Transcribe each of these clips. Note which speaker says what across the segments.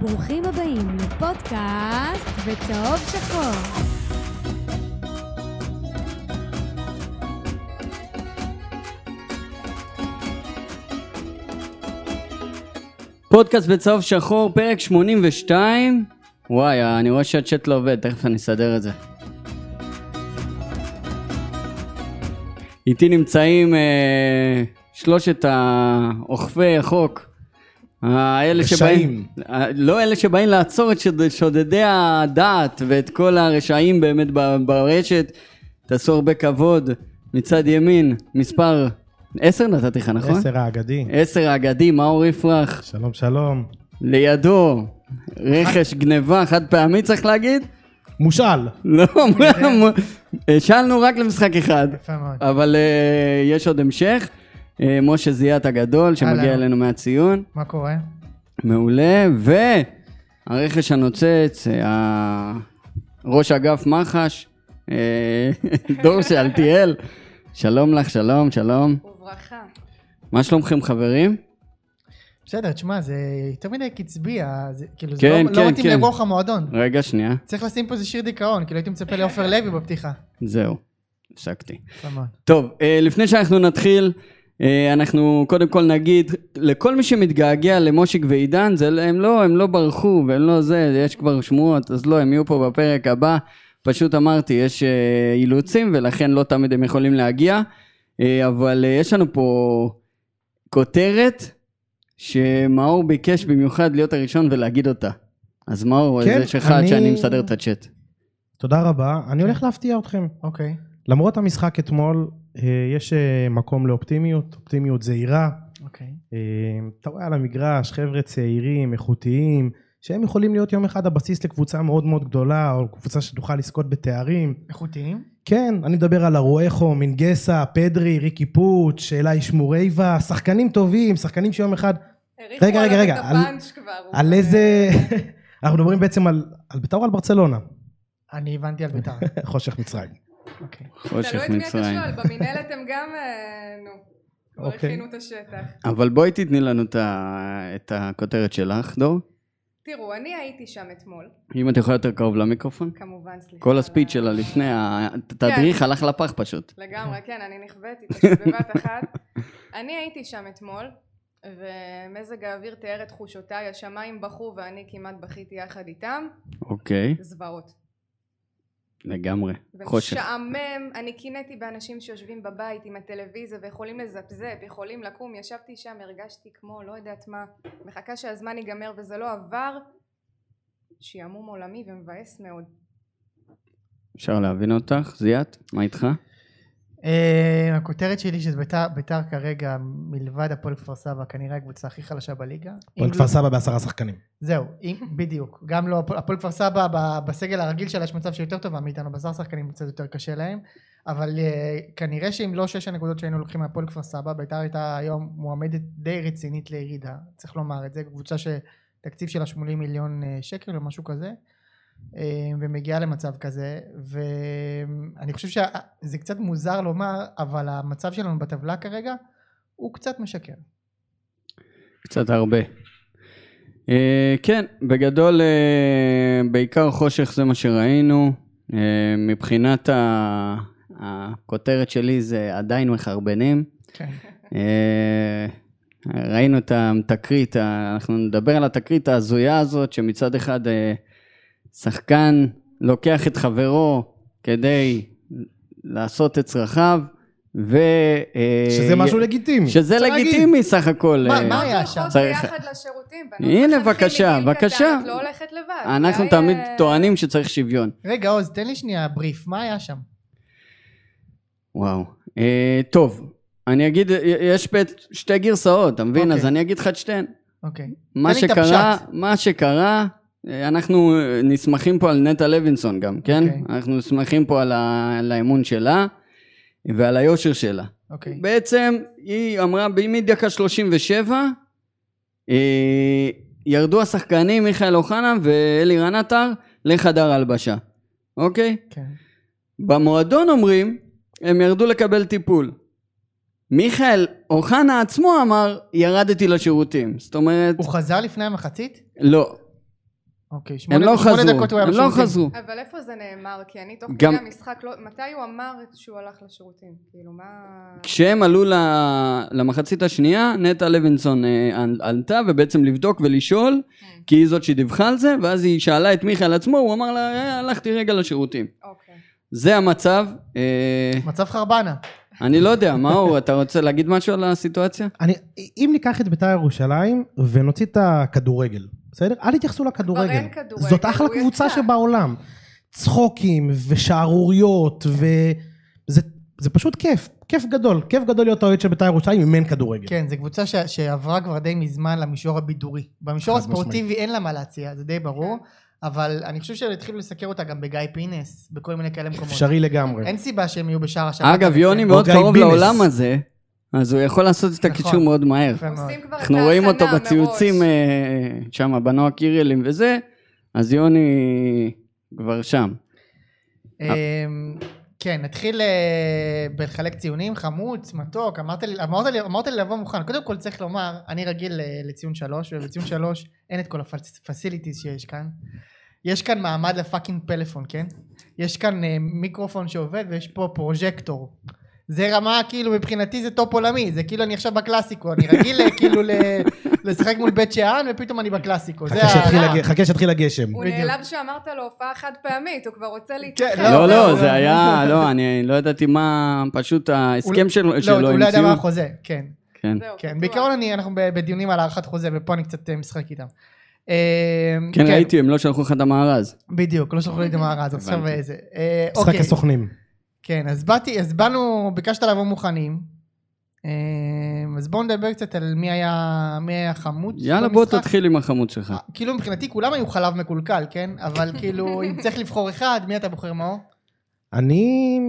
Speaker 1: ברוכים הבאים לפודקאסט בצהוב שחור.
Speaker 2: פודקאסט בצהוב שחור, פרק 82. וואי, אני רואה שהצ'אט לא עובד, תכף אני אסדר את זה. איתי נמצאים אה, שלושת האוכפי החוק. האלה שבאים,
Speaker 3: רשעים.
Speaker 2: אה, לא אלה שבאים לעצור את שוד- שודדי הדעת ואת כל הרשעים באמת ב- ברשת. תעשו הרבה כבוד. מצד ימין, מספר 10 נתתי לך, נכון?
Speaker 3: עשר האגדי.
Speaker 2: 10 האגדי, מאור יפרח.
Speaker 3: שלום שלום.
Speaker 2: לידו רכש גניבה חד פעמי צריך להגיד?
Speaker 3: מושאל.
Speaker 2: לא, השאלנו רק למשחק אחד,
Speaker 4: יפה מאוד.
Speaker 2: אבל אה, יש עוד המשך. אה, משה זיאת הגדול שמגיע
Speaker 4: אהלן.
Speaker 2: אלינו מהציון,
Speaker 4: מה קורה?
Speaker 2: מעולה, והרכש הנוצץ, אה, ראש אגף מח"ש, אה, דור שאלתיאל, שלום לך, שלום, שלום.
Speaker 5: וברכה.
Speaker 2: מה שלומכם חברים?
Speaker 4: בסדר, תשמע, זה יותר מדי קצבי, ה- זה- כאילו, זה
Speaker 2: כן,
Speaker 4: לא-
Speaker 2: כן,
Speaker 4: לא מתאים
Speaker 2: כן.
Speaker 4: לרוח המועדון.
Speaker 2: רגע, שנייה,
Speaker 4: צריך לשים פה איזה שיר דיכאון, כאילו הייתי מצפה לעופר לוי בפתיחה.
Speaker 2: זהו, הפסקתי.
Speaker 4: יפה מאוד.
Speaker 2: טוב, אה, לפני שאנחנו נתחיל, אה, אנחנו קודם כל נגיד לכל מי שמתגעגע למושיק ועידן, זה, הם, לא, הם לא ברחו והם לא זה, יש כבר שמועות, אז לא, הם יהיו פה בפרק הבא. פשוט אמרתי, יש אה, אילוצים ולכן לא תמיד הם יכולים להגיע, אה, אבל אה, יש לנו פה כותרת שמאור ביקש במיוחד להיות הראשון ולהגיד אותה. אז מאור,
Speaker 3: כן,
Speaker 2: זה שלך עד
Speaker 3: אני-
Speaker 2: שאני מסדר את הצ'אט.
Speaker 3: תודה רבה. אני הולך להפתיע אתכם.
Speaker 4: אוקיי.
Speaker 3: למרות המשחק אתמול, אה, יש אה, מקום לאופטימיות, אופטימיות זהירה.
Speaker 4: אוקיי.
Speaker 3: אה, אתה רואה על המגרש, חבר'ה צעירים, איכותיים, שהם יכולים להיות יום אחד הבסיס לקבוצה מאוד מאוד גדולה, או קבוצה שתוכל לזכות בתארים.
Speaker 4: איכותיים?
Speaker 3: כן, אני מדבר על ארואחו, מינגסה, פדרי, ריקי פוץ', אלי שמורייבה, שחקנים טובים, שחקנים שיום אחד רגע, רגע, רגע,
Speaker 5: העריכו
Speaker 3: על-
Speaker 5: עליו את הפאנץ' כבר. הוא
Speaker 3: על
Speaker 5: כבר-
Speaker 3: איזה... אנחנו מדברים בעצם על, על בית"ר או על ברצלונה?
Speaker 4: אני הבנתי על בית"ר.
Speaker 3: חושך מצרים.
Speaker 4: אוקיי.
Speaker 2: חושך
Speaker 5: תלוי את לא מי אתה
Speaker 2: מצרים.
Speaker 5: שואל, במינהלת הם גם, אה, נו, כבר
Speaker 3: אוקיי.
Speaker 5: הכינו את השטח.
Speaker 2: אבל בואי תתני לנו את ה- את הכותרת שלך, דור.
Speaker 5: תראו, אני הייתי שם אתמול,
Speaker 2: אם את יכולה יותר קרוב למיקרופון.
Speaker 5: כמובן, סליחה. על
Speaker 2: כל
Speaker 5: ה-
Speaker 2: הספיד שלה לפני, ה- התדריך הלך לפח פשוט.
Speaker 5: לגמרי, כן, אני נכוויתי פשוט בבת אחת. אני הייתי שם אתמול, ומזג האוויר תיאר את תחושותיי, השמיים בכו ואני כמעט בכיתי יחד איתם,
Speaker 2: אוקיי,
Speaker 5: זוועות.
Speaker 2: לגמרי. חושך.
Speaker 5: ומשעמם, אני קינאתי באנשים שיושבים בבית עם הטלוויזיה ויכולים לזפזפ, יכולים לקום, ישבתי שם, הרגשתי כמו לא יודעת מה, מחכה שהזמן ייגמר וזה לא עבר, שעמום עולמי ומבאס מאוד.
Speaker 2: אפשר להבין אותך. זיאת, מה איתך?
Speaker 4: אה, הכותרת שלי שזה בית"ר- בית"ר כרגע, מלבד הפועל כפר סבא, כנראה הקבוצה הכי חלשה בליגה.
Speaker 3: הפועל
Speaker 4: אם
Speaker 3: כפר
Speaker 4: לא-
Speaker 3: סבא בעשרה שחקנים.
Speaker 4: זהו, אם- בדיוק. גם לא, הפועל- הפועל כפר סבא ב- בסגל הרגיל שלה יש מצב שהיא יותר טובה מאיתנו, בשר שחקנים קצת יותר קשה להם, אבל אה, כנראה שאם לא שש הנקודות שהיינו לוקחים מהפועל כפר סבא, בית"ר הייתה היום מועמדת די רצינית לירידה, צריך לומר את זה, קבוצה שתקציב שלה 80 מיליון אה, שקל או משהו כזה, אה, ומגיעה למצב כזה, ואני חושב שזה קצת מוזר לומר, אבל המצב שלנו בטבלה כרגע הוא קצת משקר.
Speaker 2: קצת הרבה. אה, כן, בגדול אה, בעיקר חושך זה מה שראינו. אה, מבחינת ה- הכותרת שלי זה עדיין מחרבנים.
Speaker 4: כן.
Speaker 2: אה, ראינו את התקרית, ה- אנחנו נדבר על התקרית ההזויה הזאת, שמצד אחד אה, שחקן לוקח את חברו כדי לעשות את צרכיו, ו... אה,
Speaker 3: שזה משהו לגיטימי.
Speaker 2: שזה
Speaker 3: צריך להגיד.
Speaker 2: לגיטימי סך הכל.
Speaker 4: מה-
Speaker 2: אה,
Speaker 4: מה היה
Speaker 5: הולכות
Speaker 4: שם?
Speaker 2: צריך-
Speaker 5: ביחד לשירותים, בנות
Speaker 2: הנה,
Speaker 5: מחנכים
Speaker 2: בבקשה,
Speaker 5: מגיל קטן,
Speaker 2: בבקשה.
Speaker 5: את לא הולכת לבד.
Speaker 2: אנחנו
Speaker 5: אולי,
Speaker 2: תמיד
Speaker 5: אה,
Speaker 2: טוענים שצריך שוויון.
Speaker 4: רגע עוז, תן לי שנייה בריף, מה היה שם?
Speaker 2: וואו. אה, טוב, אני אגיד, יש בית- שתי גרסאות, אתה מבין?
Speaker 4: אוקיי.
Speaker 2: אז אני אגיד לך את שתיהן.
Speaker 4: אוקיי.
Speaker 2: מה
Speaker 4: תן לי את
Speaker 2: שקרה,
Speaker 4: הפשט.
Speaker 2: מה שקרה, אה, אנחנו אה, נסמכים פה על נטע לוינסון גם, כן?
Speaker 4: אוקיי.
Speaker 2: אנחנו נסמכים פה על, ה, על האמון שלה ועל היושר שלה.
Speaker 4: אוקיי.
Speaker 2: בעצם היא אמרה, ב- מדקה 37, אה, ירדו השחקנים מיכאל אוחנה ואלירן עטר לחדר הלבשה, אוקיי?
Speaker 4: כן.
Speaker 2: במועדון אומרים, הם ירדו לקבל טיפול. מיכאל אוחנה עצמו אמר, ירדתי לשירותים. זאת אומרת...
Speaker 4: הוא חזר לפני המחצית?
Speaker 2: לא.
Speaker 4: אוקיי,
Speaker 2: הם
Speaker 4: שמונה
Speaker 2: לא
Speaker 4: שמונה
Speaker 2: חזרו,
Speaker 4: דקות הוא היה
Speaker 2: הם לא
Speaker 4: בשירותים.
Speaker 2: חזרו.
Speaker 5: אבל איפה זה נאמר? כי אני תוך
Speaker 2: גם-
Speaker 5: כדי המשחק, לא- מתי הוא אמר שהוא הלך לשירותים? כאילו מה...
Speaker 2: כשהם עלו ל- למחצית השנייה, נטע לוינסון אה, על- עלתה, ובעצם לבדוק ולשאול,
Speaker 4: כן.
Speaker 2: כי היא זאת שדיווחה על זה, ואז היא שאלה את מיכה על עצמו, הוא אמר לה, "אה, הלכתי רגע לשירותים.
Speaker 5: אוקיי.
Speaker 2: זה המצב, אה,
Speaker 4: מצב חרבנה.
Speaker 2: אני לא יודע, מאור, אתה רוצה להגיד משהו על הסיטואציה?
Speaker 3: אני, אם ניקח את בית"ר ירושלים ונוציא את הכדורגל, בסדר? אל תתייחסו לכדורגל.
Speaker 5: אין כדורגל,
Speaker 3: זאת אחלה
Speaker 5: הוא
Speaker 3: קבוצה
Speaker 5: יצא.
Speaker 3: שבעולם. צחוקים ושערוריות ו... זה, זה פשוט כיף, כיף גדול, כיף גדול להיות האוהד של בית"ר ירושלים אם אין כדורגל.
Speaker 4: כן, זו קבוצה ש- שעברה כבר די מזמן למישור הבידורי. במישור
Speaker 3: חד
Speaker 4: הספורטיבי אין לה מה להציע, זה די ברור, אבל אני חושב שהתחילו לסקר אותה גם בגיא פינס, בכל מיני כאלה מקומות.
Speaker 3: אפשרי לגמרי.
Speaker 4: אין סיבה שהם יהיו בשער השבת.
Speaker 2: אגב,
Speaker 4: אבל
Speaker 2: יוני
Speaker 4: כן.
Speaker 2: מאוד
Speaker 3: גיא
Speaker 2: קרוב
Speaker 3: בינס.
Speaker 2: לעולם הזה, אז הוא יכול לעשות את הקישור
Speaker 4: נכון.
Speaker 2: מאוד מהר.
Speaker 4: יפה מאוד.
Speaker 5: עושים כבר את
Speaker 2: אנחנו רואים אותו
Speaker 5: ההכנה
Speaker 2: בציוצים
Speaker 5: מראש.
Speaker 2: אה, שם, בנועה קירלים וזה, אז יוני כבר שם.
Speaker 4: אמ, כן, נתחיל אה, בלחלק ציונים, חמוץ, מתוק, אמרת לי, אמרת לי, אמרת לי לבוא מוכן. קודם כל צריך לומר, אני רגיל אה, לציון שלוש, ובציון שלוש אין את כל הפסיליטיז שיש כאן. יש כאן מעמד לפאקינג פלאפון, כן? יש כאן אה, מיקרופון שעובד ויש פה פרוג'קטור. זה רמה, כאילו, מבחינתי זה טופ עולמי, זה כאילו אני עכשיו בקלאסיקו, אני רגיל אה, כאילו ל- לשחק מול בית שאן ופתאום אני בקלאסיקו. זה
Speaker 3: חכה שיתחיל
Speaker 4: הרמה.
Speaker 3: הג- חכה שיתחיל הגשם.
Speaker 5: הוא
Speaker 4: בדיוק.
Speaker 5: נעלב שאמרת לו הופעה חד פעמית, הוא כבר רוצה להתרחב.
Speaker 4: לא,
Speaker 2: לא,
Speaker 4: לא,
Speaker 2: לא,
Speaker 4: לא.
Speaker 2: זה היה, לא, אני לא ידעתי מה, פשוט ההסכם שלו
Speaker 4: לא,
Speaker 2: שלו
Speaker 4: הוא
Speaker 2: עם
Speaker 4: לא ידע מה
Speaker 2: ציון.
Speaker 4: החוזה, כן.
Speaker 2: כן.
Speaker 5: זהו,
Speaker 4: כן,
Speaker 5: בטוח.
Speaker 4: בעיקרון אני, אנחנו ב- בדיונים על הארכת חוזה, ופה אני קצת אה, משחק איתם. אה,
Speaker 2: כן, ראיתי, הם לא שלחו לך את המארז.
Speaker 4: בדיוק, לא שלחו לי את המערה הזאת, עכשיו
Speaker 2: הבנתי.
Speaker 4: אה, זה. אה,
Speaker 3: משחק
Speaker 4: אוקיי,
Speaker 3: הסוכנים.
Speaker 4: כן, אז באתי, אז באנו, ביקשת לבוא מוכנים. אה, אז בואו נדבר קצת על מי היה, מי היה חמוץ.
Speaker 2: יאללה, בוא
Speaker 4: במשחק.
Speaker 2: תתחיל עם החמוד שלך.
Speaker 4: כאילו מבחינתי כולם היו חלב מקולקל, כן? אבל כאילו, אם צריך לבחור אחד, מי אתה בוחר מאור?
Speaker 3: אני...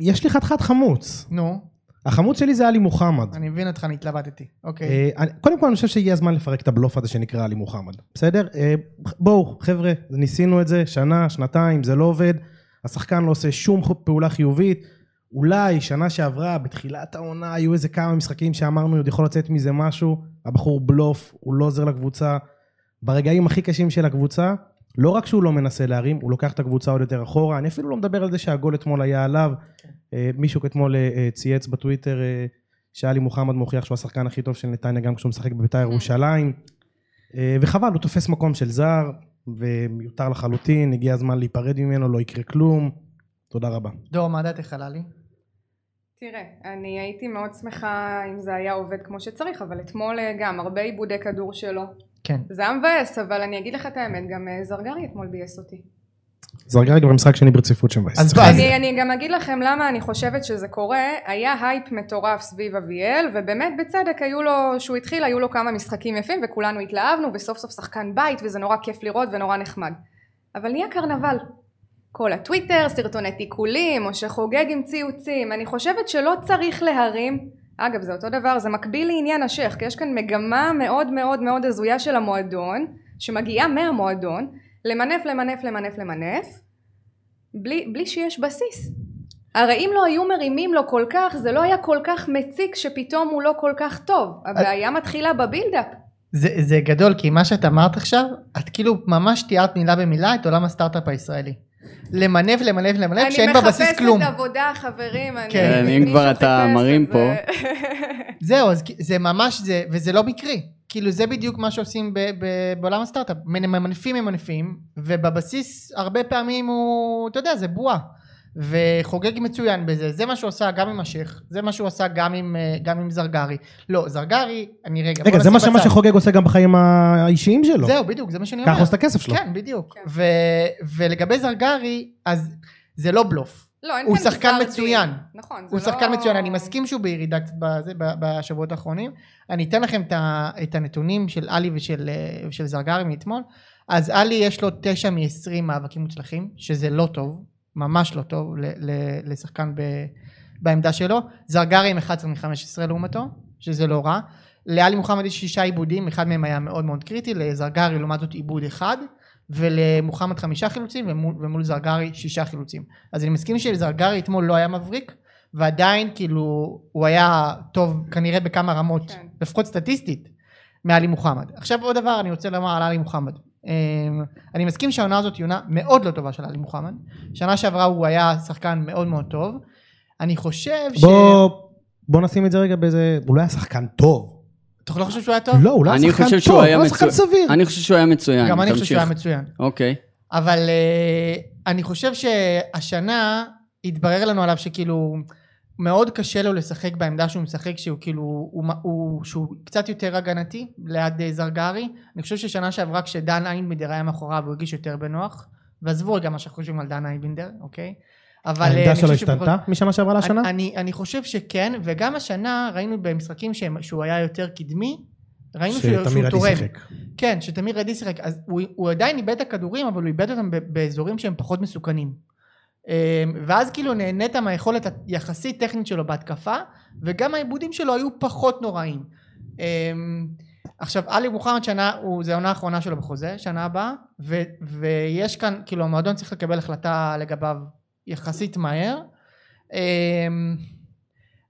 Speaker 3: יש לי חתיכת חמוץ.
Speaker 4: נו,
Speaker 3: החמוץ שלי זה עלי מוחמד.
Speaker 4: אני מבין אותך, אני התלבטתי. אוקיי.
Speaker 3: אה, אני- קודם כל אני חושב שהגיע הזמן לפרק את הבלוף הזה שנקרא עלי מוחמד, בסדר? אה, בואו, חבר'ה, ניסינו את זה, שנה, שנתיים, זה לא עובד, השחקן לא עושה שום חו- פעולה חיובית, אולי שנה שעברה, בתחילת העונה, היו איזה כמה משחקים שאמרנו, עוד יכול לצאת מזה משהו, הבחור בלוף, הוא לא עוזר לקבוצה. ברגעים הכי קשים של הקבוצה, לא רק שהוא לא מנסה להרים, הוא לוקח את הקבוצה עוד יותר אחורה, אני אפילו לא מדבר על זה שהגול אתמול היה עליו,
Speaker 4: כן.
Speaker 3: אה, מישהו אתמול אה, אה, צייץ בטוויטר, אה, שאלי מוחמד מוכיח שהוא השחקן הכי טוב של נתניה גם כשהוא משחק בבית"ר
Speaker 4: כן.
Speaker 3: ירושלים אה, וחבל הוא תופס מקום של זר ומיותר לחלוטין הגיע הזמן להיפרד ממנו לא יקרה כלום תודה רבה
Speaker 4: דור, מה דעתך עלה לי?
Speaker 5: תראה, אני הייתי מאוד שמחה אם זה היה עובד כמו שצריך, אבל אתמול אה, גם הרבה עיבודי כדור שלו.
Speaker 4: כן.
Speaker 5: זה היה מבאס, אבל אני אגיד לך את האמת, גם אה, זרגרי אתמול ביאס אותי.
Speaker 3: זרגרי כבר משחק שני ברציפות שם
Speaker 4: אז
Speaker 3: צריך
Speaker 4: בוא, אז-
Speaker 3: להגיד.
Speaker 5: אני, אני גם אגיד לכם למה אני חושבת שזה קורה, היה הייפ מטורף סביב אביאל, ובאמת בצדק היו לו, שהוא התחיל, היו לו כמה משחקים יפים, וכולנו התלהבנו, וסוף סוף שחקן בית, וזה נורא כיף לראות ונורא נחמד. אבל נהיה קרנבל. כל הטוויטר, סרטוני תיקולים, או שחוגג עם ציוצים, אני חושבת שלא צריך להרים. אגב זה אותו דבר, זה מקביל לעניין השייח, כי יש כאן מגמה מאוד מאוד מאוד הזויה של המועדון, שמגיעה מהמועדון, למנף למנף למנף למנף, בלי, בלי שיש בסיס. הרי אם לא היו מרימים לו כל כך, זה לא היה כל כך מציק שפתאום הוא לא כל כך טוב. הבעיה מתחילה בבילדאפ.
Speaker 4: זה, זה גדול, כי מה שאת אמרת עכשיו, את כאילו ממש תיארת מילה במילה את עולם הסטארט-אפ הישראלי. למנף, למנף, למנף, שאין בבסיס כלום.
Speaker 5: אני מחפשת עבודה, חברים. אני-
Speaker 4: כן,
Speaker 2: אם
Speaker 5: מישהו
Speaker 2: כבר אתה
Speaker 5: חיפש
Speaker 2: מרים
Speaker 5: את
Speaker 2: פה.
Speaker 5: זה.
Speaker 4: זהו, אז כ- זה ממש זה, וזה לא מקרי. כאילו זה בדיוק מה שעושים ב, ב, בעולם הסטארט-אפ. מנ- ממנפים ממנפים, ובבסיס הרבה פעמים הוא, אתה יודע, זה בועה. וחוגג מצוין בזה, זה מה שהוא עשה גם עם השייח, זה מה שהוא עשה גם עם, אה, גם עם זרגרי. לא, זרגרי, אני רגע, בוא
Speaker 3: רגע זה
Speaker 4: נשים
Speaker 3: מה שמה
Speaker 4: בצד.
Speaker 3: שחוגג עושה גם בחיים האישיים שלו
Speaker 4: זהו, בדיוק, זה מה שאני אומר.
Speaker 3: לא. ככה הוא עושה את הכסף שלו
Speaker 4: כן, בדיוק.
Speaker 5: כן.
Speaker 4: ו- ולגבי זרגרי, אז זה לא בלוף.
Speaker 5: לא, אין
Speaker 4: הוא
Speaker 5: כאן
Speaker 4: שחקן
Speaker 5: גזר דין.
Speaker 4: מצוין.
Speaker 5: נכון, זה
Speaker 4: הוא
Speaker 5: לא-
Speaker 4: שחקן מצוין, אני מסכים שהוא בירידה קצת בזה- ב- בשבועות האחרונים. אני אתן לכם את ה- את הנתונים של עלי ושל אה, ושל זרגרי מאתמול. אז עלי יש לו 9 מ-20 מאבקים מוצלחים, שזה לא טוב, ממש לא טוב ל- ל- לשחקן ב- בעמדה שלו. זרגרי עם 11 מ-15 לעומתו, שזה לא רע. לעלי מוחמד יש שישה עיבודים, אחד מהם היה מאוד מאוד קריטי, לזרגרי לעומת זאת עיבוד אחד, ולמוחמד חמישה חילוצים ומול, ומול זרגרי שישה חילוצים. אז אני מסכים שלזרגרי אתמול לא היה מבריק, ועדיין כאילו הוא היה טוב כנראה בכמה רמות,
Speaker 5: כן.
Speaker 4: לפחות סטטיסטית, מעלי מוחמד. עכשיו עוד דבר אני רוצה לומר על עלי מוחמד. אמ, אמ, אני מסכים שהעונה הזאת היא עונה מאוד לא טובה של עלי מוחמד. שנה שעברה הוא היה שחקן מאוד מאוד טוב. אני חושב ש...
Speaker 3: בוא, בוא נשים את זה רגע באיזה... הוא לא היה שחקן טוב.
Speaker 4: אתה לא חושב שהוא היה טוב?
Speaker 3: לא, הוא לא היה
Speaker 2: אני
Speaker 3: שחקן
Speaker 2: חושב שהוא
Speaker 3: טוב,
Speaker 2: היה
Speaker 3: הוא היה שחקן
Speaker 2: מצו-
Speaker 3: סביר.
Speaker 2: אני חושב שהוא היה מצוין.
Speaker 4: גם אני חושב שהוא היה
Speaker 2: כן, תמשיך.
Speaker 4: מצוין.
Speaker 2: אוקיי.
Speaker 4: אבל אה, אני חושב שהשנה התברר לנו עליו שכאילו מאוד קשה לו לשחק בעמדה שהוא משחק שהוא כאילו הוא, מ- הוא, שהוא קצת יותר הגנתי ליד אה, זרגרי אני חושב ששנה שעברה כשדן איינבינדר היה מאחוריו הוא הרגיש יותר בנוח ועזבו רגע מה שאנחנו חושבים על דן איינבינדר אוקיי אבל אה,
Speaker 3: העמדה
Speaker 4: אני
Speaker 3: שלו
Speaker 4: חושב שבכל-
Speaker 3: השתנתה משנה שעברה לשנה?
Speaker 4: אני, אני, אני חושב שכן וגם השנה ראינו במשחקים שהם, שהוא היה יותר קדמי ראינו שהוא,
Speaker 3: שתמיר
Speaker 4: שהוא
Speaker 3: עדי
Speaker 4: תורם
Speaker 3: שיחק.
Speaker 4: כן, שתמיר עדי שיחק, אז הוא, הוא עדיין איבד את הכדורים, אבל הוא איבד אותם ב- באזורים שהם פחות מסוכנים. אמ, ואז כאילו נהנית מהיכולת היחסית טכנית שלו בהתקפה, וגם העיבודים שלו היו פחות נוראים. אמ, עכשיו, עלי מוחמד שנה, הוא, זה העונה האחרונה שלו בחוזה, שנה הבאה, ו, ויש כאן, כאילו המועדון צריך לקבל החלטה לגביו יחסית מהר. אמ,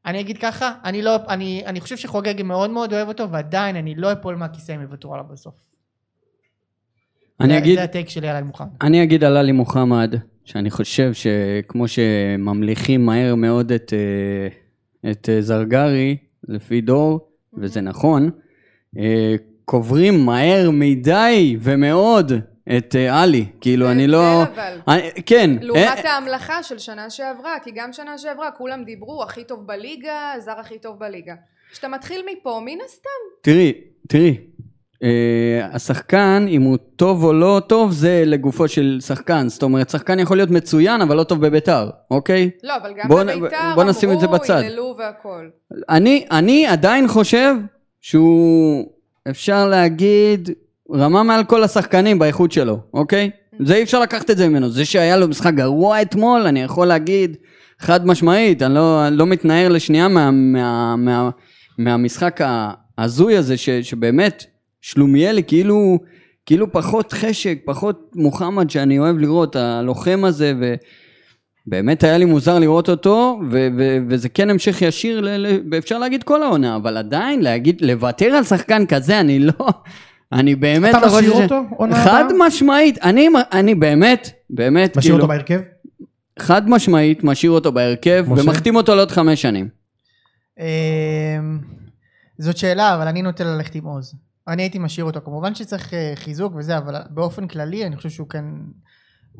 Speaker 4: אני אגיד ככה, אני, לא, אני, אני חושב שחוגג מאוד מאוד אוהב אותו, ועדיין אני לא אפול מהכיסא אם יוותרו עליו בסוף.
Speaker 2: אני
Speaker 4: זה-
Speaker 2: אגיד,
Speaker 4: זה הטייק שלי עליי מוכן.
Speaker 2: אני אגיד על עלי מוחמד, שאני חושב שכמו שממליכים מהר מאוד את, אה, את אה, זרגרי, לפי דור, וזה נכון, אה, קוברים מהר מדי ומאוד את אה, עלי. כאילו,
Speaker 5: זה
Speaker 2: אני לא...
Speaker 5: הבדל, אבל.
Speaker 2: אני- כן.
Speaker 5: לעומת
Speaker 2: אה,
Speaker 5: ההמלכה של שנה שעברה, כי גם שנה שעברה כולם דיברו הכי טוב בליגה, זר הכי טוב בליגה. כשאתה מתחיל מפה, מן הסתם.
Speaker 2: תראי, תראי. אה, השחקן, אם הוא טוב או לא טוב, זה לגופו של שחקן. זאת אומרת, שחקן יכול להיות מצוין, אבל לא טוב בביתר, אוקיי?
Speaker 5: לא, אבל גם
Speaker 2: בוא נ-
Speaker 5: בביתר
Speaker 2: בוא נשים את זה
Speaker 5: אמרו,
Speaker 2: בצד.
Speaker 5: היללו והכל.
Speaker 2: אני, אני עדיין חושב שהוא, אפשר להגיד, רמה מעל כל השחקנים באיכות שלו, אוקיי? זה אי אפשר לקחת את זה ממנו. זה שהיה לו משחק גרוע אתמול, אני יכול להגיד חד משמעית, אני לא, אני לא מתנער לשנייה מה, מה, מה, מהמשחק ההזוי הזה, ש, שבאמת, שלומיאלי, כאילו, כאילו פחות חשק, פחות מוחמד שאני אוהב לראות, הלוחם הזה, ו... באמת היה לי מוזר לראות אותו, ו- ו- וזה כן המשך ישיר, ל- ל- אפשר להגיד כל העונה, אבל עדיין להגיד, לוותר על שחקן כזה, אני לא, אני באמת
Speaker 3: אתה
Speaker 2: לא חושב
Speaker 3: משאיר
Speaker 2: ש-
Speaker 3: אותו עונה
Speaker 2: חד
Speaker 3: הבאה?
Speaker 2: משמעית, אני, אני באמת, באמת,
Speaker 3: משאיר
Speaker 2: כאילו,
Speaker 3: אותו בהרכב?
Speaker 2: חד משמעית משאיר אותו בהרכב,
Speaker 3: משה?
Speaker 2: ומחתים אותו לעוד חמש שנים.
Speaker 4: אמ, זאת שאלה, אבל אני נוטה ללכת עם עוז. אני הייתי משאיר אותו. כמובן שצריך אה, חיזוק וזה, אבל באופן כללי אני חושב שהוא כן...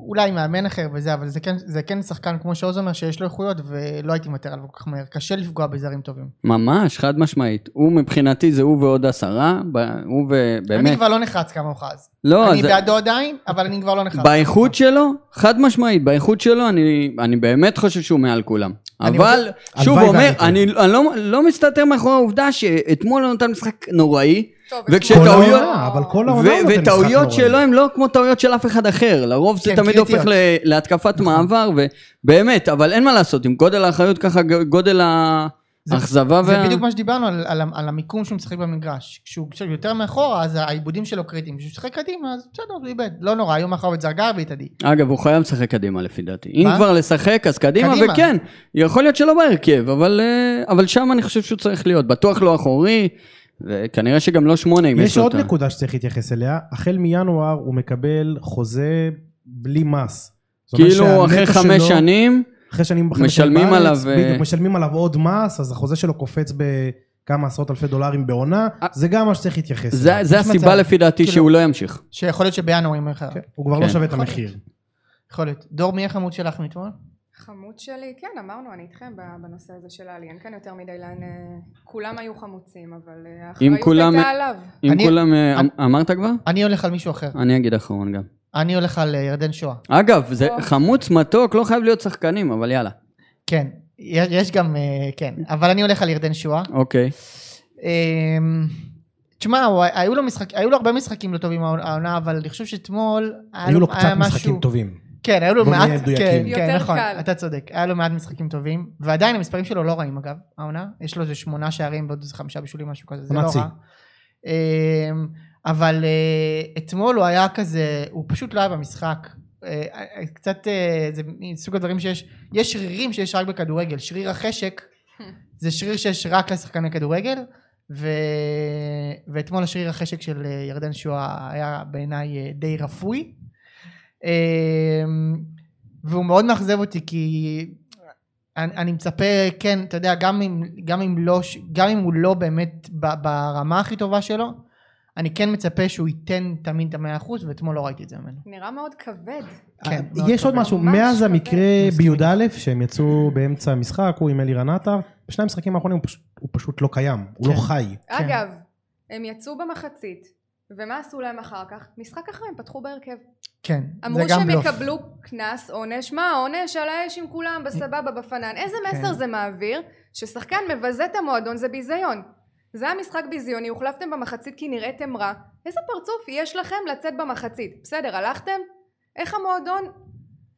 Speaker 4: אולי מאמן אחר וזה, אבל זה כן, זה כן שחקן כמו שעוז אומר שיש לו איכויות ולא הייתי מוותר עליו כל כך מהר. קשה לפגוע בזרים טובים.
Speaker 2: ממש, חד משמעית. הוא מבחינתי זה הוא ועוד עשרה, ב- הוא
Speaker 4: אני
Speaker 2: ובאמת,
Speaker 4: כבר לא נחרץ כמה הוא חז.
Speaker 2: לא,
Speaker 4: אני
Speaker 2: זה-
Speaker 4: בעדו עדיין, אבל אני כבר לא נחרץ.
Speaker 2: באיכות שלו, חד משמעית, באיכות שלו אני, אני באמת חושב שהוא מעל כולם.
Speaker 4: אני
Speaker 2: אבל, שוב
Speaker 3: הלוואי
Speaker 2: אומר,
Speaker 3: והייתי.
Speaker 2: אני, אני לא, לא מסתתר מאחורי העובדה שאתמול הוא נתן משחק נוראי,
Speaker 5: טוב,
Speaker 2: וכשטעויות-
Speaker 3: כל
Speaker 5: אתמול-
Speaker 2: שטעויות-
Speaker 3: העונה, אבל כל
Speaker 2: ו-
Speaker 3: העונה הוא נותן משחק
Speaker 2: וטעויות
Speaker 3: נוראי.
Speaker 2: שלו הן לא כמו טעויות של אף אחד אחר, לרוב זה
Speaker 4: כן,
Speaker 2: תמיד
Speaker 4: קריטיות. נכון.
Speaker 2: הופך ל- להתקפת מעבר, ובאמת, אבל אין מה לעשות, עם גודל האחריות ככה ג- גודל
Speaker 4: זה-
Speaker 2: האכזבה
Speaker 4: זה
Speaker 2: וה...
Speaker 4: בדיוק מה שדיברנו על, על, ה- על המיקום שהוא משחק במגרש. כשהוא כשהוא יותר מאחורה, אז העיבודים שלו קריטיים. כשהוא משחק קדימה, אז בסדר, הוא איבד. לא נורא, היום מאחור את זרגר ואת עדי.
Speaker 2: אגב, הוא חייב לשחק קדימה לפי דעתי. אם
Speaker 4: מה?
Speaker 2: כבר לשחק, אז קדימה,
Speaker 4: קדימה.
Speaker 2: וכן, יכול להיות שלא בהרכב, אבל, אה, אבל שם אני חושב שהוא צריך להיות. בטוח לא אחורי, וכנראה שגם לא שמונה אם יש
Speaker 3: יש
Speaker 2: לו
Speaker 3: עוד
Speaker 2: אותה.
Speaker 3: נקודה שצריך להתייחס אליה, החל מינואר הוא מקבל חוזה בלי מס. זאת אומרת
Speaker 2: כאילו, אחרי
Speaker 3: שהנטו
Speaker 2: חמש
Speaker 3: שלו-
Speaker 2: שנים,
Speaker 3: אחרי שנים
Speaker 2: משלמים
Speaker 3: בארץ,
Speaker 2: עליו, אה,
Speaker 3: בדיוק, משלמים עליו עוד מס, אז החוזה שלו קופץ בכמה עשרות אלפי דולרים בעונה,
Speaker 2: אה,
Speaker 3: זה גם מה שצריך להתייחס.
Speaker 2: זה,
Speaker 3: אליו.
Speaker 2: זה
Speaker 4: יש
Speaker 2: הסיבה
Speaker 4: מצב.
Speaker 2: לפי דעתי
Speaker 4: כאילו-
Speaker 2: שהוא לא ימשיך.
Speaker 4: שיכול להיות שבינואר יהיה מאוחר.
Speaker 3: כן, הוא כבר לא
Speaker 2: כן.
Speaker 3: שווה את
Speaker 4: יכול
Speaker 3: המחיר.
Speaker 4: יכול להיות. דור, מי החמוד שלך מאתמול?
Speaker 5: חמוד שלי, כן, אמרנו, אני איתכם ב- בנושא הזה של העלי, אין כאן יותר מדי לאן... אה, כולם היו חמוצים, אבל אה, האחריות
Speaker 2: כולם-
Speaker 5: הייתה עליו.
Speaker 2: אם
Speaker 4: אני-
Speaker 2: כולם... אה,
Speaker 4: אני-
Speaker 2: אמרת כבר?
Speaker 4: אני הולך על מישהו אחר.
Speaker 2: אני אגיד אחרון גם.
Speaker 4: אני הולך על אה, ירדן שואה.
Speaker 2: אגב, זה
Speaker 5: טוב.
Speaker 2: חמוץ מתוק, לא חייב להיות שחקנים, אבל יאללה.
Speaker 4: כן. יש יש גם, אה, כן. אבל אני הולך על ירדן שואה.
Speaker 2: אוקיי.
Speaker 4: אמ, תשמע, הוא- היו לו משחק- היו לו הרבה משחקים לא טובים העונה, אבל אני חושב שאתמול... היה
Speaker 3: היו לו
Speaker 4: היה
Speaker 3: קצת משחקים
Speaker 4: אה, משהו-
Speaker 3: טובים.
Speaker 4: כן, היו לו
Speaker 3: בוא
Speaker 4: מעט,
Speaker 3: נהיה
Speaker 4: כן,
Speaker 3: מדויקים.
Speaker 4: כן,
Speaker 5: יותר
Speaker 4: נכון,
Speaker 5: קל.
Speaker 4: אתה צודק, היה לו מעט משחקים טובים, ועדיין המספרים שלו לא רעים אגב, העונה, יש לו איזה שמונה שערים ועוד איזה חמישה בישולים, משהו כזה, זה לא
Speaker 3: עונת שיא.
Speaker 4: רע. אמ, אבל אה, אתמול הוא היה כזה, הוא פשוט לא היה במשחק, אה, אה, קצת, אה, זה מסוג הדברים שיש, יש שרירים שיש רק בכדורגל, שריר החשק, זה שריר שיש רק לשחקני כדורגל, ו... ואתמול השריר החשק של אה, ירדן שואה היה בעיניי אה, די רפוי. אמ, אה, והוא מאוד מאכזב אותי כי אני, אני מצפה, כן, אתה יודע, גם אם, גם אם, לא, ש- גם אם הוא לא באמת ב, ברמה הכי טובה שלו, אני כן מצפה שהוא ייתן תמיד את המאה אחוז, ואתמול לא ראיתי את זה ממנו.
Speaker 5: נראה מאוד כבד.
Speaker 4: כן,
Speaker 3: אה,
Speaker 4: מאוד
Speaker 3: יש עוד
Speaker 4: כבד.
Speaker 3: משהו,
Speaker 5: ממש
Speaker 3: מאז
Speaker 5: כבד.
Speaker 3: המקרה
Speaker 4: מסכים.
Speaker 3: בי"א שהם יצאו באמצע המשחק, הוא עם אלירן עטר, בשני המשחקים האחרונים הוא פשוט- הוא פשוט לא קיים, הוא לא
Speaker 4: כן.
Speaker 3: חי.
Speaker 5: אגב, הם יצאו במחצית, ומה עשו להם אחר כך? משחק אחרי הם פתחו בהרכב.
Speaker 4: כן, זה
Speaker 5: אמרו
Speaker 4: גם
Speaker 5: שהם
Speaker 4: בלוף.
Speaker 5: יקבלו קנס, עונש, מה העונש? על האש עם כולם, בסבבה, בפנן. איזה
Speaker 4: כן.
Speaker 5: מסר זה מעביר? ששחקן מבזה את המועדון זה ביזיון. זה המשחק ביזיוני, הוחלפתם במחצית כי נראיתם רע. איזה פרצוף יש לכם לצאת במחצית? בסדר, הלכתם? איך המועדון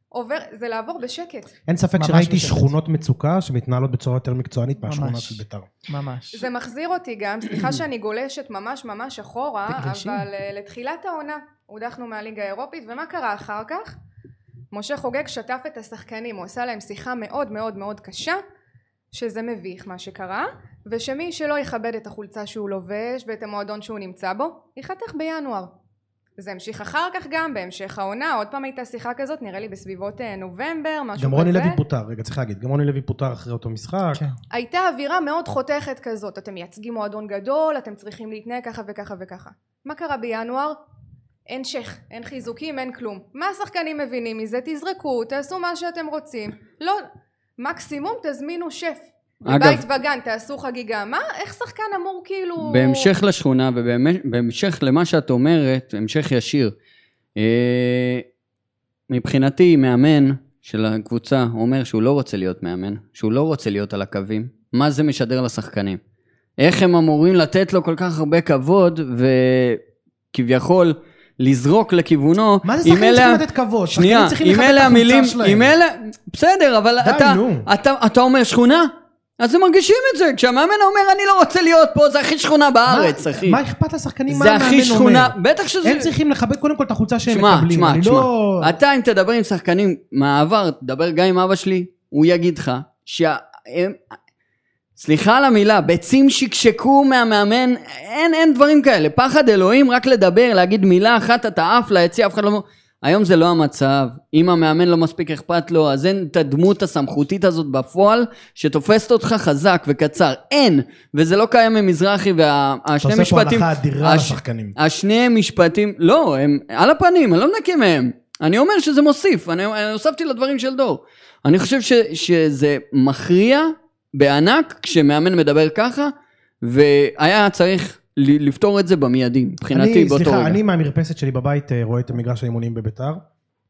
Speaker 5: עובר? זה לעבור בשקט.
Speaker 3: אין ספק
Speaker 4: ממש
Speaker 3: שראיתי
Speaker 4: בשקט.
Speaker 3: שכונות מצוקה שמתנהלות בצורה יותר מקצוענית מהשכונה
Speaker 4: ממש.
Speaker 3: של בית"ר.
Speaker 4: ממש.
Speaker 5: זה מחזיר אותי גם, סליחה שאני גולשת ממש ממש אחורה,
Speaker 4: תגלשי.
Speaker 5: אבל אה, לתחילת העונה הודחנו מהליגה האירופית, ומה קרה אחר כך? משה חוגג שטף את השחקנים, הוא עשה להם שיחה מאוד מאוד מאוד קשה, שזה מביך מה שקרה, ושמי שלא יכבד את החולצה שהוא לובש ואת המועדון שהוא נמצא בו, ייחתך בינואר. זה המשיך אחר כך גם, בהמשך העונה, עוד פעם הייתה שיחה כזאת, נראה לי בסביבות אה, נובמבר, משהו כזה.
Speaker 3: גם רוני לוי פוטר, רגע צריך להגיד, גם רוני לוי פוטר אחרי אותו משחק.
Speaker 4: כן.
Speaker 5: הייתה אווירה מאוד חותכת כזאת, אתם מייצגים מועדון גדול, אתם צריכים להתנהג ככה וככה וככה. מה קרה בינואר? אין שייח, אין חיזוקים, אין כלום. מה השחקנים מבינים מזה? תזרקו, תעשו מה שאתם רוצים. לא, מקסימום תזמינו שף.
Speaker 2: אגב-
Speaker 5: בבית וגן, תעשו חגיגה. מה, איך שחקן אמור כאילו...
Speaker 2: בהמשך לשכונה ובהמשך למה שאת אומרת, המשך ישיר. אה, מבחינתי, מאמן של הקבוצה אומר שהוא לא רוצה להיות מאמן, שהוא לא רוצה להיות על הקווים, מה זה משדר לשחקנים? איך הם אמורים לתת לו כל כך הרבה כבוד וכביכול לזרוק לכיוונו,
Speaker 3: מה זה
Speaker 2: אם
Speaker 3: שחקנים
Speaker 2: אלה-
Speaker 3: צריכים לתת כבוד?
Speaker 2: שנייה,
Speaker 3: שחקנים צריכים
Speaker 2: אם
Speaker 3: לכבד
Speaker 2: אלה
Speaker 3: את החולצה
Speaker 2: המילים,
Speaker 3: שלהם.
Speaker 2: אם אלה, בסדר, אבל
Speaker 3: די,
Speaker 2: אתה,
Speaker 3: נו.
Speaker 2: אתה, אתה אומר שכונה, אז הם מרגישים את זה, כשהמאמן אומר אני לא רוצה להיות פה, זה הכי שכונה בארץ,
Speaker 3: מה-
Speaker 2: אחי.
Speaker 3: מה אכפת לשחקנים מה
Speaker 2: זה
Speaker 3: המאמן
Speaker 2: הכי שכונה,
Speaker 3: אומר?
Speaker 2: בטח שזה...
Speaker 3: הם צריכים לכבד קודם כל את החולצה שהם
Speaker 2: שמע,
Speaker 3: מקבלים.
Speaker 2: שמע,
Speaker 3: אני
Speaker 2: שמע,
Speaker 3: לא-
Speaker 2: אתה אם תדבר עם שחקנים מהעבר, תדבר גם עם אבא שלי, הוא יגיד לך שהם... סליחה על המילה, ביצים שקשקו מהמאמן, אין, אין דברים כאלה. פחד אלוהים רק לדבר, להגיד מילה אחת, אתה עף ליציע, אף אחד לא... מ- היום זה לא המצב, אם המאמן לא מספיק אכפת לו, אז אין את הדמות הסמכותית הזאת בפועל, שתופסת אותך חזק וקצר. אין, וזה לא קיים ממזרחי,
Speaker 3: אתה
Speaker 2: והשני
Speaker 3: עושה פה
Speaker 2: משפטים...
Speaker 3: הנחה אדירה
Speaker 2: הש-
Speaker 3: לשחקנים.
Speaker 2: השני משפטים, לא, הם על הפנים, אני לא מנקה מהם. אני אומר שזה מוסיף, אני, אני הוספתי לדברים של דור. אני חושב ש, שזה מכריע בענק כשמאמן מדבר ככה, והיה צריך ל- לפתור את זה במיידי, מבחינתי
Speaker 3: אני,
Speaker 2: באותו
Speaker 3: סליחה,
Speaker 2: רגע.
Speaker 3: אני מהמרפסת שלי בבית אה, רואה את המגרש האימונים בביתר,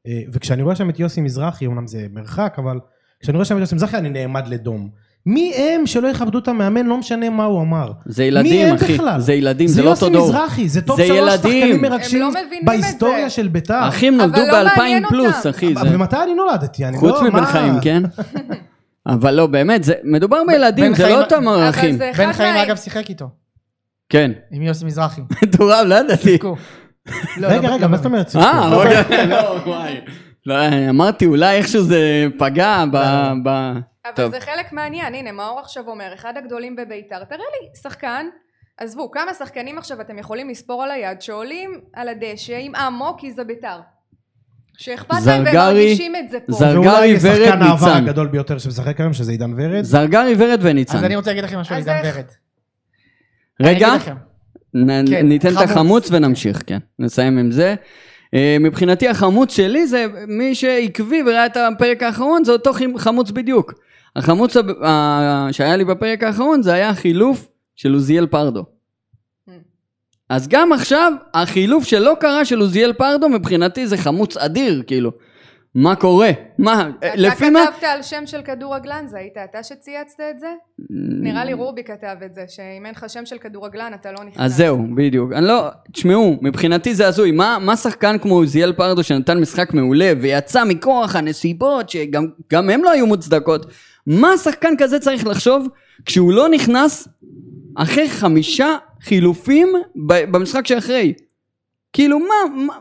Speaker 3: אה, וכשאני רואה שם את יוסי מזרחי, אמנם זה מרחק, אבל כשאני רואה שם את יוסי מזרחי אני נעמד לדום. מי הם שלא יכבדו את המאמן, לא משנה מה הוא אמר.
Speaker 2: זה
Speaker 3: מי
Speaker 2: ילדים,
Speaker 3: הם
Speaker 2: אחי,
Speaker 3: בכלל?
Speaker 2: זה ילדים, זה, לא אותו
Speaker 3: זה
Speaker 2: דור.
Speaker 3: יוסי מזרחי, זה טופ
Speaker 2: זה
Speaker 3: שלוש שחקנים
Speaker 2: ילדים.
Speaker 3: מרגשים
Speaker 5: הם לא מבינים את
Speaker 3: בהיסטוריה
Speaker 5: זה.
Speaker 3: של ביתר.
Speaker 2: אחי, הם
Speaker 5: אבל
Speaker 2: נולדו
Speaker 5: לא מעניין
Speaker 2: ב-2000 פלוס,
Speaker 5: אותם.
Speaker 2: אחי. זה...
Speaker 3: ומתי אני נולדתי? אני
Speaker 2: חוץ
Speaker 3: לא-
Speaker 2: מבן
Speaker 3: מה?
Speaker 2: חיים, כן? אבל לא, באמת, זה, מדובר בילדים,
Speaker 4: בן
Speaker 2: זה
Speaker 4: חיים-
Speaker 2: לא אותם
Speaker 5: אבל
Speaker 2: ערכים.
Speaker 5: זה אחד
Speaker 4: בן חיים
Speaker 5: מה-
Speaker 4: אגב שיחק איתו,
Speaker 2: כן,
Speaker 4: עם יוסי מזרחי.
Speaker 2: מטורף, לא ידעתי.
Speaker 4: שיחקו.
Speaker 3: רגע,
Speaker 4: לא, לא,
Speaker 3: רגע,
Speaker 4: לא
Speaker 3: מה
Speaker 4: באמת.
Speaker 3: זאת אומרת?
Speaker 2: אה, אוקיי, לא, וואי. לא, אמרתי, אולי איכשהו זה פגע ב...
Speaker 4: כן.
Speaker 2: ב...
Speaker 5: אבל
Speaker 2: טוב.
Speaker 5: טוב. זה חלק מעניין, הנה מאור עכשיו אומר, אחד הגדולים בביתר, תראה לי שחקן, עזבו, כמה שחקנים עכשיו אתם יכולים לספור על היד שעולים על הדשא עם עמו כי זה ביתר. שאכפת להם והם
Speaker 2: זרגרי,
Speaker 5: מרגישים את זה פה.
Speaker 2: זר-
Speaker 3: ואולי
Speaker 2: זרגרי, ורד,
Speaker 3: שחקן העבר
Speaker 2: ניצן.
Speaker 3: הגדול ביותר שמשחק היום, שזה עידן ורד.
Speaker 2: זרגרי ורד
Speaker 4: אז
Speaker 2: וניצן.
Speaker 4: אני רוצה להגיד לכם משהו על
Speaker 5: אז
Speaker 4: עידן
Speaker 5: איך?
Speaker 4: ורד. אני
Speaker 2: רגע,
Speaker 4: אגיד לכם.
Speaker 2: נ-
Speaker 4: כן,
Speaker 2: ניתן את
Speaker 4: חמוץ.
Speaker 2: החמוץ ונמשיך, כן. נסיים עם זה. אה, מבחינתי החמוץ שלי זה מי שעקבי וראה את הפרק האחרון, זה אותו חי- חמוץ בדיוק. החמוץ הב- ה- שהיה לי בפרק האחרון זה היה החילוף של עוזיאל פרדו.
Speaker 5: Hmm.
Speaker 2: אז גם עכשיו, החילוף שלא קרה של עוזיאל פרדו, מבחינתי זה חמוץ אדיר, כאילו. מה קורה? מה? אה, לפי מה...
Speaker 5: אתה כתבת על שם של כדורגלן, זה היית אתה שצייצת את זה? נראה לי רובי כתב את זה, שאם אין לך שם של כדורגלן אתה לא נכנס.
Speaker 2: אז זהו, בדיוק. אני לא, תשמעו, מבחינתי זה הזוי. מה, מה שחקן כמו עוזיאל פרדו שנתן משחק מעולה ויצא מכוח הנסיבות, שגם גם הן לא היו מוצדקות, מה שחקן כזה צריך לחשוב כשהוא לא נכנס אחרי חמישה חילופים ב- במשחק שאחרי? כאילו, מה, מה,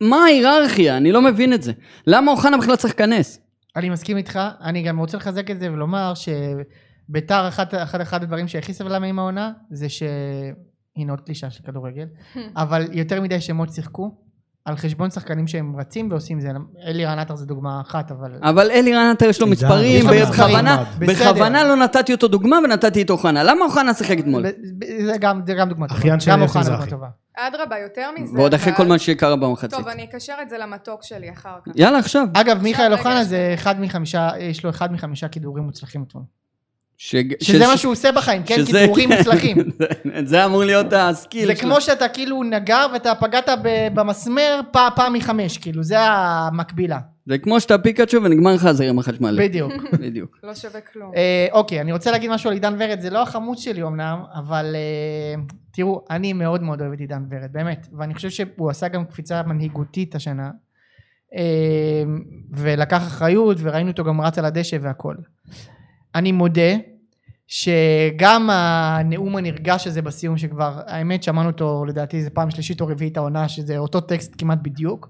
Speaker 2: מה ההיררכיה? אני לא מבין את זה. למה אוחנה בכלל צריך להיכנס?
Speaker 4: אני מסכים איתך, אני גם רוצה לחזק את זה ולומר ש... ביתר, אחד, אחד, אחד הדברים שהכי סבלה מהם העונה, זה ש... הנה עוד קלישה של כדורגל, אבל יותר מדי שמות שיחקו, על חשבון שחקנים שהם רצים ועושים זה. אלירן עטר זה דוגמה אחת, אבל...
Speaker 2: אבל אלי רנטר יש לו
Speaker 3: עידן,
Speaker 2: מספרים,
Speaker 4: יש לו
Speaker 2: בכוונה
Speaker 3: מספרים,
Speaker 4: בסדר.
Speaker 2: בכוונה לא נתתי אותו דוגמה ונתתי את אוחנה. למה אוחנה שיחק אתמול?
Speaker 4: ב- ב- זה גם, זה גם דוגמה טובה.
Speaker 3: אחיין של
Speaker 4: גם
Speaker 3: יפי
Speaker 4: אוחנה דוגמה
Speaker 3: מזרחי.
Speaker 4: טובה.
Speaker 5: אדרבה, יותר מזה.
Speaker 2: ועוד אחרי
Speaker 5: אבל-
Speaker 2: כל מה שקרה במחצית.
Speaker 5: טוב, אני אקשר את זה למתוק שלי אחר כך.
Speaker 2: יאללה, עכשיו.
Speaker 4: אגב, מיכאל
Speaker 5: רגע,
Speaker 4: אוחנה
Speaker 5: יש-
Speaker 4: זה אחד מחמישה, יש לו אחד מחמישה כידורים מוצלחים אתמול.
Speaker 2: שג-
Speaker 4: שזה
Speaker 2: ש-
Speaker 4: מה שהוא עושה בחיים, כן?
Speaker 2: שזה-
Speaker 4: כידורים מוצלחים.
Speaker 2: זה- זה אמור להיות הסקיל.
Speaker 4: זה
Speaker 2: שלו.
Speaker 4: כמו שאתה כאילו נגר ואתה פגעת ב- במסמר פע- פעם מחמש, כאילו, זה המקבילה.
Speaker 2: זה כמו שאתה פיקאצ'ו ונגמר לך הזרם החשמלי.
Speaker 4: בדיוק.
Speaker 2: בדיוק.
Speaker 5: לא שווה כלום.
Speaker 4: אה, אוקיי, אני רוצה להגיד משהו על עידן ורד, זה לא החמוד שלי אמנם, אבל אה, תראו, אני מאוד מאוד אוהב את עידן ורד, באמת, ואני חושב שהוא עשה גם קפיצה מנהיגותית השנה, אה, ולקח אחריות, וראינו אותו גם רץ על הדשא והכל. אני מודה שגם הנאום הנרגש הזה בסיום שכבר, האמת שמענו אותו לדעתי זה פעם שלישית או רביעית העונה, שזה אותו טקסט כמעט בדיוק,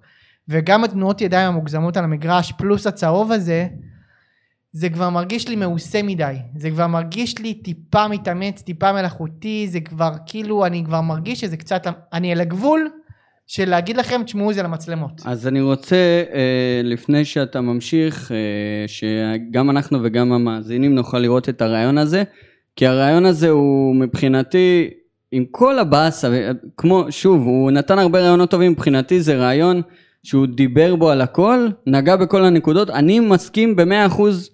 Speaker 4: וגם התנועות ידיים המוגזמות על המגרש, פלוס הצהוב הזה, זה כבר מרגיש לי מעושה מדי, זה כבר מרגיש לי טיפה מתאמץ, טיפה מלאכותי, זה כבר כאילו, אני כבר מרגיש שזה קצת, אני על הגבול של להגיד לכם, תשמעו זה למצלמות.
Speaker 2: אז אני רוצה, אה, לפני שאתה ממשיך, אה, שגם אנחנו וגם המאזינים נוכל לראות את הרעיון הזה, כי הרעיון הזה הוא מבחינתי, עם כל הבאסה, ו- כמו, שוב, הוא נתן הרבה רעיונות טובים, מבחינתי זה רעיון שהוא דיבר בו על הכל, נגע בכל הנקודות, אני מסכים במאה אחוז,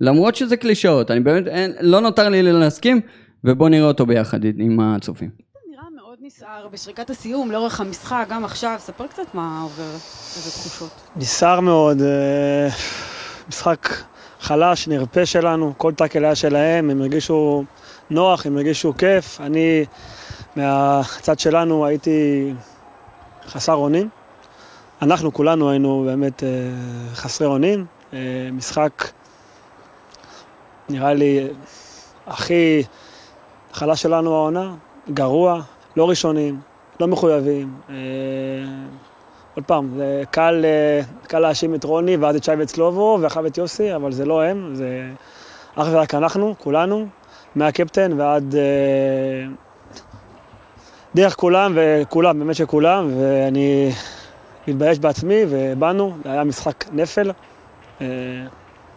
Speaker 2: למרות שזה קלישאות, אני באמת, אין, לא נותר לי אלא להסכים, ובוא נראה אותו ביחד עם הצופים.
Speaker 6: נראה מאוד נסער בשריקת הסיום לאורך המשחק, גם עכשיו. ספר קצת מה עובר, איזה תחושות.
Speaker 7: נסער מאוד, אה, משחק חלש, נרפה שלנו, כל טאקל היה שלהם, הם הרגישו נוח, הם הרגישו כיף. אני מהצד שלנו הייתי חסר אונים. אנחנו כולנו היינו באמת אה, חסרי אונים. אה, משחק נראה לי הכי חלש שלנו העונה, גרוע, לא ראשונים, לא מחויבים. אה, עוד פעם, זה קל, אה, קל להאשים את רוני, ואז את שי ואת סלובו, ואחריו את יוסי, אבל זה לא הם, זה אך ורק אנחנו, כולנו, מהקפטן ועד... אה, דרך כולם, וכולם, באמת שכולם, ואני מתבייש בעצמי, ובאנו, זה היה משחק נפל. אה,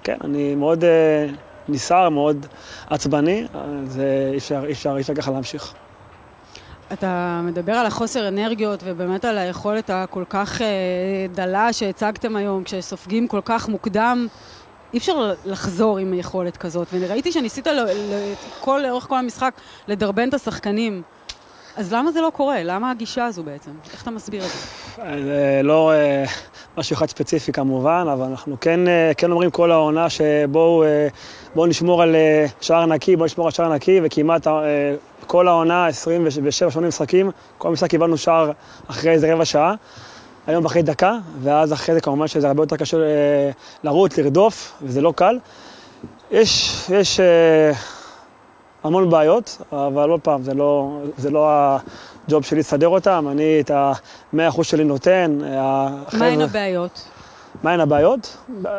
Speaker 7: כן, אני מאוד אה, נסער, מאוד עצבני, אה, זה אי אפשר, אי אפשר, אי אפשר ככה להמשיך.
Speaker 6: אתה מדבר על החוסר אנרגיות ובאמת על היכולת הכל כך אה, דלה שהצגתם היום, כשסופגים כל כך מוקדם. אי אפשר לחזור עם יכולת כזאת, וראיתי שניסית ל- ל- כל, לאורך כל המשחק לדרבן את השחקנים. אז למה זה לא קורה? למה הגישה הזו בעצם? איך אתה מסביר את זה?
Speaker 7: זה לא אה, משהו אחד ספציפי כמובן, אבל אנחנו כן, אה, כן אומרים כל העונה שבואו אה, בואו נשמור על אה, שער נקי, בואו נשמור על שער נקי, וכמעט אה, כל העונה, 27-80 משחקים, כל משחק קיבלנו שער אחרי איזה רבע שעה. היום אחרי דקה, ואז אחרי זה כמובן שזה הרבה יותר קשה אה, לרוץ, לרדוף, וזה לא קל. יש, יש אה, המון בעיות, אבל עוד פעם, זה לא, זה לא הג'וב שלי לסדר אותם, אני את המאה אחוז שלי נותן.
Speaker 6: מה הן
Speaker 7: החבר'ה-
Speaker 6: הבעיות,
Speaker 7: מהן הבעיות? אה,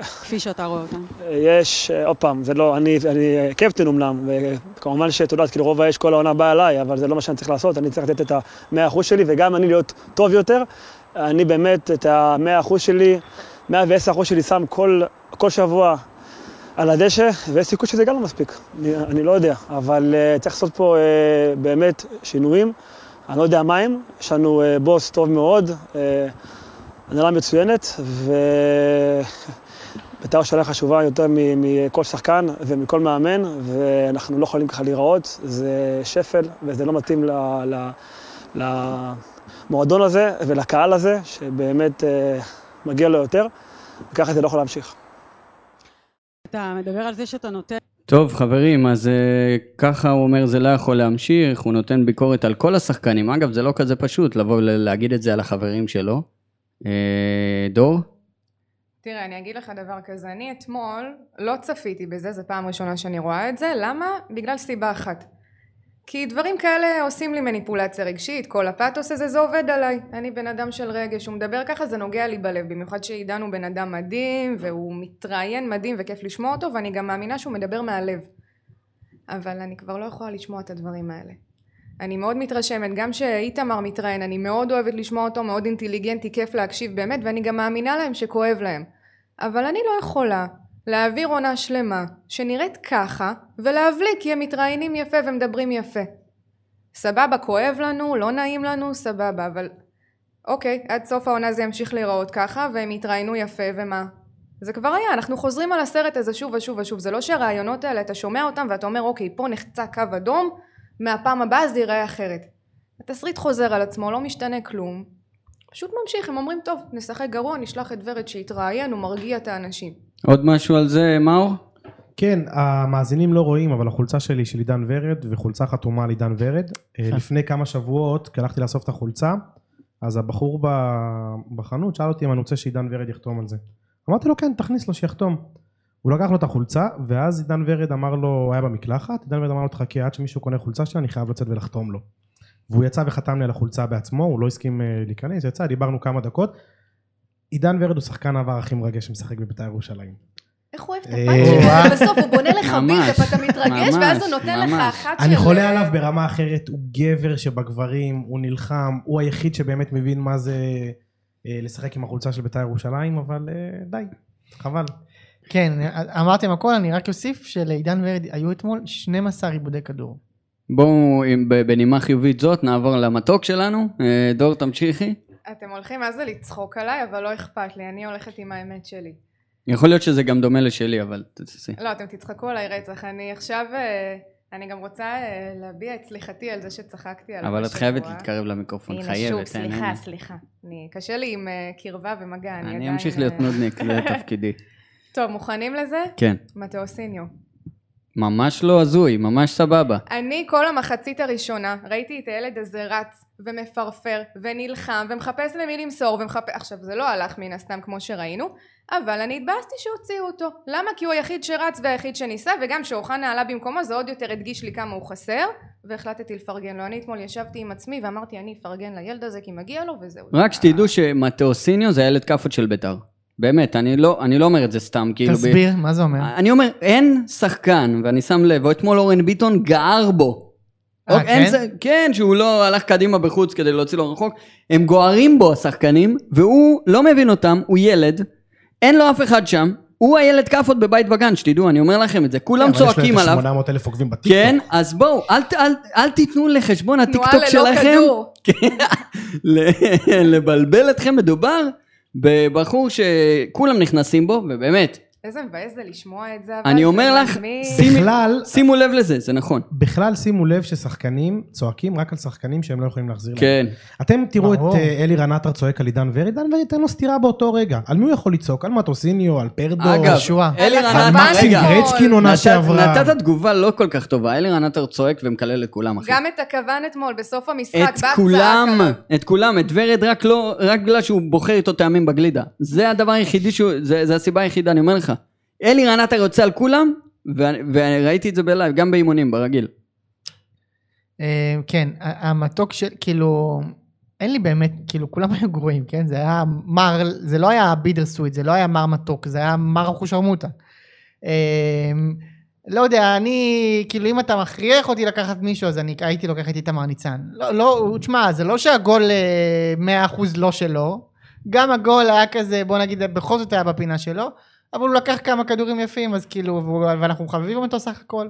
Speaker 6: כפי שאתה רואה אותן?
Speaker 7: יש, אה, עוד פעם, זה לא, אני, אני אה, קפטן אמנם, וכמובן שאת יודעת, כאילו רוב האש כל העונה באה עליי, אבל זה לא מה שאני צריך לעשות, אני צריך לתת את המאה אחוז שלי, וגם אני להיות טוב יותר. אני באמת את המאה אחוז שלי, 110 אחוז שלי שם כל, כל שבוע על הדשא, ויש סיכוי שזה גם לא מספיק, אני, אני לא יודע, אבל uh, צריך לעשות פה uh, באמת שינויים, אני לא יודע מה הם, יש לנו uh, בוס טוב מאוד, uh, הנהלה מצוינת, ובית"ר שלה חשובה יותר מ- מכל שחקן ומכל מאמן, ואנחנו לא יכולים ככה להיראות, זה שפל וזה לא מתאים ל... ל, ל למועדון הזה ולקהל הזה, שבאמת אה, מגיע לו יותר, וככה זה לא יכול להמשיך.
Speaker 6: אתה מדבר על זה שאתה נותן...
Speaker 2: טוב חברים, אז אה, ככה הוא אומר זה לא יכול להמשיך, הוא נותן ביקורת על כל השחקנים, אגב זה לא כזה פשוט לבוא ולהגיד את זה על החברים שלו. אה, דור?
Speaker 5: תראה, אני אגיד לך דבר כזה. אני אתמול לא צפיתי בזה, זו פעם ראשונה שאני רואה את זה. למה? בגלל סיבה אחת. כי דברים כאלה עושים לי מניפולציה רגשית, כל הפאתוס הזה זה עובד עליי. אני בן אדם של רגש, הוא מדבר ככה זה נוגע לי בלב, במיוחד שעידן הוא בן אדם מדהים והוא מתראיין מדהים וכיף לשמוע אותו ואני גם מאמינה שהוא מדבר מהלב. אבל אני כבר לא יכולה לשמוע את הדברים האלה. אני מאוד מתרשמת, גם שאיתמר מתראיין, אני מאוד אוהבת לשמוע אותו, מאוד אינטליגנטי, כיף להקשיב באמת, ואני גם מאמינה להם שכואב להם. אבל אני לא יכולה להעביר עונה שלמה שנראית ככה, ולהבליג כי הם מתראיינים יפה ומדברים יפה. סבבה, כואב לנו, לא נעים לנו, סבבה, אבל אוקיי, עד סוף העונה זה ימשיך להיראות ככה, והם יתראיינו יפה, ומה? זה כבר היה, אנחנו חוזרים על הסרט הזה שוב ושוב ושוב, זה לא שהרעיונות האלה, אתה שומע אותם ואתה אומר, אוקיי, פה נחצה קו אדום, מהפעם הבאה זה ייראה אחרת. התסריט חוזר על עצמו, לא משתנה כלום, פשוט ממשיך, הם אומרים, טוב, נשחק גרוע, נשלח את ורד שיתראיין, הוא מרגיע את האנשים.
Speaker 2: עוד משהו על זה, מאור?
Speaker 3: כן, המאזינים לא רואים, אבל החולצה שלי של עידן ורד, וחולצה חתומה על עידן ורד. אה, לפני כמה שבועות, כי הלכתי לאסוף את החולצה, אז הבחור ב- בחנות שאל אותי אם אני רוצה שעידן ורד יחתום על זה. אמרתי לו, כן, תכניס לו, שיחתום. הוא לקח לו את החולצה, ואז עידן ורד אמר לו, הוא היה במקלחת, עידן ורד אמר לו, תחכה עד שמישהו קונה חולצה שלי, אני חייב לצאת ולחתום לו. והוא יצא וחתם לי על החולצה בעצמו, הוא לא הסכים אה, להיכנס, יצא, דיברנו כמה דקות. עידן ורד הוא שחקן העבר הכי מרגש שמשחק בבית"ר ירושלים.
Speaker 5: איך הוא אוהב את
Speaker 3: אה,
Speaker 5: הפאנצ'ים
Speaker 3: וואו.
Speaker 5: האלה, בסוף הוא בונה לך
Speaker 2: ממש,
Speaker 5: ביט, אתה מתרגש, ואז הוא
Speaker 2: ממש,
Speaker 5: נותן לך
Speaker 2: ממש.
Speaker 5: אחת של... אה,
Speaker 3: אני
Speaker 2: אה,
Speaker 3: חולה עליו ברמה אחרת, הוא גבר שבגברים, הוא נלחם, הוא היחיד שבאמת מבין מה זה אה, לשחק עם החולצה של בית"ר ירושלים, אבל אה, די, חבל.
Speaker 4: כן, אמרתם הכל, אני רק אוסיף שלעידן ורד היו אתמול 12 עיבודי כדור.
Speaker 2: בואו, אם ב- בנימה חיובית זאת, נעבור למתוק שלנו. אה, דור, תמשיכי.
Speaker 5: אתם הולכים מה זה לצחוק עליי, אבל לא אכפת לי, אני הולכת עם האמת שלי.
Speaker 2: יכול להיות שזה גם דומה לשלי, אבל... תתסי.
Speaker 5: לא, אתם תצחקו עליי רצח, אני עכשיו... אה, אני גם רוצה אה, להביע את סליחתי על זה שצחקתי על
Speaker 2: אבל את
Speaker 5: השבוע.
Speaker 2: חייבת להתקרב למיקרופון,
Speaker 5: כן, הנה שוב,
Speaker 2: חייבת. אין,
Speaker 5: סליחה,
Speaker 2: אין.
Speaker 5: סליחה. אני- קשה לי עם אה, קרבה ומגע, אני עדיין...
Speaker 2: אני אמשיך להיות
Speaker 5: אה,
Speaker 2: נודניק, זה תפקידי.
Speaker 5: טוב, מוכנים לזה?
Speaker 2: כן.
Speaker 5: מטאוסיניו.
Speaker 2: ממש לא הזוי, ממש סבבה.
Speaker 5: אני כל המחצית הראשונה ראיתי את הילד הזה רץ ומפרפר ונלחם ומחפש למי למסור ומחפש... עכשיו זה לא הלך מן הסתם כמו שראינו אבל אני התבאסתי שהוציאו אותו למה? כי הוא היחיד שרץ והיחיד שניסה וגם שאוחנה עלה במקומו זה עוד יותר הדגיש לי כמה הוא חסר והחלטתי לפרגן לו אני אתמול ישבתי עם עצמי ואמרתי אני אפרגן לילד הזה כי מגיע לו וזהו
Speaker 2: רק שתדעו שמטאוסיניו זה הילד כאפות של בית"ר. באמת, אני לא, אני לא אומר את זה סתם, כאילו... ב-
Speaker 4: תסביר, מה זה אומר?
Speaker 2: אני אומר, אין שחקן, ואני שם לב, ואתמול אורן ביטון גער בו.
Speaker 4: אה,
Speaker 2: אוק, אין
Speaker 4: כן?
Speaker 2: ש- כן, שהוא לא הלך קדימה בחוץ כדי להוציא לו רחוק. הם גוערים בו, השחקנים, והוא לא מבין אותם, הוא ילד, אין לו אף אחד שם, הוא הילד כאפות בבית וגן, שתדעו, אני אומר לכם את זה. כולם לא צועקים
Speaker 3: כן, אבל יש לו
Speaker 2: עליו.
Speaker 3: את ה-800 אלף עוקבים בטיקטוק.
Speaker 2: כן, אז בואו, אל, ת- אל, אל תיתנו לחשבון הטיקטוק
Speaker 5: תנועה ללא
Speaker 2: שלכם
Speaker 5: כדור
Speaker 2: ל- לבלבל אתכם. מדובר בבחור שכולם נכנסים בו, ובאמת,
Speaker 5: איזה מבאס זה לשמוע את זה אבל
Speaker 2: אני
Speaker 5: זה
Speaker 2: אומר לך,
Speaker 5: מגניב.
Speaker 2: שימי-
Speaker 3: בכלל,
Speaker 2: שימו לב לזה, זה נכון.
Speaker 3: בכלל שימו לב ששחקנים צועקים רק על שחקנים שהם לא יכולים להחזיר להם.
Speaker 2: כן.
Speaker 3: אתם תראו את
Speaker 4: ברור.
Speaker 3: אה, אלי רנטר צועק על עידן ורד, עידן ורד ייתן לו סטירה באותו רגע. על מי הוא יכול לצעוק? על מטוסיניו, על פרדו,
Speaker 2: אגב,
Speaker 4: שועה.
Speaker 2: אלי
Speaker 5: על
Speaker 3: על
Speaker 5: אבל
Speaker 2: רנטר,
Speaker 3: מקסים
Speaker 5: רגע.
Speaker 3: גרצ'קין עונה שעברה.
Speaker 2: נתת תגובה לא כל כך טובה, אלי רנטר צועק ומקלל את כולם, אחי.
Speaker 5: גם את הכוון אתמול בסוף המשחק
Speaker 2: את
Speaker 5: בא צעק
Speaker 2: כולם,
Speaker 5: עליו.
Speaker 2: את כולם, את ורד רק לא, רק בגלל שהוא בוחר איתו טעמים בגלידה. זה הדבר היחידי שהוא, זה, זה הסיבה היחידה, אני אומר לך. אלי רנטר יוצא על כולם, ו- וראיתי את זה בלייב, גם באימונים, ברגיל.
Speaker 4: אה, כן, ה- המתוק של, כאילו, אין לי באמת, כאילו, כולם היו גרועים, כן? זה היה מר, זה לא היה בידר סוויט, זה לא היה מר מתוק, זה היה מר אחושרמוטה. אה, לא יודע, אני, כאילו, אם אתה מכריח אותי לקחת מישהו, אז אני הייתי לוקח את איתמר ניצן. לא, לא, הוא- תשמע, זה לא שהגול אה, 100% לא שלו, גם הגול היה כזה, בוא נגיד, בכל זאת היה בפינה שלו, אבל הוא לקח כמה כדורים יפים, אז כאילו, והוא- ואנחנו חביבים אותו סך הכל.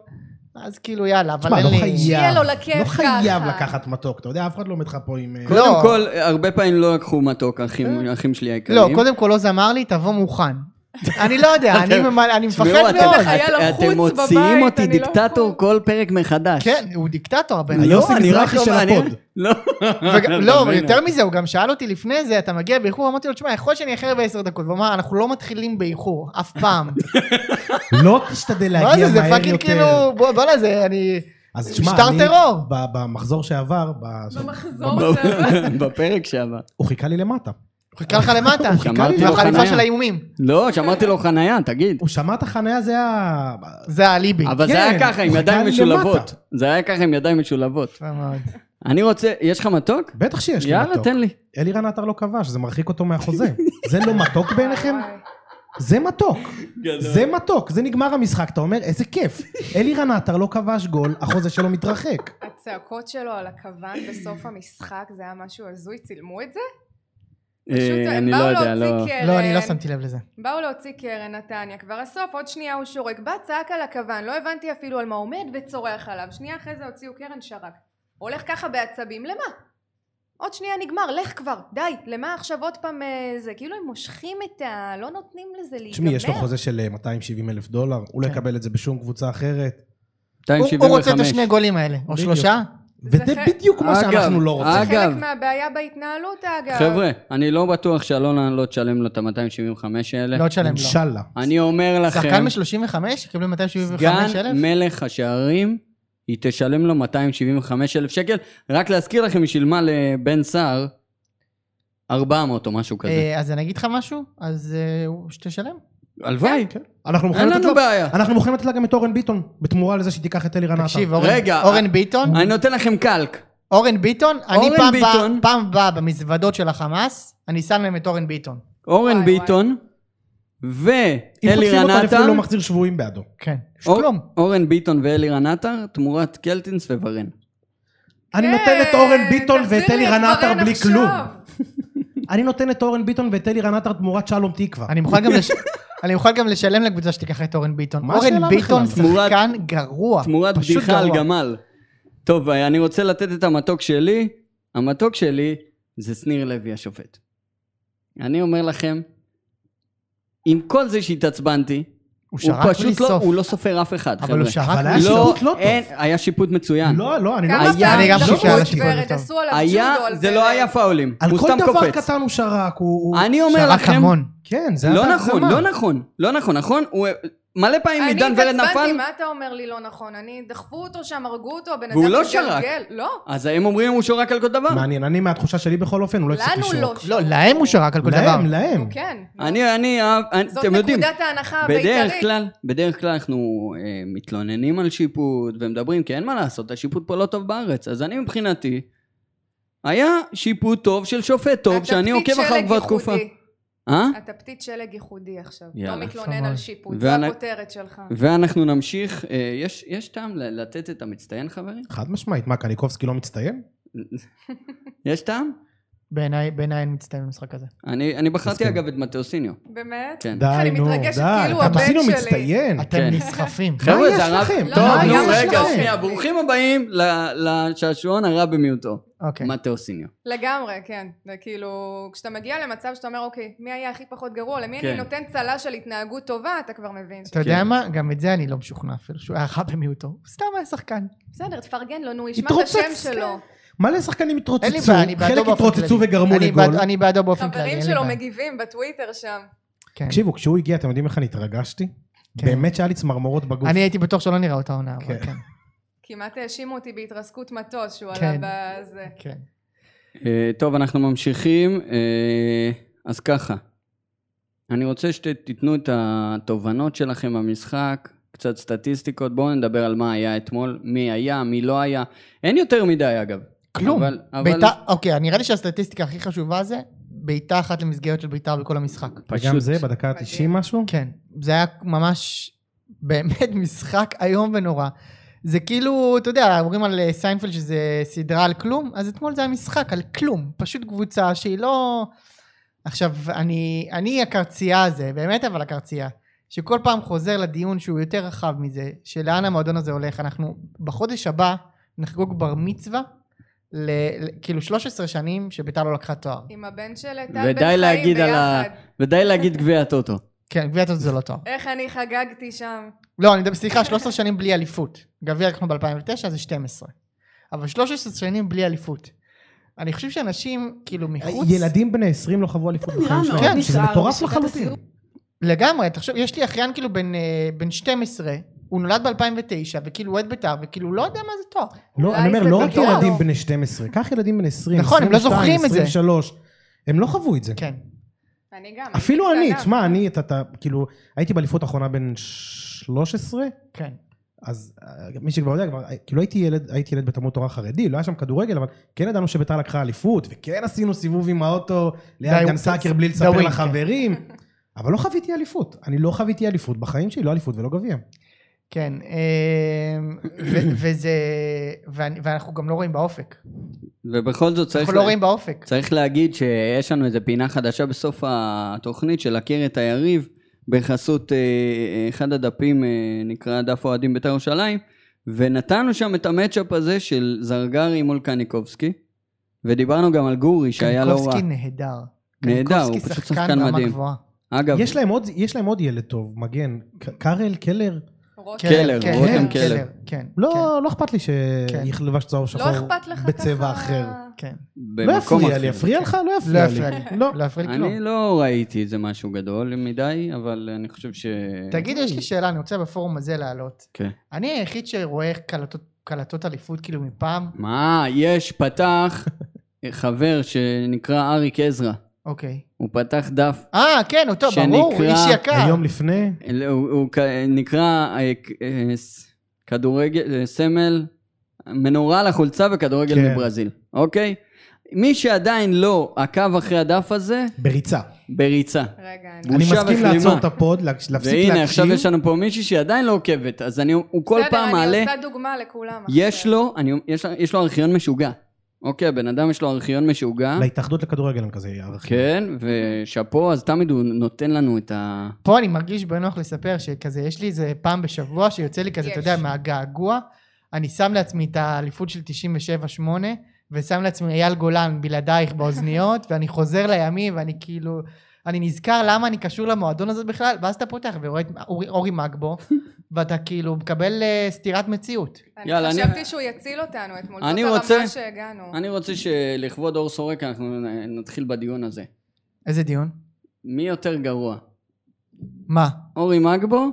Speaker 4: אז כאילו, יאללה, אבל
Speaker 3: תשמע,
Speaker 4: אין
Speaker 3: לא
Speaker 4: לי...
Speaker 3: חייב,
Speaker 5: שיהיה לו לכיף
Speaker 3: לא חייב
Speaker 5: ככה.
Speaker 3: לקחת מתוק, אתה יודע, אף אחד לא עומד לך פה עם... אה,
Speaker 2: קודם
Speaker 4: לא.
Speaker 2: כל, הרבה פעמים לא לקחו מתוק, אחים, אחים שלי היקרים.
Speaker 4: לא, קודם כל לא זמר לי, תבוא מוכן. אני לא יודע, אני ממ- אני מפחד
Speaker 2: תשמעו, אתם-
Speaker 4: מאוד.
Speaker 5: היה לו
Speaker 2: את-
Speaker 5: חוץ
Speaker 2: אתם מוציאים
Speaker 5: בבית,
Speaker 2: אותי
Speaker 5: אני לא
Speaker 2: דיקטטור
Speaker 5: יכול.
Speaker 2: כל פרק מחדש.
Speaker 4: כן, לא, הוא דיקטטור הבן אדם.
Speaker 3: היוסי
Speaker 2: אני לא רק
Speaker 3: מזרחי של
Speaker 2: אומר, אני-
Speaker 3: הפוד.
Speaker 2: לא.
Speaker 4: וג- לא,
Speaker 2: אתה
Speaker 4: אבל
Speaker 2: מבין?
Speaker 4: יותר מזה, הוא גם שאל אותי לפני זה, אתה מגיע באיחור? אמרתי לו, תשמע, יכול שאני אחר בעשר דקות. והוא אמר, אנחנו לא מתחילים באיחור, אף פעם.
Speaker 3: לא תשתדל
Speaker 4: מה
Speaker 3: להגיע
Speaker 4: זה, זה
Speaker 3: מהר
Speaker 4: פאקינג
Speaker 3: יותר.
Speaker 4: כאילו, בוא- בוא'נה, זה, אני...
Speaker 3: אז
Speaker 4: משטר
Speaker 3: אני-
Speaker 4: טרור.
Speaker 3: ב- במחזור שעבר, ב-
Speaker 5: לא במחזור הזה.
Speaker 2: בפרק שעבר.
Speaker 3: הוא חיכה לי למטה.
Speaker 4: הוא חיכה לך למטה,
Speaker 3: הוא חיכה לי.
Speaker 2: אמרתי לו
Speaker 4: מהחליפה
Speaker 2: חניה.
Speaker 4: של האיומים.
Speaker 2: לא, שאמרתי לו חנייה, תגיד.
Speaker 3: הוא שמע את החניה, זה היה...
Speaker 4: זה האליבי.
Speaker 2: אבל זה
Speaker 3: כן,
Speaker 2: היה ככה עם
Speaker 3: הוא
Speaker 2: ידיים
Speaker 3: חגג
Speaker 2: משולבות.
Speaker 3: למטה.
Speaker 2: זה היה ככה עם ידיים משולבות.
Speaker 4: יפה מאוד.
Speaker 2: אני רוצה, יש לך מתוק?
Speaker 3: בטח שיש לי
Speaker 2: יאללה,
Speaker 3: מתוק.
Speaker 2: תן לי.
Speaker 3: אלירן עטר לא כבש, זה מרחיק אותו מהחוזה. זה לא מתוק
Speaker 5: אה,
Speaker 3: בעיניכם? זה מתוק. זה מתוק. זה נגמר המשחק, אתה אומר, איזה כיף. אלירן עטר לא כבש גול, החוזה שלו מתרחק.
Speaker 5: הצעקות שלו על הכוון בסוף המשחק זה היה משהו הזוי, צילמו את זה? פשוט
Speaker 2: אה,
Speaker 5: הם
Speaker 2: אני לא
Speaker 5: באו
Speaker 2: יודע,
Speaker 5: להוציא
Speaker 2: לא...
Speaker 5: קרן.
Speaker 4: לא, אני לא שמתי לב לזה.
Speaker 5: באו להוציא קרן, נתניה, כבר הסוף, עוד שנייה הוא שורק. בא, צעק על הכוון, לא הבנתי אפילו על מה עומד וצורח עליו. שנייה אחרי זה הוציאו קרן, שרק. הולך ככה בעצבים, למה? עוד שנייה נגמר, לך כבר, די, למה עכשיו עוד פעם אה, זה? כאילו הם מושכים את ה... לא נותנים לזה להיגמר.
Speaker 3: תשמעי, יש לו חוזה של אה, 270 אלף דולר, הוא לא
Speaker 4: כן.
Speaker 3: יקבל את זה בשום קבוצה אחרת.
Speaker 4: הוא הוא רוצה את
Speaker 2: 275.
Speaker 4: השני גולים האלה, או
Speaker 3: בדיוק.
Speaker 4: שלושה.
Speaker 3: וזה
Speaker 5: זה-
Speaker 3: בדיוק מה
Speaker 2: אגב,
Speaker 3: שאנחנו לא רוצים.
Speaker 5: זה
Speaker 2: אגב.
Speaker 5: חלק מהבעיה בהתנהלות, אגב.
Speaker 2: חבר'ה, אני לא בטוח שאלונה לא תשלם לו את ה-275 האלה.
Speaker 4: לא תשלם לו.
Speaker 3: אינשאללה.
Speaker 2: אני אומר לכם,
Speaker 4: שחקן מ-35 שקיבל 275
Speaker 2: סגן
Speaker 4: אלף? אה,
Speaker 2: מלך השערים, היא תשלם לו 275 אלף שקל. רק להזכיר לכם, היא שילמה לבן סער 400 או משהו כזה.
Speaker 4: אה, אז אני אגיד לך משהו, אז אה, הוא- שתשלם.
Speaker 2: הלוואי,
Speaker 3: כן. אנחנו מוכנים
Speaker 2: אין
Speaker 3: לתת
Speaker 2: לנו
Speaker 3: לה-
Speaker 2: בעיה.
Speaker 3: אנחנו מוכנים לתת לה גם את אורן ביטון, בתמורה לזה שהיא תיקח את אלירן עטר.
Speaker 4: תקשיב, אורן-
Speaker 2: רגע, אה,
Speaker 4: אורן ביטון,
Speaker 2: אני נותן לכם קלק.
Speaker 4: אורן ביטון, אני
Speaker 2: אורן
Speaker 4: פעם באה-
Speaker 2: ביטון.
Speaker 4: פעם באה במזוודות של החמאס, אני שם להם את אורן ביטון.
Speaker 2: אורן
Speaker 5: וואי,
Speaker 2: ביטון
Speaker 3: אם חוטפים
Speaker 2: ואלירן
Speaker 3: אותו, אני
Speaker 2: עטר.
Speaker 3: אפילו לא מחזיר שבויים בעדו.
Speaker 4: כן.
Speaker 2: אור-
Speaker 4: כלום.
Speaker 2: אורן ביטון ואלירן עטר תמורת קלטינס וברן.
Speaker 3: אני
Speaker 5: כן,
Speaker 3: נותן את אורן ביטון ואת
Speaker 5: תחזיר לי
Speaker 3: אלירן
Speaker 5: את
Speaker 3: עטר
Speaker 5: ורן
Speaker 3: בלי
Speaker 5: עכשיו.
Speaker 3: כלום. אני נותן את אורן ביטון ואת אלירן עטר תמורת שלום תקווה.
Speaker 4: אני מוכן גם לש- אני מוכן גם לשלם לקבוצה שתיקח את אורן ביטון.
Speaker 3: מה השאלה
Speaker 4: אורן ביטון
Speaker 3: בכלל?
Speaker 2: תמורת-
Speaker 4: שחקן גרוע.
Speaker 2: תמורת
Speaker 4: פשוט
Speaker 2: בדיחה על
Speaker 4: גרוע.
Speaker 2: גמל. טוב, אה, אני רוצה לתת את המתוק שלי. המתוק שלי זה שניר לוי השופט. אני אומר לכם, עם כל זה שהתעצבנתי,
Speaker 4: הוא
Speaker 2: הוא
Speaker 4: שרק בלי
Speaker 2: פשוט לא,
Speaker 4: סוף.
Speaker 2: הוא לא סופר אף אחד,
Speaker 4: אבל הוא
Speaker 2: חבר'ה.
Speaker 4: שרק
Speaker 3: אבל
Speaker 4: בלי
Speaker 3: היה
Speaker 4: סוף.
Speaker 2: לא,
Speaker 3: שיפוט לא טוב.
Speaker 2: אין, היה שיפוט מצוין.
Speaker 3: לא, לא, אני לא
Speaker 5: כמה
Speaker 2: היה-
Speaker 5: פעמים
Speaker 4: אני גם
Speaker 5: דחפו
Speaker 4: חושב שהיה
Speaker 5: את
Speaker 4: לה שיפוט
Speaker 5: ורד,
Speaker 4: יותר.
Speaker 5: עשו עליו
Speaker 2: היה,
Speaker 5: ג'ודו על
Speaker 2: זה
Speaker 5: ורד.
Speaker 2: לא היה פאולים,
Speaker 3: על
Speaker 2: הוא
Speaker 3: כל
Speaker 2: סתם
Speaker 3: דבר
Speaker 2: קופץ.
Speaker 3: קטן הוא שרק, הוא... הוא-
Speaker 2: אני אומר
Speaker 4: שרק
Speaker 2: לכם,
Speaker 4: המון.
Speaker 3: כן, זה היה
Speaker 2: לא
Speaker 3: בהגזמה.
Speaker 2: נכון, לא נכון, לא נכון, נכון? הוא מלא פעמים עידן ורד
Speaker 5: אני
Speaker 2: נפל,
Speaker 5: התעצבנתי, מה אתה אומר לי לא נכון? אני, דחפו אותו שם, הרגו אותו, בן אדם
Speaker 2: והוא לא
Speaker 5: מתגלגל.
Speaker 2: שרק.
Speaker 5: לא,
Speaker 2: אז הם אומרים הוא שורק על כל דבר.
Speaker 3: מעניין, אני מהתחושה שלי בכל אופן, הוא לא הפסיק
Speaker 5: לנו
Speaker 3: לשרוק.
Speaker 5: לא
Speaker 4: לא, להם הוא שרק על כל דבר.
Speaker 3: להם, להם.
Speaker 5: כן.
Speaker 2: אני, אני, אהב- אני-
Speaker 5: זאת
Speaker 2: אתם יודעים,
Speaker 5: נקודת ההנחה
Speaker 2: בדרך
Speaker 5: הבית"רית.
Speaker 2: כלל, בדרך כלל אנחנו אה, מתלוננים על שיפוט ומדברים, כי אין מה לעשות, השיפוט פה לא טוב בארץ. אז אני מבחינתי, היה שיפוט טוב של שופט טוב, שאני
Speaker 5: התפקיד
Speaker 2: עוקב אחריו
Speaker 5: שלג
Speaker 2: כבר תקופה.
Speaker 5: ייחודי.
Speaker 2: אה?
Speaker 5: אתה פתית שלג ייחודי עכשיו.
Speaker 2: יאללה.
Speaker 5: לא מתלונן על שיפוט, זו
Speaker 2: ואנ-
Speaker 5: הכותרת שלך.
Speaker 2: ואנחנו נמשיך, אה, יש, יש טעם ל- לתת את המצטיין חברים?
Speaker 3: חד משמעית, מה, קניקובסקי לא מצטיין?
Speaker 5: כן.
Speaker 2: יש טעם?
Speaker 4: בעיניי בעיניי אין מצטיין במשחק הזה.
Speaker 2: אני, אני בחרתי
Speaker 3: מסכים.
Speaker 2: אגב את מתאוסיניו,
Speaker 5: באמת?
Speaker 2: כן.
Speaker 5: אני
Speaker 3: די, נו,
Speaker 5: מתרגשת,
Speaker 3: די.
Speaker 5: כאילו הוא הבן
Speaker 3: עשינו
Speaker 5: שלי.
Speaker 3: מצטיין.
Speaker 4: אתם
Speaker 2: כן.
Speaker 4: נסחפים.
Speaker 2: חבר'ה,
Speaker 3: יש
Speaker 2: זה הרב...
Speaker 3: לכם?
Speaker 5: לא,
Speaker 2: טוב,
Speaker 5: מה
Speaker 2: נו,
Speaker 5: יש
Speaker 2: רגע,
Speaker 5: לכם?
Speaker 2: שנייה, ברוכים הבאים ל- לשעשועון הרע במיעוטו,
Speaker 5: כן.
Speaker 4: אוקיי.
Speaker 2: מתאוסיניו.
Speaker 5: לגמרי, כן. זה כאילו, כשאתה מגיע למצב שאתה אומר, אוקיי, מי היה הכי פחות גרוע? למי
Speaker 2: כן.
Speaker 5: אני נותן צלה של התנהגות טובה? אתה כבר מבין.
Speaker 4: אתה יודע
Speaker 2: כן.
Speaker 4: מה? גם את זה אני לא משוכנע אפילו, שהוא היה רע במיעוטו. הוא סתם היה שחקן.
Speaker 5: בסדר, תפרגן לו, נו, ישמע את
Speaker 3: התרוצץ,
Speaker 5: השם שלו.
Speaker 3: מלא שחקנים
Speaker 4: אין לי
Speaker 3: התרוצצו,
Speaker 4: בעיה, אני בעדו
Speaker 3: חלק
Speaker 4: באופן כללי.
Speaker 3: התרוצצו וגרמו
Speaker 4: אני
Speaker 3: לגול.
Speaker 4: בעד- אני בעדו באופן כללי.
Speaker 5: חברים
Speaker 4: אין לי
Speaker 5: שלו
Speaker 4: בעיה.
Speaker 5: מגיבים בטוויטר שם.
Speaker 4: כן.
Speaker 3: תקשיבו, כשהוא הגיע, אתם יודעים איך אני התרגשתי?
Speaker 4: כן.
Speaker 3: באמת שהיה לי צמרמורות בגוף.
Speaker 4: אני הייתי בטוח שלא נראה אותה עונה, אבל
Speaker 3: כן.
Speaker 4: כן.
Speaker 5: כמעט האשימו אותי בהתרסקות מטוס שהוא
Speaker 4: כן.
Speaker 5: עלה בזה.
Speaker 4: כן.
Speaker 2: אה, טוב, אנחנו ממשיכים. אה, אז ככה, אני רוצה שתיתנו את התובנות שלכם במשחק, קצת סטטיסטיקות. בואו נדבר על מה היה אתמול, מי היה, מי לא היה. אין יותר מדי, אגב.
Speaker 4: כלום.
Speaker 2: אבל, אבל
Speaker 4: בעיטה, אוקיי, נראה לי שהסטטיסטיקה הכי חשובה זה בעיטה אחת למסגרת של בית"ר בכל המשחק.
Speaker 3: וגם זה בדקה ה-90 משהו?
Speaker 4: כן, זה היה ממש באמת משחק איום ונורא. זה כאילו, אתה יודע, אומרים על אה, סיינפלד שזה סדרה על כלום, אז אתמול זה היה משחק על כלום. פשוט קבוצה שהיא לא... עכשיו, אני, אני הקרצייה הזה, באמת אבל הקרצייה, שכל פעם חוזר לדיון שהוא יותר רחב מזה, שלאן המועדון הזה הולך. אנחנו בחודש הבא נחגוג בר מצווה, ל, ל, כאילו 13 שנים שביתר לא לקחה תואר.
Speaker 5: עם הבן של טל בן
Speaker 2: ודי
Speaker 5: חיים
Speaker 2: להגיד על ה...
Speaker 5: ביחד.
Speaker 2: ודי להגיד גביע הטוטו.
Speaker 4: כן, גביע הטוטו זה לא תואר.
Speaker 5: איך אני חגגתי שם.
Speaker 4: לא, אני מדבר, סליחה, 13 שנים בלי אליפות. גביע לקחנו ב-2009, זה 12. אבל 13 שנים בלי אליפות. אני חושב שאנשים, כאילו, מחוץ...
Speaker 3: ילדים בני 20 לא חוו אליפות בחיים
Speaker 6: נראה
Speaker 3: שלהם.
Speaker 6: מאוד
Speaker 4: כן,
Speaker 3: שזה
Speaker 6: ביזארי,
Speaker 3: מטורף
Speaker 6: שיטת
Speaker 3: לחלוטין.
Speaker 6: הסיום.
Speaker 4: לגמרי, תחשוב, יש לי אחיין כאילו בן, אה, בן 12, הוא נולד ב-2009, וכאילו הוא אוהד בית"ר, וכאילו הוא לא יודע מה זה תואר.
Speaker 3: לא,
Speaker 5: אולי
Speaker 3: אני אומר,
Speaker 5: זה
Speaker 3: לא רק
Speaker 5: בגלל.
Speaker 3: ילדים בני 12, קח ילדים בני 20,
Speaker 4: נכון, הם לא
Speaker 3: 22,
Speaker 4: זוכרים את זה.
Speaker 3: 23. הם לא חוו את זה.
Speaker 4: כן.
Speaker 5: אני גם.
Speaker 3: אפילו אני,
Speaker 5: קטנה.
Speaker 3: תשמע, אני, אתה, אתה, כאילו, הייתי באליפות האחרונה בן 13,
Speaker 4: כן.
Speaker 3: אז אה, מי שכבר יודע, כבר, אה, כאילו הייתי ילד, הייתי ילד בתלמוד תורה חרדי, לא היה שם כדורגל, אבל כן ידענו שביתר לקחה אליפות, וכן עשינו סיבוב עם האוטו ליד
Speaker 4: די,
Speaker 3: גן
Speaker 4: הוא-
Speaker 3: סאקר בלי
Speaker 4: די,
Speaker 3: לספר
Speaker 4: הוא-
Speaker 3: לחברים, אבל לא חוויתי אליפות, אני לא חוויתי אליפות בחיים שלי, לא אליפות ולא גביע.
Speaker 4: כן, אמ, ו- וזה, ואני- ואנחנו גם לא רואים באופק.
Speaker 2: ובכל זאת צריך...
Speaker 4: אנחנו לא
Speaker 2: לה-
Speaker 4: רואים באופק.
Speaker 2: צריך להגיד שיש לנו איזו פינה חדשה בסוף התוכנית של להכיר את היריב בחסות אה, אה, אחד הדפים אה, נקרא דף אוהדים בית"ר ירושלים ונתנו שם את המצ'אפ הזה של זרגרי מול קניקובסקי ודיברנו גם על גורי שהיה לא רע.
Speaker 4: קניקובסקי נהדר.
Speaker 2: נהדר,
Speaker 4: קניקובסקי
Speaker 2: הוא פשוט שחקן
Speaker 4: ברמה
Speaker 2: מדהים.
Speaker 4: גבוהה.
Speaker 2: אגב,
Speaker 3: יש להם עוד, יש להם עוד ילד טוב, מגן, ק- קארל, קלר,
Speaker 5: רותם.
Speaker 2: קלר,
Speaker 4: כן,
Speaker 2: רותם
Speaker 4: כן,
Speaker 2: קלר.
Speaker 4: כן.
Speaker 3: לא, לא אכפת לי
Speaker 4: כן.
Speaker 3: שיכלבש צהוב שחור
Speaker 5: לא אכפת לך ככה...
Speaker 3: בצבע אחר.
Speaker 4: כן.
Speaker 3: לא
Speaker 2: במקום
Speaker 3: יפריע
Speaker 2: אחר.
Speaker 3: לי, יפריע לך? לא
Speaker 4: כן. לא
Speaker 3: יפריע
Speaker 4: יפריע
Speaker 3: לי.
Speaker 4: לי.
Speaker 3: לא.
Speaker 4: לא יפריע לי כלום.
Speaker 2: אני לא ראיתי איזה משהו גדול מדי, אבל אני חושב ש...
Speaker 4: תגיד, יש לי שאלה, אני רוצה בפורום הזה להעלות.
Speaker 2: כן.
Speaker 4: אני היחיד שרואה קלטות- קלטות אליפות כאילו מפעם.
Speaker 2: מה, יש, פתח חבר שנקרא אריק עזרא.
Speaker 4: אוקיי.
Speaker 2: הוא פתח דף
Speaker 4: אה, כן, אותו, ברור,
Speaker 2: שנקרא-
Speaker 4: איש יקר.
Speaker 3: היום לפני,
Speaker 2: אל- לא, הוא הוא כ- נקרא אה, ק- אה, ס- כדורגל, אה, סמל, מנורה לחולצה וכדורגל
Speaker 3: כן.
Speaker 2: בברזיל, אוקיי? מי שעדיין לא עקב אחרי הדף הזה,
Speaker 3: בריצה.
Speaker 2: בריצה.
Speaker 5: רגע, אני...
Speaker 3: אני
Speaker 2: בושה
Speaker 3: מסכים
Speaker 2: וכלימה.
Speaker 3: לעצור את הפוד, להפסיק להקשיב.
Speaker 2: והנה, עכשיו יש לנו פה מישהי שהיא עדיין לא עוקבת, אז אני, הוא כל
Speaker 5: בסדר,
Speaker 2: פעם מעלה,
Speaker 5: אני עושה דוגמה לכולם. עכשיו.
Speaker 2: יש לו, אני, יש, לו- יש לו ארכיון משוגע. אוקיי, הבן אדם יש לו ארכיון משוגע,
Speaker 3: להתאחדות לכדורגל הם כזה ערכים.
Speaker 2: אה? כן, ושאפו, אז תמיד הוא נותן לנו את ה...
Speaker 4: פה אני מרגיש בנוח לספר שכזה, יש לי איזה פעם בשבוע שיוצא לי כזה, אתה יודע,
Speaker 5: יש.
Speaker 4: מהגעגוע, אני שם לעצמי את האליפות של 97-8, ושם לעצמי אייל גולן בלעדייך באוזניות, ואני חוזר לימים, ואני כאילו, אני נזכר למה אני קשור למועדון הזה בכלל, ואז אתה פותח ורואה את אורי, אורי מגבו, ואתה כאילו מקבל אה, סטירת מציאות.
Speaker 2: יאללה,
Speaker 5: אני
Speaker 2: אני-
Speaker 5: חשבתי שהוא יציל אותנו אתמול.
Speaker 2: אני
Speaker 5: זאת
Speaker 2: רוצה-
Speaker 5: הרמה שהגענו.
Speaker 2: אני רוצה שלכבוד אור סורק אנחנו נ- נתחיל בדיון הזה.
Speaker 4: איזה דיון?
Speaker 2: מי יותר גרוע?
Speaker 4: מה?
Speaker 2: אורי מגבו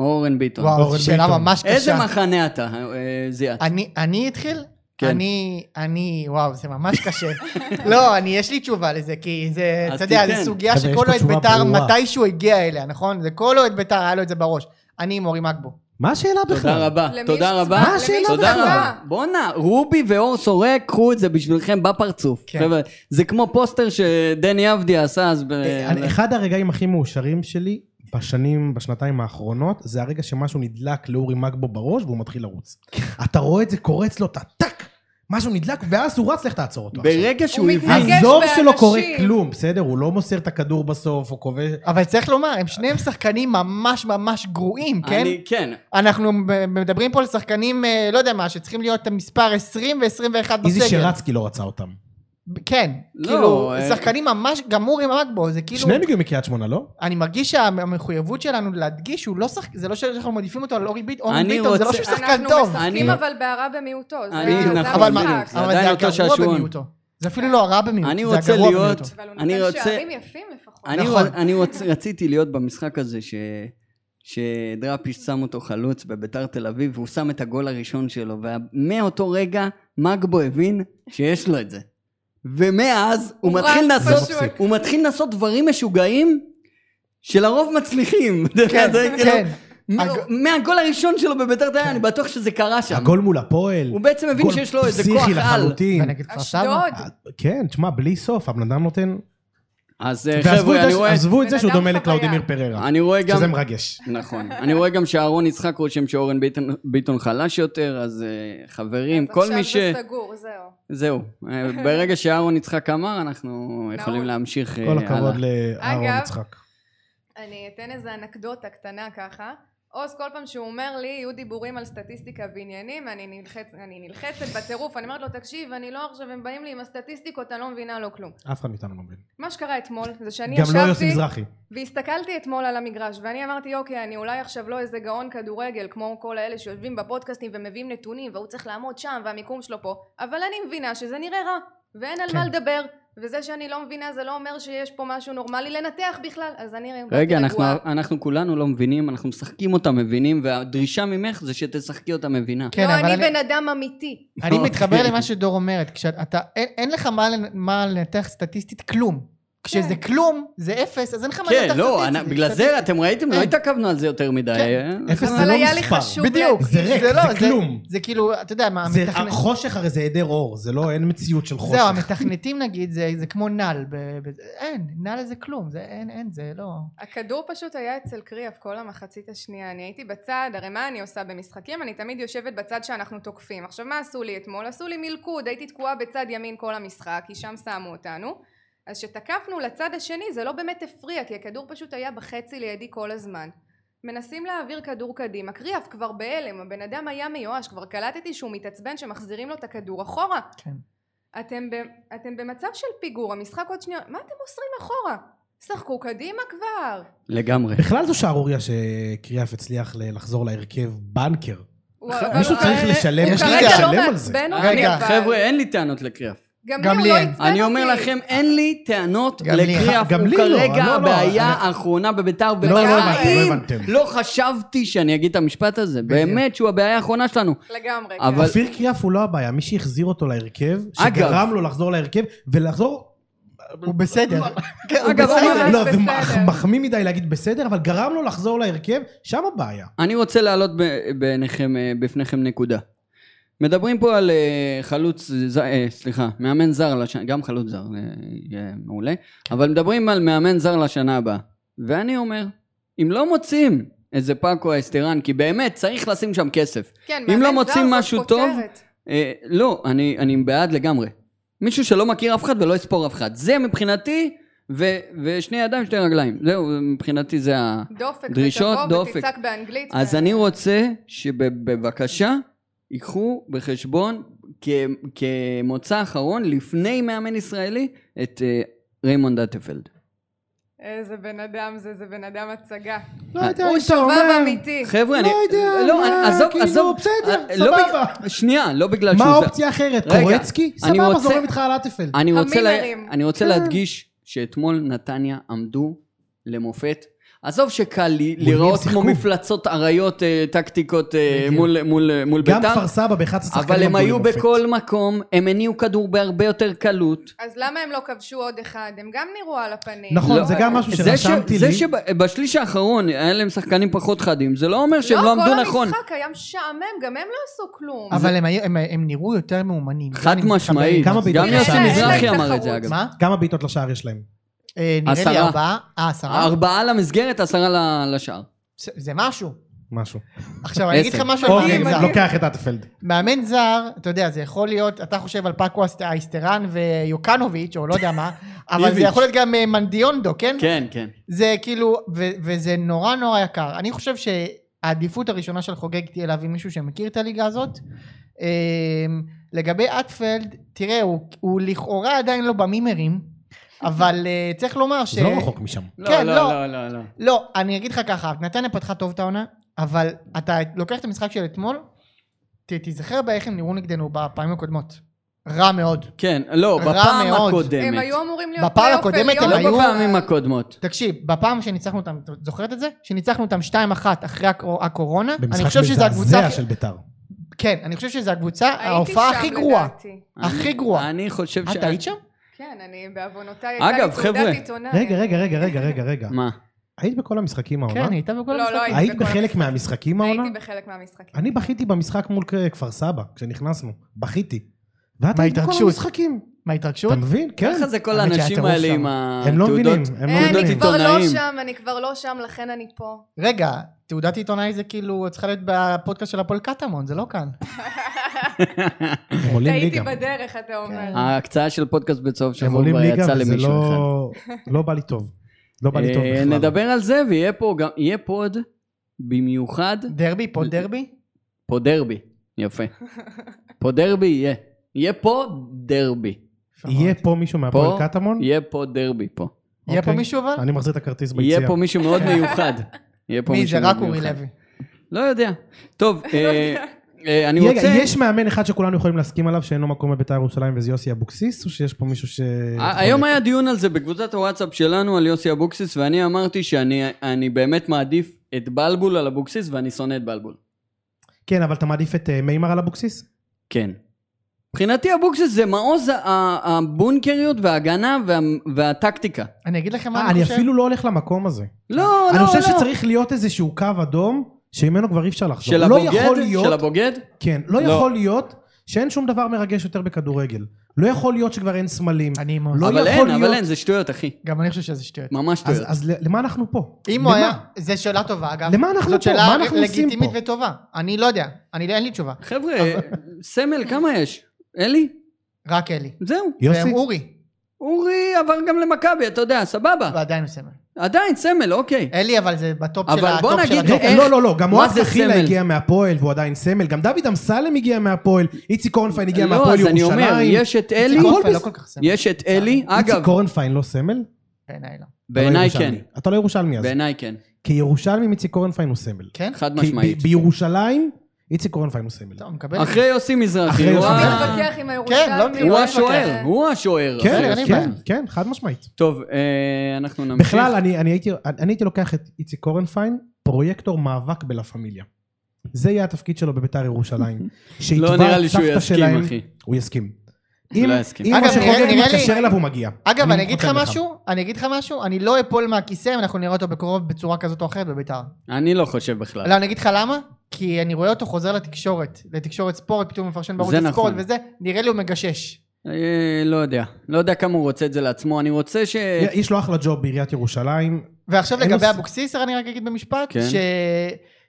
Speaker 2: או אורן ביטון?
Speaker 4: וואו,
Speaker 3: אורן
Speaker 4: זו שאלה
Speaker 3: ביטון.
Speaker 4: ממש קשה.
Speaker 2: איזה מחנה אתה, אה, זיאת?
Speaker 4: אני, אני אתחיל?
Speaker 2: כן.
Speaker 4: אני, אני, וואו, זה ממש קשה. לא, אני, יש לי תשובה לזה, כי זה,
Speaker 2: אז
Speaker 4: אתה יודע,
Speaker 2: תיתן.
Speaker 4: זו סוגיה
Speaker 3: חבר'ה, יש פה
Speaker 4: שכל אוהד
Speaker 3: תשובה
Speaker 4: בית"ר,
Speaker 3: ברורה.
Speaker 4: מתישהו הגיע אליה, נכון? זה כל אוהד בית"ר, היה לו את זה בראש. אני עם אורי מקבו.
Speaker 3: מה השאלה
Speaker 4: לא
Speaker 2: תודה
Speaker 3: בכלל?
Speaker 2: רבה,
Speaker 5: למי
Speaker 2: תודה
Speaker 5: שצבא-
Speaker 2: רבה.
Speaker 3: מה השאלה
Speaker 5: למי
Speaker 2: תודה
Speaker 5: שצבא.
Speaker 2: רבה. בואנה, רובי ואור סורק, קחו את זה בשבילכם בפרצוף.
Speaker 4: כן.
Speaker 2: חבר'ה, זה כמו פוסטר שדני עבדיה עשה אז ב...
Speaker 3: אה, אני- אחד הרגעים הכי מאושרים שלי בשנים, בשנתיים האחרונות, זה הרגע שמשהו נדלק לאורי מגבו בראש והוא מתחיל לרוץ.
Speaker 2: כן.
Speaker 3: אתה רואה את זה קורץ לו, אתה טאק, משהו נדלק, ואז הוא רץ, לך תעצור אותו.
Speaker 2: ברגע שהוא
Speaker 5: מתנגד.
Speaker 2: הבין...
Speaker 5: מתנגש
Speaker 3: הזור שלו
Speaker 5: באנשים.
Speaker 3: קורה כלום, בסדר? הוא לא מוסר את הכדור בסוף, הוא כובש...
Speaker 4: אבל צריך לומר, הם שניהם שחקנים ממש ממש גרועים, כן?
Speaker 2: אני- כן.
Speaker 4: אנחנו מדברים פה על שחקנים, אה, לא יודע מה, שצריכים להיות מספר 20 ו-21
Speaker 3: איזי
Speaker 4: בסגל.
Speaker 3: שרצקי לא רצה אותם.
Speaker 2: כאילו-
Speaker 4: כן.
Speaker 2: לא,
Speaker 4: כאילו,
Speaker 2: אה,
Speaker 4: שחקנים ממש, גם אורי מקבו, זה כאילו...
Speaker 3: שניהם הגיעו מקריית שמונה, לא?
Speaker 4: אני מרגיש שהמחויבות שלנו להדגיש שהוא לא שחק... זה לא שאנחנו מעדיפים אותו על אורי ביט... אורן
Speaker 2: אני
Speaker 4: ביטון, זה לא
Speaker 2: רוצה-
Speaker 4: שהוא שחקן
Speaker 5: אנחנו
Speaker 4: טוב.
Speaker 2: אני-
Speaker 5: משחקים אבל בהרע במיעוטו. זה-
Speaker 2: אני-
Speaker 5: זה
Speaker 2: נכון,
Speaker 4: אבל מה,
Speaker 5: המשחק.
Speaker 2: זה
Speaker 4: אבל
Speaker 2: עדיין
Speaker 4: זה
Speaker 2: אותו
Speaker 4: הגרוע
Speaker 2: שעשועון.
Speaker 4: במיעוטו. זה אפילו לא הרע
Speaker 2: אני
Speaker 4: במיעוטו, זה
Speaker 2: רוצה
Speaker 4: הגרוע
Speaker 2: להיות...
Speaker 4: במיעוטו.
Speaker 5: אבל הוא
Speaker 2: אני
Speaker 5: נותן
Speaker 2: רוצה...
Speaker 5: שערים יפים לפחות.
Speaker 2: אני,
Speaker 4: נכון.
Speaker 2: רוצ, אני רוצ, רציתי להיות במשחק הזה ש, שדראפיש שם אותו חלוץ בביתר תל אביב והוא שם את הגול הראשון שלו ומאותו רגע מגבו הבין שיש לו את זה ומאז הוא,
Speaker 5: הוא
Speaker 2: מתחיל
Speaker 5: רץ
Speaker 2: לעשות,
Speaker 5: פשוט.
Speaker 2: הוא מתחיל לעשות דברים משוגעים שלרוב מצליחים
Speaker 4: כן,
Speaker 2: זה כאילו-
Speaker 4: כן.
Speaker 2: מה-
Speaker 4: הג-
Speaker 2: מהגול הראשון שלו בביתר תל אביב אני בטוח שזה קרה שם
Speaker 3: כן. הגול מול הפועל.
Speaker 2: כן. הוא בעצם מבין
Speaker 3: גול
Speaker 2: שיש לו איזה
Speaker 3: פסיכי
Speaker 2: כוח על
Speaker 3: לחלוטין.
Speaker 4: ונגד כפר סבא?
Speaker 5: אשדוד.
Speaker 3: כן, תשמע, בלי סוף, הבן אדם נותן...
Speaker 2: אז אה,
Speaker 3: ועזבו את
Speaker 2: חבר'ה
Speaker 3: זה-
Speaker 2: אני רואה
Speaker 3: עזבו את זה
Speaker 5: בן
Speaker 3: שהוא
Speaker 5: אדם
Speaker 3: דומה
Speaker 5: חוויה.
Speaker 3: לקלאודימיר פררה.
Speaker 2: אני רואה גם
Speaker 3: שזה מרגש.
Speaker 2: נכון. אני רואה גם שאהרון יצחק רושם שאורן ביטון, ביטון חלש יותר, אז אה, חברים,
Speaker 5: אז
Speaker 2: כל מי ש...
Speaker 5: עכשיו זה סגור, זהו.
Speaker 2: זהו. אה, ברגע שאהרון יצחק אמר, אנחנו יכולים
Speaker 5: נעול.
Speaker 2: להמשיך אה,
Speaker 3: כל הכבוד
Speaker 2: הלאה.
Speaker 3: לאהרון
Speaker 5: אגב,
Speaker 3: יצחק.
Speaker 5: אני אתן איזה אנקדוטה קטנה ככה. עוז כל פעם שהוא אומר לי, יהיו דיבורים על סטטיסטיקה ועניינים, אני, נלחצ, אני נלחצת בטירוף, אני אומרת לו, תקשיב, אני לא עכשיו, הם באים לי עם הסטטיסטיקות, אני לא מבינה לו כלום.
Speaker 3: אף אחד מאיתנו לא מבין.
Speaker 5: מה שקרה אתמול, זה שאני
Speaker 3: גם לא יוסי
Speaker 5: ישבתי,
Speaker 3: מזרחי.
Speaker 5: והסתכלתי אתמול על המגרש, ואני אמרתי, אוקיי, אני אולי עכשיו לא איזה גאון כדורגל, כמו כל האלה שיושבים בפודקאסטים ומביאים נתונים, והוא צריך לעמוד שם, והמיקום שלו פה, אבל אני מבינה שזה נראה רע, ואין על
Speaker 4: כן.
Speaker 5: מה לדבר, וזה שאני לא מבינה זה לא אומר שיש פה משהו נורמלי לנתח בכלל, אז אני אה, באתי
Speaker 2: רגע, אנחנו,
Speaker 5: רגועה.
Speaker 2: אנחנו כולנו לא מבינים, אנחנו משחקים אותה מבינים, והדרישה ממך זה שתשחקי אותה מבינה.
Speaker 4: כן,
Speaker 5: לא,
Speaker 4: אבל
Speaker 5: אני
Speaker 4: אני-
Speaker 5: בן אדם אמיתי.
Speaker 4: אני
Speaker 2: אוקיי.
Speaker 4: מתחבר למה שדור אומרת, כשאתה, אין, אין לך מה, לנ- מה לנתח סטטיסטית כלום. כשזה כלום, זה אפס, אז אין לך מה לנתח
Speaker 2: כן,
Speaker 4: סטטיסטית.
Speaker 2: לא, אני- בגלל זה, אתם ראיתם, לא
Speaker 4: כן.
Speaker 2: התעכבנו על זה יותר מדי. אה?
Speaker 3: אפס זה
Speaker 5: אבל
Speaker 3: לא
Speaker 5: היה לי
Speaker 3: מספר.
Speaker 5: חשוב
Speaker 4: בדיוק.
Speaker 5: להגיד.
Speaker 3: זה ריק,
Speaker 4: לא,
Speaker 3: זה כלום.
Speaker 4: זה כאילו, אתה
Speaker 2: אה,
Speaker 4: יודע, מה,
Speaker 3: זה
Speaker 4: המתכנת-
Speaker 3: החושך הרי זה היעדר אור, זה לא, אין מציאות של חושך.
Speaker 4: זהו, המתכנתים נגיד, זה, זה כמו נעל. ב, ב, אין, נעל זה כלום, זה אין, אין, זה לא...
Speaker 5: הכדור פשוט היה אצל קריאף כל המחצית השנייה, אני הייתי בצד, הרי מה אני עושה במשחקים? אני תמיד יושבת בצד שאנחנו תוקפים. עכשיו מה עשו לי אתמול? עשו לי מלכוד, הייתי תקועה בצד ימין כל המשחק, כי שם שמו אותנו. אז כשתקפנו לצד השני זה לא באמת הפריע, כי הכדור פשוט היה בחצי לידי כל הזמן. מנסים להעביר כדור קדימה, קריאף כבר בהלם, הבן אדם היה מיואש, כבר קלטתי שהוא מתעצבן שמחזירים לו את הכדור אחורה.
Speaker 4: כן.
Speaker 5: אתם, ב, אתם במצב של פיגור, המשחק עוד שנייה, מה אתם מוסרים אחורה? שחקו קדימה כבר.
Speaker 2: לגמרי.
Speaker 3: בכלל זו שערוריה שקריאף הצליח ל- לחזור להרכב בנקר.
Speaker 5: הוא- אבל
Speaker 3: מישהו
Speaker 5: הוא
Speaker 3: צריך
Speaker 5: כרגע-
Speaker 3: לשלם-
Speaker 5: הוא
Speaker 4: יש לי
Speaker 5: כרגע
Speaker 3: לשלם
Speaker 5: לא
Speaker 3: על זה.
Speaker 5: מעצבן אותי,
Speaker 4: רגע,
Speaker 5: אבל-
Speaker 2: חבר'ה, אין לי טענות לקריאף.
Speaker 5: גם
Speaker 4: גם
Speaker 5: לי
Speaker 4: לי
Speaker 5: הוא לא
Speaker 4: אין.
Speaker 5: עצבן אותי.
Speaker 2: אני אומר לכם, אין לי טענות
Speaker 4: גם לי,
Speaker 2: לקריאף,
Speaker 3: גם
Speaker 2: הוא
Speaker 3: לי לא,
Speaker 2: כרגע
Speaker 3: לא, לא,
Speaker 2: הבעיה
Speaker 3: אני-
Speaker 2: האחרונה בביתר,
Speaker 3: לא
Speaker 2: ובחיים
Speaker 3: הבנתם, לא הבנתם.
Speaker 2: לא חשבתי שאני אגיד את המשפט הזה, באמת שהוא הבעיה האחרונה שלנו.
Speaker 5: לגמרי. כן.
Speaker 2: אבל
Speaker 3: אופיר קריאף הוא לא הבעיה, מי שהחזיר אותו להרכב,
Speaker 2: אגב.
Speaker 3: שגרם לו לחזור להרכב, ולחזור...
Speaker 4: הוא בסדר. כן, הוא
Speaker 2: אגב,
Speaker 5: הוא
Speaker 4: בסדר.
Speaker 5: ממש
Speaker 3: לא, זה
Speaker 5: בסדר.
Speaker 3: מח- מחמיא מדי להגיד בסדר, אבל גרם לו לחזור להרכב, שם הבעיה.
Speaker 2: אני רוצה להעלות ב- בעיניכם, אה, בפניכם נקודה. מדברים פה על אה, חלוץ, ז- אה, סליחה, מאמן זר, לש- גם חלוץ זר, אה, יהיה מעולה, אבל מדברים על מאמן זר לשנה הבאה. ואני אומר, אם לא מוצאים איזה פאקו אסטרן, כי באמת צריך לשים שם כסף.
Speaker 5: כן,
Speaker 2: אם
Speaker 5: מאמן
Speaker 2: לא
Speaker 5: זר
Speaker 2: מוצאים
Speaker 5: זאת
Speaker 2: משהו
Speaker 5: כותרת.
Speaker 2: טוב, אה, לא, אני, אני בעד לגמרי. מישהו שלא מכיר אף אחד ולא יספור אף אחד. זה מבחינתי, ו, ושני ידיים, שתי רגליים. זהו, מבחינתי זה ה...
Speaker 5: דופק
Speaker 2: דרישות,
Speaker 5: ותבוא
Speaker 2: דופק.
Speaker 5: ותצעק באנגלית.
Speaker 2: אז
Speaker 5: ו-
Speaker 2: אני רוצה שבבקשה ייקחו בחשבון כ, כמוצא אחרון, לפני מאמן ישראלי, את אה, ריימונד אטפלד.
Speaker 5: איזה בן אדם זה, זה בן אדם הצגה.
Speaker 3: לא
Speaker 2: אה,
Speaker 3: יודע
Speaker 5: הוא
Speaker 3: אם אתה
Speaker 5: שובב
Speaker 3: אומר.
Speaker 5: אמיתי.
Speaker 2: חבר'ה, אני...
Speaker 3: לא יודע,
Speaker 2: לא,
Speaker 3: מה,
Speaker 2: אני- עזוב,
Speaker 3: כאילו,
Speaker 2: עזוב.
Speaker 3: בסדר,
Speaker 2: אה, לא
Speaker 3: סבבה.
Speaker 2: בג- שנייה, לא בגלל
Speaker 3: מה
Speaker 2: שהוא... זר.
Speaker 3: האופציה האחרת?
Speaker 2: רגע,
Speaker 3: קורצקי?
Speaker 2: אני
Speaker 3: סבבה,
Speaker 2: רוצה-
Speaker 3: זורם איתך על אטפלד.
Speaker 2: אני רוצה, לה...
Speaker 5: המינרים.
Speaker 2: אני רוצה
Speaker 3: כן.
Speaker 2: להדגיש שאתמול נתניה עמדו למופת. עזוב שקל לי
Speaker 3: מי הם
Speaker 2: להיראות כמו
Speaker 3: שיחקו?
Speaker 2: מפלצות אריות, אה, טקטיקות אה,
Speaker 3: בדיוק.
Speaker 2: מול, מול, מול
Speaker 3: גם
Speaker 2: בית"ר,
Speaker 3: כפר סבא באחד השחקנים
Speaker 2: אבל הם
Speaker 3: עמדו
Speaker 2: היו
Speaker 3: למופת.
Speaker 2: בכל מקום, הם הניעו כדור בהרבה יותר קלות.
Speaker 5: אז למה הם לא כבשו עוד אחד? הם גם נראו על הפנים.
Speaker 3: נכון,
Speaker 2: לא,
Speaker 3: זה
Speaker 5: אה,
Speaker 3: גם משהו
Speaker 2: זה, ש...
Speaker 3: שרשמתי
Speaker 2: זה
Speaker 3: לי. משהו
Speaker 2: שבשליש האחרון היה להם שחקנים פחות חדים, זה לא אומר שהם לא, עמדו נכון.
Speaker 5: לא, כל המשחק היה משעמם, גם הם לא עשו כלום.
Speaker 4: אבל הם היו- הם- הם נראו יותר מאומנים.
Speaker 2: חד
Speaker 4: אני מתחבר.
Speaker 2: משמעית,
Speaker 3: כמה בעיטות
Speaker 2: גם יוסי
Speaker 3: לשער?
Speaker 2: מזרחי
Speaker 5: אין להם
Speaker 2: אמר את זה
Speaker 5: תחרות.
Speaker 2: אגב.
Speaker 4: מה?
Speaker 3: כמה בעיטות לשער יש להם?
Speaker 4: אה, נראה לי
Speaker 2: עשרה.
Speaker 4: ארבעה. אה, עשרה?
Speaker 2: ארבעה למסגרת, עשרה ל- לשער.
Speaker 4: זה- זה משהו.
Speaker 3: משהו.
Speaker 4: עכשיו, אני אגיד לך
Speaker 2: עשר. לא-
Speaker 4: משהו על
Speaker 3: אוקיי,
Speaker 4: מאמן
Speaker 5: מדהים.
Speaker 4: זר.
Speaker 3: לוקח את אטפלד.
Speaker 4: מאמן זר, אתה יודע, זה יכול להיות, אתה חושב על פאקו אסט- אייסטרן ויוקנוביץ', או לא יודע מה, אבל זה
Speaker 2: איביץ'.
Speaker 4: יכול להיות גם אה, מנדיונדו, כן?
Speaker 2: כן, כן.
Speaker 4: זה כאילו, ו- וזה נורא נורא יקר. אני חושב שהעדיפות הראשונה של חוגג תהיה להביא מישהו שמכיר את הליגה הזאת. אמ, לגבי אטפלד, תראה, הוא, הוא לכאורה עדיין לא במימרים, אבל אה, צריך לומר ש...
Speaker 3: זה לא רחוק משם.
Speaker 4: כן,
Speaker 2: לא, לא,
Speaker 4: לא.
Speaker 2: לא, לא.
Speaker 4: לא, אני אגיד לך ככה, נתניה פתחה טוב את העונה, אבל אתה לוקח את המשחק של אתמול, ת, תיזכר באיך הם נראו נגדנו בפעמים הקודמות. רע מאוד.
Speaker 2: כן, לא,
Speaker 4: רע
Speaker 2: בפעם
Speaker 4: מאוד.
Speaker 2: הקודמת.
Speaker 5: הם היו אמורים להיות
Speaker 4: בפעם
Speaker 5: פלייאוף
Speaker 4: הקודמת הם
Speaker 5: עליון.
Speaker 4: היו-
Speaker 2: לא בפעמים הקודמות.
Speaker 4: תקשיב, בפעם שניצחנו אותם, את זוכרת את זה? שניצחנו אותם 2-1 אחרי הקור- הקורונה, אני
Speaker 3: במשחק
Speaker 4: חושב שזו הקבוצה...
Speaker 3: מזעזע של ביתר.
Speaker 4: כן, אני חושב שזו הקבוצה,
Speaker 5: הייתי
Speaker 4: ההופעה
Speaker 5: שם,
Speaker 4: הכי גרועה.
Speaker 5: לדעתי.
Speaker 4: הכי
Speaker 2: אני-
Speaker 4: גרועה.
Speaker 2: אני חושב ש...
Speaker 4: את היית שם?
Speaker 3: לא,
Speaker 5: כן, אני בעוונותיי,
Speaker 2: אגב,
Speaker 5: הייתה לי
Speaker 2: חבר'ה.
Speaker 5: תעודת עיתונאי.
Speaker 3: רגע, רגע, רגע, רגע, רגע, רגע.
Speaker 2: מה?
Speaker 3: היית בכל המשחקים
Speaker 4: כן,
Speaker 3: העונה?
Speaker 4: היא הייתה בכל
Speaker 5: לא, לא
Speaker 4: המשחק.
Speaker 5: הייתי.
Speaker 3: היית
Speaker 5: בכל
Speaker 3: בחלק
Speaker 5: המשחקים.
Speaker 3: מהמשחקים העונה?
Speaker 5: הייתי בחלק מהמשחקים.
Speaker 3: אני בכיתי במשחק מול כפר סבא, כשנכנסנו. בכיתי. ואת היית בכל
Speaker 4: מההתרגשות.
Speaker 3: המשחקים.
Speaker 4: אה, מההתרגשות?
Speaker 3: אתה מבין? כן.
Speaker 2: ככה זה כל
Speaker 4: האמת שהיה
Speaker 2: האנשים
Speaker 4: טירוף
Speaker 2: האלה עם
Speaker 4: שם.
Speaker 2: התעודות.
Speaker 3: הם לא מבינים. הם
Speaker 5: אה,
Speaker 3: לא
Speaker 5: אני
Speaker 3: מבינים.
Speaker 5: כבר לא
Speaker 2: עיתונאים.
Speaker 5: שם, אני כבר לא שם, לכן אני פה.
Speaker 4: רגע, תעודת עיתונאי זה כאילו, צריכה להיות בפודקאסט של הפועל קטמון, זה לא כאן.
Speaker 3: הם עולים
Speaker 5: טעיתי
Speaker 3: ליגה.
Speaker 5: בדרך, אתה אומר.
Speaker 4: כן.
Speaker 2: ההקצאה של פודקאסט בצהוב
Speaker 3: הם
Speaker 2: שחור
Speaker 3: עולים
Speaker 2: כבר
Speaker 3: ליגה
Speaker 2: יצא
Speaker 3: וזה
Speaker 2: למישהו אחד.
Speaker 3: לא... לא בא לי טוב. לא בא לי טוב
Speaker 2: אה,
Speaker 3: בכלל.
Speaker 2: נדבר על זה ויהיה פה גם, יהיה פוד במיוחד,
Speaker 4: דרבי, פה דרבי?
Speaker 2: פה דרבי. יפה. פה דרבי יהיה. יהיה פה דרבי.
Speaker 3: יהיה פה מישהו
Speaker 2: אה, פה?
Speaker 3: מהפועל קטמון?
Speaker 2: יהיה פה דרבי פה.
Speaker 4: יהיה פה
Speaker 3: אוקיי.
Speaker 4: מישהו אבל?
Speaker 3: אני מחזיר את הכרטיס ביציאה.
Speaker 2: יהיה פה מישהו מאוד מיוחד. יהיה פה
Speaker 4: מי זה?
Speaker 2: מישהו
Speaker 4: רק
Speaker 2: מאוד
Speaker 4: אורי
Speaker 2: מיוחד.
Speaker 4: לוי.
Speaker 2: לא יודע. טוב, אה, אה, אני
Speaker 3: רגע,
Speaker 2: רוצה...
Speaker 3: יש מאמן אחד שכולנו יכולים להסכים עליו שאין לו מקום בבית"ר ירושלים וזה יוסי אבוקסיס, או שיש פה מישהו ש...
Speaker 2: ה- היום היה דיון על זה בקבוצת הוואטסאפ שלנו, על יוסי אבוקסיס, ואני אמרתי שאני אני באמת מעדיף את בלבול על אבוקסיס, ואני שונא את בלבול.
Speaker 3: כן, אבל אתה מעדיף את אה, מימר על אבוקסיס?
Speaker 2: כן. מבחינתי אבוקסיס זה מעוז ה- ה- הבונקריות וההגנה וה- והטקטיקה.
Speaker 4: אני אגיד לכם מה
Speaker 3: אה,
Speaker 4: אני
Speaker 3: אני
Speaker 4: חושב.
Speaker 3: אפילו לא הולך למקום הזה.
Speaker 2: לא, לא, לא.
Speaker 3: אני חושב שצריך להיות איזשהו קו אדום, שממנו כבר אי אפשר לחזור.
Speaker 2: של
Speaker 3: לא
Speaker 2: הבוגד?
Speaker 3: יכול להיות-
Speaker 2: של הבוגד?
Speaker 3: כן, לא
Speaker 2: לא.
Speaker 3: יכול להיות שאין שום דבר מרגש יותר בכדורגל. לא יכול להיות שכבר אין סמלים.
Speaker 4: אני
Speaker 3: לא
Speaker 4: מאוד.
Speaker 2: אבל
Speaker 3: יכול
Speaker 2: אין, אבל
Speaker 3: להיות.
Speaker 2: אין, זה שטויות, אחי.
Speaker 4: גם אני חושב שזה שטויות.
Speaker 2: ממש
Speaker 3: אז
Speaker 2: שטויות.
Speaker 3: אז ל- למה אנחנו פה?
Speaker 4: אם הוא
Speaker 3: למה?
Speaker 4: היה, זו שאלה טובה אגב.
Speaker 3: למה אנחנו
Speaker 4: זאת
Speaker 3: פה?
Speaker 4: שאלה
Speaker 3: מה אנחנו עושים
Speaker 4: לגיטימית
Speaker 3: פה?
Speaker 4: וטובה. אני לא יודע, אני, אין לי תשובה.
Speaker 2: חבר'ה, סמל, כמה יש? אלי?
Speaker 4: רק אלי.
Speaker 2: זהו.
Speaker 3: יוסי?
Speaker 4: והם אורי,
Speaker 2: אורי עבר גם למכבי, אתה יודע, סבבה.
Speaker 4: ועדיין הוא סמל.
Speaker 2: עדיין סמל, אוקיי.
Speaker 4: אלי אבל זה בטופ
Speaker 2: אבל
Speaker 4: של הטופ
Speaker 2: בוא
Speaker 4: של
Speaker 2: נגיד,
Speaker 4: הטופ.
Speaker 2: איך-
Speaker 3: לא, לא, לא, גם
Speaker 2: מה
Speaker 3: אוהד
Speaker 2: זה
Speaker 3: דחילה
Speaker 2: סמל?
Speaker 3: הגיע מהפועל והוא עדיין סמל, גם דוד אמסלם הגיע מהפועל, איציק קורנפיין הגיע
Speaker 2: לא,
Speaker 3: מהפועל
Speaker 2: אז אני
Speaker 3: ירושלים.
Speaker 2: אומר, יש את אלי,
Speaker 3: הכל
Speaker 4: איציק קורנפלד
Speaker 3: בס-
Speaker 4: לא כל כך סמל.
Speaker 2: יש את אלי,
Speaker 3: איציק
Speaker 2: אגב,
Speaker 3: קורנפיין לא סמל? אתה לא
Speaker 4: בעיניי לא.
Speaker 2: בעיניי כן,
Speaker 3: ירושלמי. אתה לא ירושלמי אז.
Speaker 2: בעיניי כן,
Speaker 3: כירושלמי איציק קורנפיין הוא סמל.
Speaker 4: כן?
Speaker 2: חד
Speaker 3: כי
Speaker 2: משמעית. לא,
Speaker 3: ב- בירושלים איציק קורנפיין הוא סמל.
Speaker 4: טוב, מקבל.
Speaker 2: אחרי יוסי מזרחי,
Speaker 3: אחרי
Speaker 2: הוא
Speaker 3: יוסי
Speaker 5: מי
Speaker 2: ה-
Speaker 3: מזרחי.
Speaker 5: לא מתווכח עם הירושלמים?
Speaker 4: אה. לא מתווכח.
Speaker 2: הוא
Speaker 4: אה,
Speaker 2: השוער,
Speaker 5: אה.
Speaker 2: הוא השוער. אחי.
Speaker 3: כן,
Speaker 4: אין לי
Speaker 3: כן,
Speaker 4: בעיה.
Speaker 3: כן, חד משמעית.
Speaker 2: טוב, אה, אנחנו נמשיך.
Speaker 3: בכלל, אני, אני, הייתי, אני הייתי לוקח את איציק קורנפיין, פרויקטור מאבק בלה פמיליה. זה יהיה התפקיד שלו בביתר ירושלים. שיתבע
Speaker 2: לא נראה
Speaker 3: את
Speaker 2: לי שהוא
Speaker 3: סבתא
Speaker 2: יסכים,
Speaker 3: שלהם-
Speaker 2: אחי.
Speaker 3: הוא יסכים.
Speaker 2: לא
Speaker 3: אם
Speaker 2: יסכים.
Speaker 3: אם
Speaker 4: אגב,
Speaker 3: משה
Speaker 4: נראה-
Speaker 3: חוגג
Speaker 4: נראה לי-
Speaker 3: מתקשר אליו הוא מגיע.
Speaker 4: אגב, אני אגיד לך
Speaker 3: חותם לך.
Speaker 4: משהו, אני אגיד לך משהו, אני לא אפול מהכיסא אם אנחנו נראה אותו בקרוב בצורה כזאת או אחרת בביתר.
Speaker 2: אני לא חושב בכלל.
Speaker 4: לא, אני אגיד לך למה? כי אני רואה אותו חוזר לתקשורת, לתקשורת ספורט, פתאום מפרשן בערוץ
Speaker 2: זה
Speaker 4: הספורט
Speaker 2: נכון.
Speaker 4: וזה, נראה לי הוא מגשש.
Speaker 2: אה, לא יודע. לא יודע כמה הוא רוצה את זה לעצמו. אני רוצה ש...
Speaker 3: יש לו אחלה ג'וב בעיריית ירושלים.
Speaker 4: ועכשיו
Speaker 3: אין
Speaker 4: לגבי
Speaker 3: לו-
Speaker 4: אבוקסיס, אני רק אגיד במשפט,
Speaker 2: כן.
Speaker 4: ש...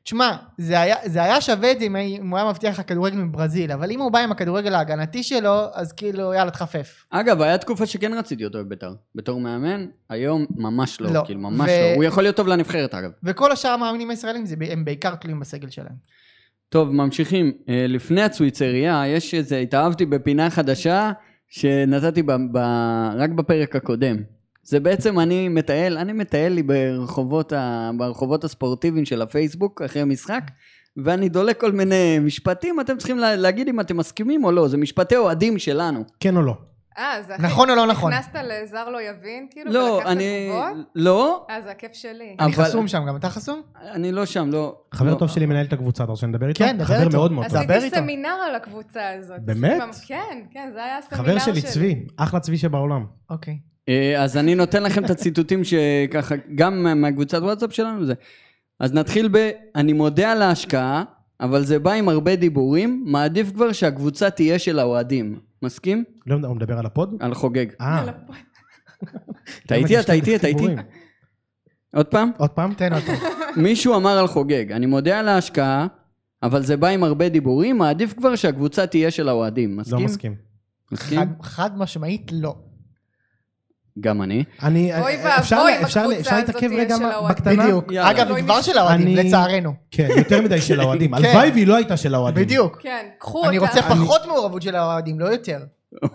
Speaker 4: תשמע, זה היה, זה היה שווה את זה אם היה- אם הוא היה מבטיח לך כדורגל מברזיל, אבל אם הוא בא עם הכדורגל ההגנתי שלו, אז כאילו, יאללה, תחפף.
Speaker 2: אגב, היה תקופה שכן רציתי אותו בביתר. בתור מאמן, היום ממש לא.
Speaker 4: לא.
Speaker 2: כאילו, ממש
Speaker 4: ו-
Speaker 2: לא. הוא יכול להיות טוב לנבחרת, אגב.
Speaker 4: וכל השאר המאמינים הישראלים, זה, הם בעיקר תלויים בסגל שלהם.
Speaker 2: טוב, ממשיכים. אה, לפני הצוויצריה, יש איזה... התאהבתי בפינה חדשה שנתתי ב... ב... רק בפרק הקודם. זה בעצם אני מטייל, אני מטייל לי ברחובות, ה... ברחובות הספורטיביים של הפייסבוק אחרי משחק, ואני דולק כל מיני משפטים, אתם צריכים לה... להגיד אם אתם מסכימים או לא, זה משפטי אוהדים שלנו.
Speaker 3: כן או לא?
Speaker 5: אה, זה הכי...
Speaker 4: נכון או לא נכון?
Speaker 5: נכנסת לזר לא יבין, כאילו,
Speaker 2: לא,
Speaker 5: ולקחת
Speaker 2: אני...
Speaker 5: תגובות?
Speaker 2: לא,
Speaker 5: אה, זה הכיף שלי.
Speaker 2: אבל-
Speaker 4: אני חסום שם, גם אתה חסום?
Speaker 2: אני לא שם, לא.
Speaker 3: חבר
Speaker 2: לא.
Speaker 3: טוב שלי מנהל את הקבוצה, אתה רוצה שנדבר איתו?
Speaker 4: כן, דבר
Speaker 3: חבר
Speaker 4: איתו.
Speaker 3: מאוד מאוד טוב.
Speaker 4: דבר
Speaker 5: עשיתי
Speaker 4: איתו.
Speaker 5: סמינר על הקבוצה הזאת.
Speaker 3: באמת?
Speaker 5: עשיתי פעם- כן, כן, זה היה הסמינר
Speaker 3: חבר
Speaker 5: שלי.
Speaker 3: שלי צבי, אחלה צבי שבעולם.
Speaker 4: אוקיי.
Speaker 2: אה, אז אני נותן לכם את הציטוטים שככה, גם מה- מהקבוצת וואטסאפ שלנו זה. אז נתחיל ב, אני מודה על ההשקעה, אבל זה בא עם הרבה דיבורים, מעדיף כבר שהקבוצה תהיה של האוהדים. מסכים?
Speaker 3: לא יודע, הוא מדבר על הפוד?
Speaker 2: על חוגג.
Speaker 4: לא,
Speaker 3: אה,
Speaker 2: אתה איתי? אתה איתי? אתה איתי?
Speaker 3: דיבורים.
Speaker 2: עוד פעם?
Speaker 3: עוד פעם? לא
Speaker 4: תן אותו.
Speaker 2: מישהו אמר על חוגג, אני מודה על ההשקעה, אבל זה בא עם הרבה דיבורים, מעדיף כבר שהקבוצה תהיה של האוהדים. מסכים?
Speaker 3: לא מסכים.
Speaker 5: כן.
Speaker 2: מסכים?
Speaker 4: חד- חד משמעית לא.
Speaker 2: גם אני.
Speaker 3: אני,
Speaker 5: אוי
Speaker 3: אפשר-
Speaker 5: ואבוי,
Speaker 3: אפשר-
Speaker 5: אם
Speaker 3: אפשר-
Speaker 5: הקבוצה
Speaker 3: אפשר
Speaker 5: הזאת
Speaker 3: להתעכב
Speaker 5: תהיה
Speaker 3: רגע
Speaker 5: של
Speaker 3: מה-
Speaker 5: האוהדים.
Speaker 3: בקטנה?
Speaker 4: בדיוק.
Speaker 2: יאללה.
Speaker 4: אגב,
Speaker 5: לא
Speaker 4: היא כבר
Speaker 5: נשמע.
Speaker 4: של האוהדים,
Speaker 3: אני-
Speaker 4: לצערנו.
Speaker 3: כן, יותר מדי של האוהדים. הלוואי והיא לא הייתה של האוהדים.
Speaker 4: בדיוק.
Speaker 5: כן, קחו אותה.
Speaker 4: אני רוצה פחות מעורבות של האוהדים, לא יותר.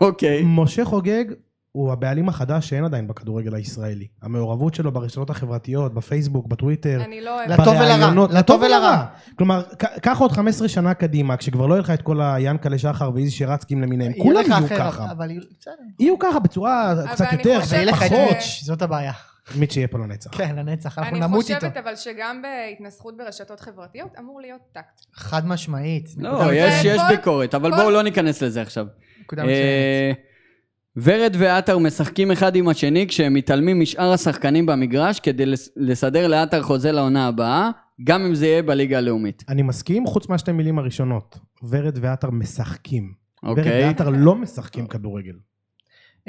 Speaker 2: אוקיי.
Speaker 3: משה חוגג הוא הבעלים החדש שאין עדיין בכדורגל הישראלי. המעורבות שלו ברשתות החברתיות, בפייסבוק, בטוויטר.
Speaker 5: אני לא אוהבת.
Speaker 4: לטוב ולרע,
Speaker 3: בראיונות-
Speaker 4: לטוב ולרע.
Speaker 3: כלומר, כ- קח עוד 15 שנה קדימה, כשכבר לא יהיה לך את כל היענקלה שחר ואיזי שרצקים למיניהם.
Speaker 4: יהיה
Speaker 3: כולם
Speaker 4: לך
Speaker 3: יהיו
Speaker 4: אחר,
Speaker 3: ככה.
Speaker 4: אבל יהיו- בסדר.
Speaker 3: יהיו ככה בצורה קצת
Speaker 5: אני
Speaker 3: יותר,
Speaker 5: חושבת
Speaker 4: ויהיה לך את
Speaker 3: פחות.
Speaker 4: מיץ', זאת הבעיה.
Speaker 3: מיץ' שיהיה פה לנצח.
Speaker 4: כן, לנצח, אנחנו
Speaker 5: אני
Speaker 4: נמות איתו.
Speaker 5: חושבת אבל שגם בהתנסחות ברשתות חברתיות אמור להיות טקט.
Speaker 4: חד משמעית.
Speaker 2: לא,
Speaker 4: נקודה
Speaker 2: יש,
Speaker 4: מצוינת.
Speaker 2: יש
Speaker 5: כל-
Speaker 2: ביקורת, אבל
Speaker 5: כל-
Speaker 2: בואו לא ניכנס לזה עכשיו.
Speaker 4: נקודה
Speaker 2: אה,
Speaker 4: מצוינת.
Speaker 2: ורד ועטר משחקים אחד עם השני כשהם מתעלמים משאר השחקנים במגרש כדי לס- לסדר לעטר חוזה לעונה הבאה, גם אם זה יהיה בליגה הלאומית.
Speaker 3: אני מסכים, חוץ מהשתי מילים הראשונות. ורד ועטר משחקים. ורד
Speaker 2: אוקיי?
Speaker 3: ועטר לא משחקים כדורגל.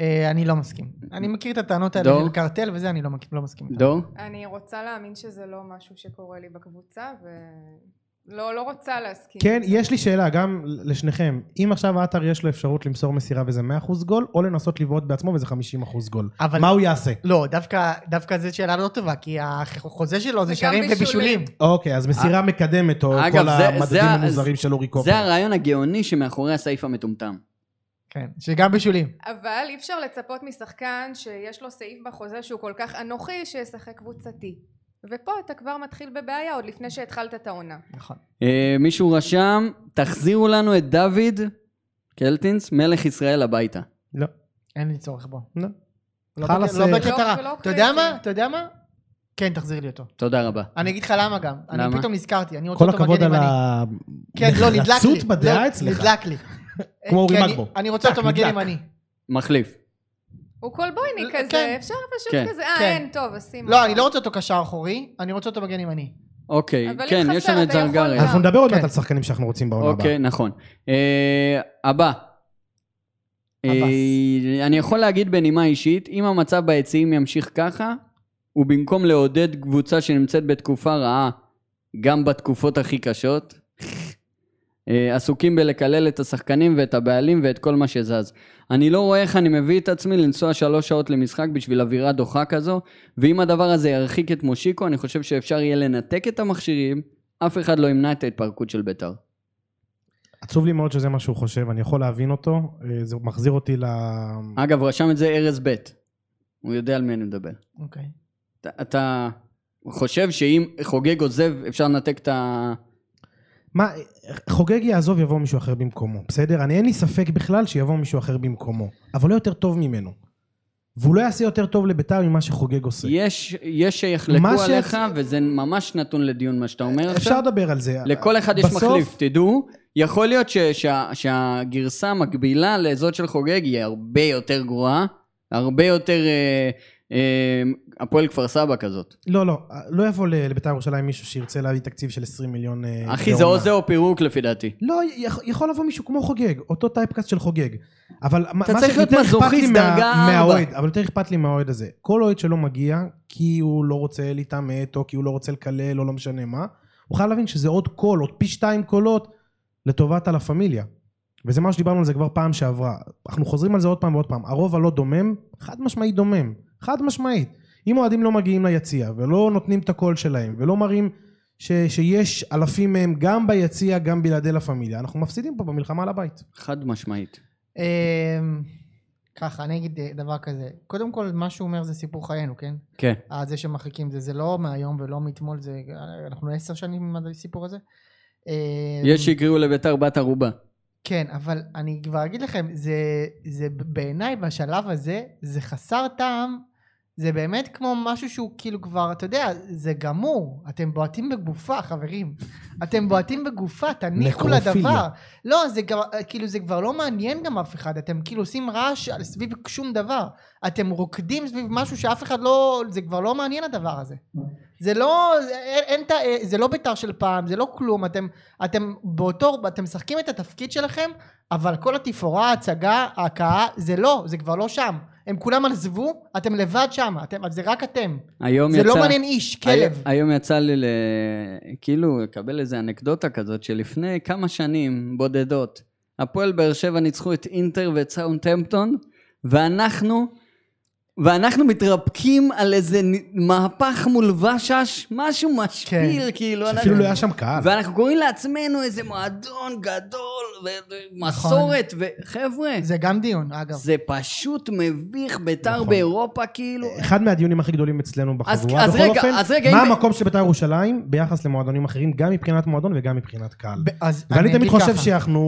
Speaker 4: אה, אני לא מסכים. אני מכיר את הטענות
Speaker 2: דור?
Speaker 4: האלה של קרטל וזה, אני לא מכיר- לא מסכים. איתן.
Speaker 2: דור?
Speaker 5: אני רוצה להאמין שזה לא משהו שקורה לי בקבוצה, ולא לא רוצה להסכים.
Speaker 3: כן, יש לי שאלה גם לשניכם. אם עכשיו עטר יש לו אפשרות למסור מסירה וזה 100% גול, או לנסות לבעוט בעצמו וזה 50% גול.
Speaker 4: אבל-
Speaker 3: מה הוא יעשה?
Speaker 4: לא, דווקא, דווקא זו שאלה לא טובה, כי החוזה שלו
Speaker 5: זה
Speaker 4: זה
Speaker 5: גם
Speaker 4: שערים
Speaker 5: בישולים.
Speaker 4: ובישולים.
Speaker 3: אוקיי, אז מסירה מקדמת, או
Speaker 2: אגב,
Speaker 3: כל
Speaker 2: זה-
Speaker 3: המדדים
Speaker 2: זה ה-
Speaker 3: המוזרים של אורי
Speaker 2: זה
Speaker 3: קופר.
Speaker 2: הרעיון הגאוני שמאחורי הסעיף המטומטם.
Speaker 4: כן, שגם בישולים.
Speaker 5: אבל אי אפשר לצפות משחקן שיש לו סעיף בחוזה שהוא כל כך אנוכי, שישחק קבוצתי. ופה אתה כבר מתחיל בבעיה עוד לפני שהתחלת את העונה.
Speaker 4: נכון.
Speaker 2: אה, מישהו רשם, תחזירו לנו את דוד קלטינס, מלך ישראל הביתה.
Speaker 3: לא.
Speaker 4: אין לי צורך בו.
Speaker 3: לא.
Speaker 4: לא
Speaker 3: חלאס,
Speaker 4: בק- לא
Speaker 3: אה,
Speaker 4: בקטע
Speaker 5: לא-
Speaker 4: רע.
Speaker 5: לא
Speaker 4: אתה יודע
Speaker 5: קריטי.
Speaker 4: מה? אתה יודע מה? כן, תחזיר לי אותו.
Speaker 2: תודה רבה.
Speaker 4: אני אגיד לך למה גם.
Speaker 2: למה?
Speaker 4: אני פתאום נזכרתי, אני רוצה
Speaker 3: כל
Speaker 4: אותו
Speaker 3: הכבוד על
Speaker 4: מגן ימני.
Speaker 3: ה...
Speaker 4: כן, לא, נדלק לי.
Speaker 3: נחרצות בדעה
Speaker 4: לא,
Speaker 3: אצלך.
Speaker 4: נדלק לי.
Speaker 3: כמו אורי
Speaker 4: כי אני-
Speaker 3: מגבו.
Speaker 4: אני רוצה
Speaker 3: טק,
Speaker 4: אותו מגן
Speaker 3: נדלק.
Speaker 4: ימני.
Speaker 2: מחליף.
Speaker 5: הוא קולבויני
Speaker 4: לא,
Speaker 5: כזה,
Speaker 4: כן.
Speaker 5: אפשר פשוט
Speaker 2: כן.
Speaker 5: כזה, אה
Speaker 4: כן.
Speaker 5: אין, טוב, עשינו.
Speaker 4: לא, אני לא רוצה אותו קשר אחורי, אני רוצה אותו מגן ימני.
Speaker 2: אוקיי,
Speaker 5: אבל אם
Speaker 2: כן, יש
Speaker 5: חסר,
Speaker 2: לנו את
Speaker 5: אתה יכול
Speaker 2: זרגרי.
Speaker 5: גם.
Speaker 3: אנחנו נדבר עוד
Speaker 4: כן.
Speaker 3: מעט על שחקנים שאנחנו רוצים בעונה הבאה.
Speaker 2: אוקיי, נכון. אה, הבא.
Speaker 4: עבאס.
Speaker 2: אה, אני יכול להגיד בנימה אישית, אם המצב ביציעים ימשיך ככה, ובמקום לעודד קבוצה שנמצאת בתקופה רעה, גם בתקופות הכי קשות, אה, עסוקים בלקלל את השחקנים ואת הבעלים ואת כל מה שזז. אני לא רואה איך אני מביא את עצמי לנסוע שלוש שעות למשחק בשביל אווירה דוחה כזו, ואם הדבר הזה ירחיק את מושיקו, אני חושב שאפשר יהיה לנתק את המכשירים, אף אחד לא ימנע את ההתפרקות של בית"ר.
Speaker 3: עצוב לי מאוד שזה מה שהוא חושב, אני יכול להבין אותו. אה, זה מחזיר אותי ל...
Speaker 2: אגב, רשם את זה ארז ב'. הוא יודע על מי אני מדבר.
Speaker 4: אוקיי.
Speaker 2: אתה, אתה חושב שאם חוגג עוזב, אפשר לנתק את ה...
Speaker 3: מה, חוגג יעזוב, יבוא מישהו אחר במקומו, בסדר? אני אין לי ספק בכלל שיבוא מישהו אחר במקומו, אבל לא יותר טוב ממנו. והוא לא יעשה יותר טוב לביתר ממה שחוגג עושה.
Speaker 2: יש, יש שיחלקו
Speaker 3: מה ש-
Speaker 2: עליך, וזה ממש נתון לדיון מה שאתה אומר
Speaker 3: אפשר
Speaker 2: עכשיו.
Speaker 3: לדבר על זה.
Speaker 2: לכל אחד יש
Speaker 3: בסוף-
Speaker 2: מחליף, תדעו. יכול להיות ש, שה, שהגרסה המקבילה לזאת של חוגג היא הרבה יותר גרועה, הרבה יותר אה, אה, הפועל כפר סבא כזאת.
Speaker 3: לא, לא, לא יבוא ל- לביתר ירושלים מישהו שירצה להביא תקציב של 20 מיליון... אה,
Speaker 2: אחי, זה
Speaker 3: לעונה.
Speaker 2: או זה או פירוק לפי דעתי.
Speaker 3: לא, יכ- יכול לבוא מישהו כמו חוגג, אותו טייפקאסט של חוגג. אבל מה
Speaker 2: אתה
Speaker 3: מה
Speaker 2: צריך להיות
Speaker 3: שיותר אכפת לי
Speaker 2: מזוכיסט
Speaker 3: מה-
Speaker 2: דרגה ארבע.
Speaker 3: מהאוהד, אבל יותר אכפת לי מהאוהד הזה. כל אוהד שלא מגיע, כי הוא לא רוצה להתעמת, או כי הוא לא רוצה לקלל, או לא משנה מה, הוא חייב להבין שזה עוד קול, עוד פי שתיים קולות, לטובת הלה פמיליה. וזה מה שדיברנו על זה כבר פעם שעברה. אנחנו חוזרים על זה עוד פעם ועוד פעם. הרוב הלא דומם, חד משמעית דומם. חד משמעית. אם אוהדים לא מגיעים ליציע, ולא נותנים את הקול שלהם, ולא מראים ש, שיש אלפים מהם גם ביציע, גם בלעדי לה פמיליה, אנחנו מפסידים פה במלחמה על הבית.
Speaker 2: חד משמעית.
Speaker 4: אמ, ככה, אני אגיד אה, דבר כזה. קודם כל, מה שהוא אומר זה סיפור חיינו, כן?
Speaker 2: כן.
Speaker 4: אה, זה שמרחיקים זה, זה לא מהיום ולא מאתמול, זה... אה, אנחנו עשר שנים עם הסיפור הזה. אמ,
Speaker 2: יש שיקראו לביתר בת ערובה.
Speaker 4: כן, אבל אני כבר אגיד לכם, זה, זה בעיניי בשלב הזה, זה חסר טעם, זה באמת כמו משהו שהוא כאילו כבר, אתה יודע, זה גמור, אתם בועטים בגופה, חברים. אתם בועטים בגופה, תניחו
Speaker 3: נקרופיליה.
Speaker 4: לדבר. לא, זה כבר, כאילו, זה כבר לא מעניין גם אף אחד, אתם כאילו עושים רעש על- סביב שום דבר. אתם רוקדים סביב משהו שאף אחד לא, זה כבר לא מעניין הדבר הזה. זה לא, זה- אין, אין, את ה- זה לא בית"ר של פעם, זה לא כלום, אתם, אתם באותו, אתם משחקים את התפקיד שלכם, אבל כל התפאורה, ההצגה, ההכאה, זה לא, זה כבר לא שם. הם כולם עזבו, אתם לבד שם, אתם, זה רק אתם.
Speaker 2: היום
Speaker 4: זה
Speaker 2: יצא...
Speaker 4: לא מעניין איש, כלב.
Speaker 2: הי- היום יצא לי ל... כאילו לקבל איזה אנקדוטה כזאת שלפני כמה שנים בודדות, הפועל באר שבע ניצחו את אינטר ואת סאונטהמפטון, ואנחנו, ואנחנו מתרפקים על איזה נ- מהפך מול ושש, משהו משפיל, כן. כאילו.
Speaker 3: אפילו
Speaker 2: אנחנו-
Speaker 3: לא היה שם קהל.
Speaker 2: ואנחנו קוראים לעצמנו איזה מועדון גדול, ומסורת, וחבר'ה,
Speaker 4: נכון. זה גם דיון, אגב.
Speaker 2: זה פשוט מביך, ביתר
Speaker 3: נכון.
Speaker 2: באירופה, כאילו.
Speaker 4: אה,
Speaker 3: אחד מהדיונים הכי גדולים אצלנו בחבורה.
Speaker 2: אז
Speaker 3: בכל
Speaker 2: רגע,
Speaker 3: אופן,
Speaker 2: אז רגע,
Speaker 3: מה
Speaker 2: אם-
Speaker 3: המקום של בית"ר ירושלים ביחס למועדונים אחרים, גם מבחינת מועדון וגם מבחינת קהל.
Speaker 4: ב- אז
Speaker 3: ואני תמיד
Speaker 4: אגיד
Speaker 3: חושב
Speaker 4: ככה.
Speaker 3: שאנחנו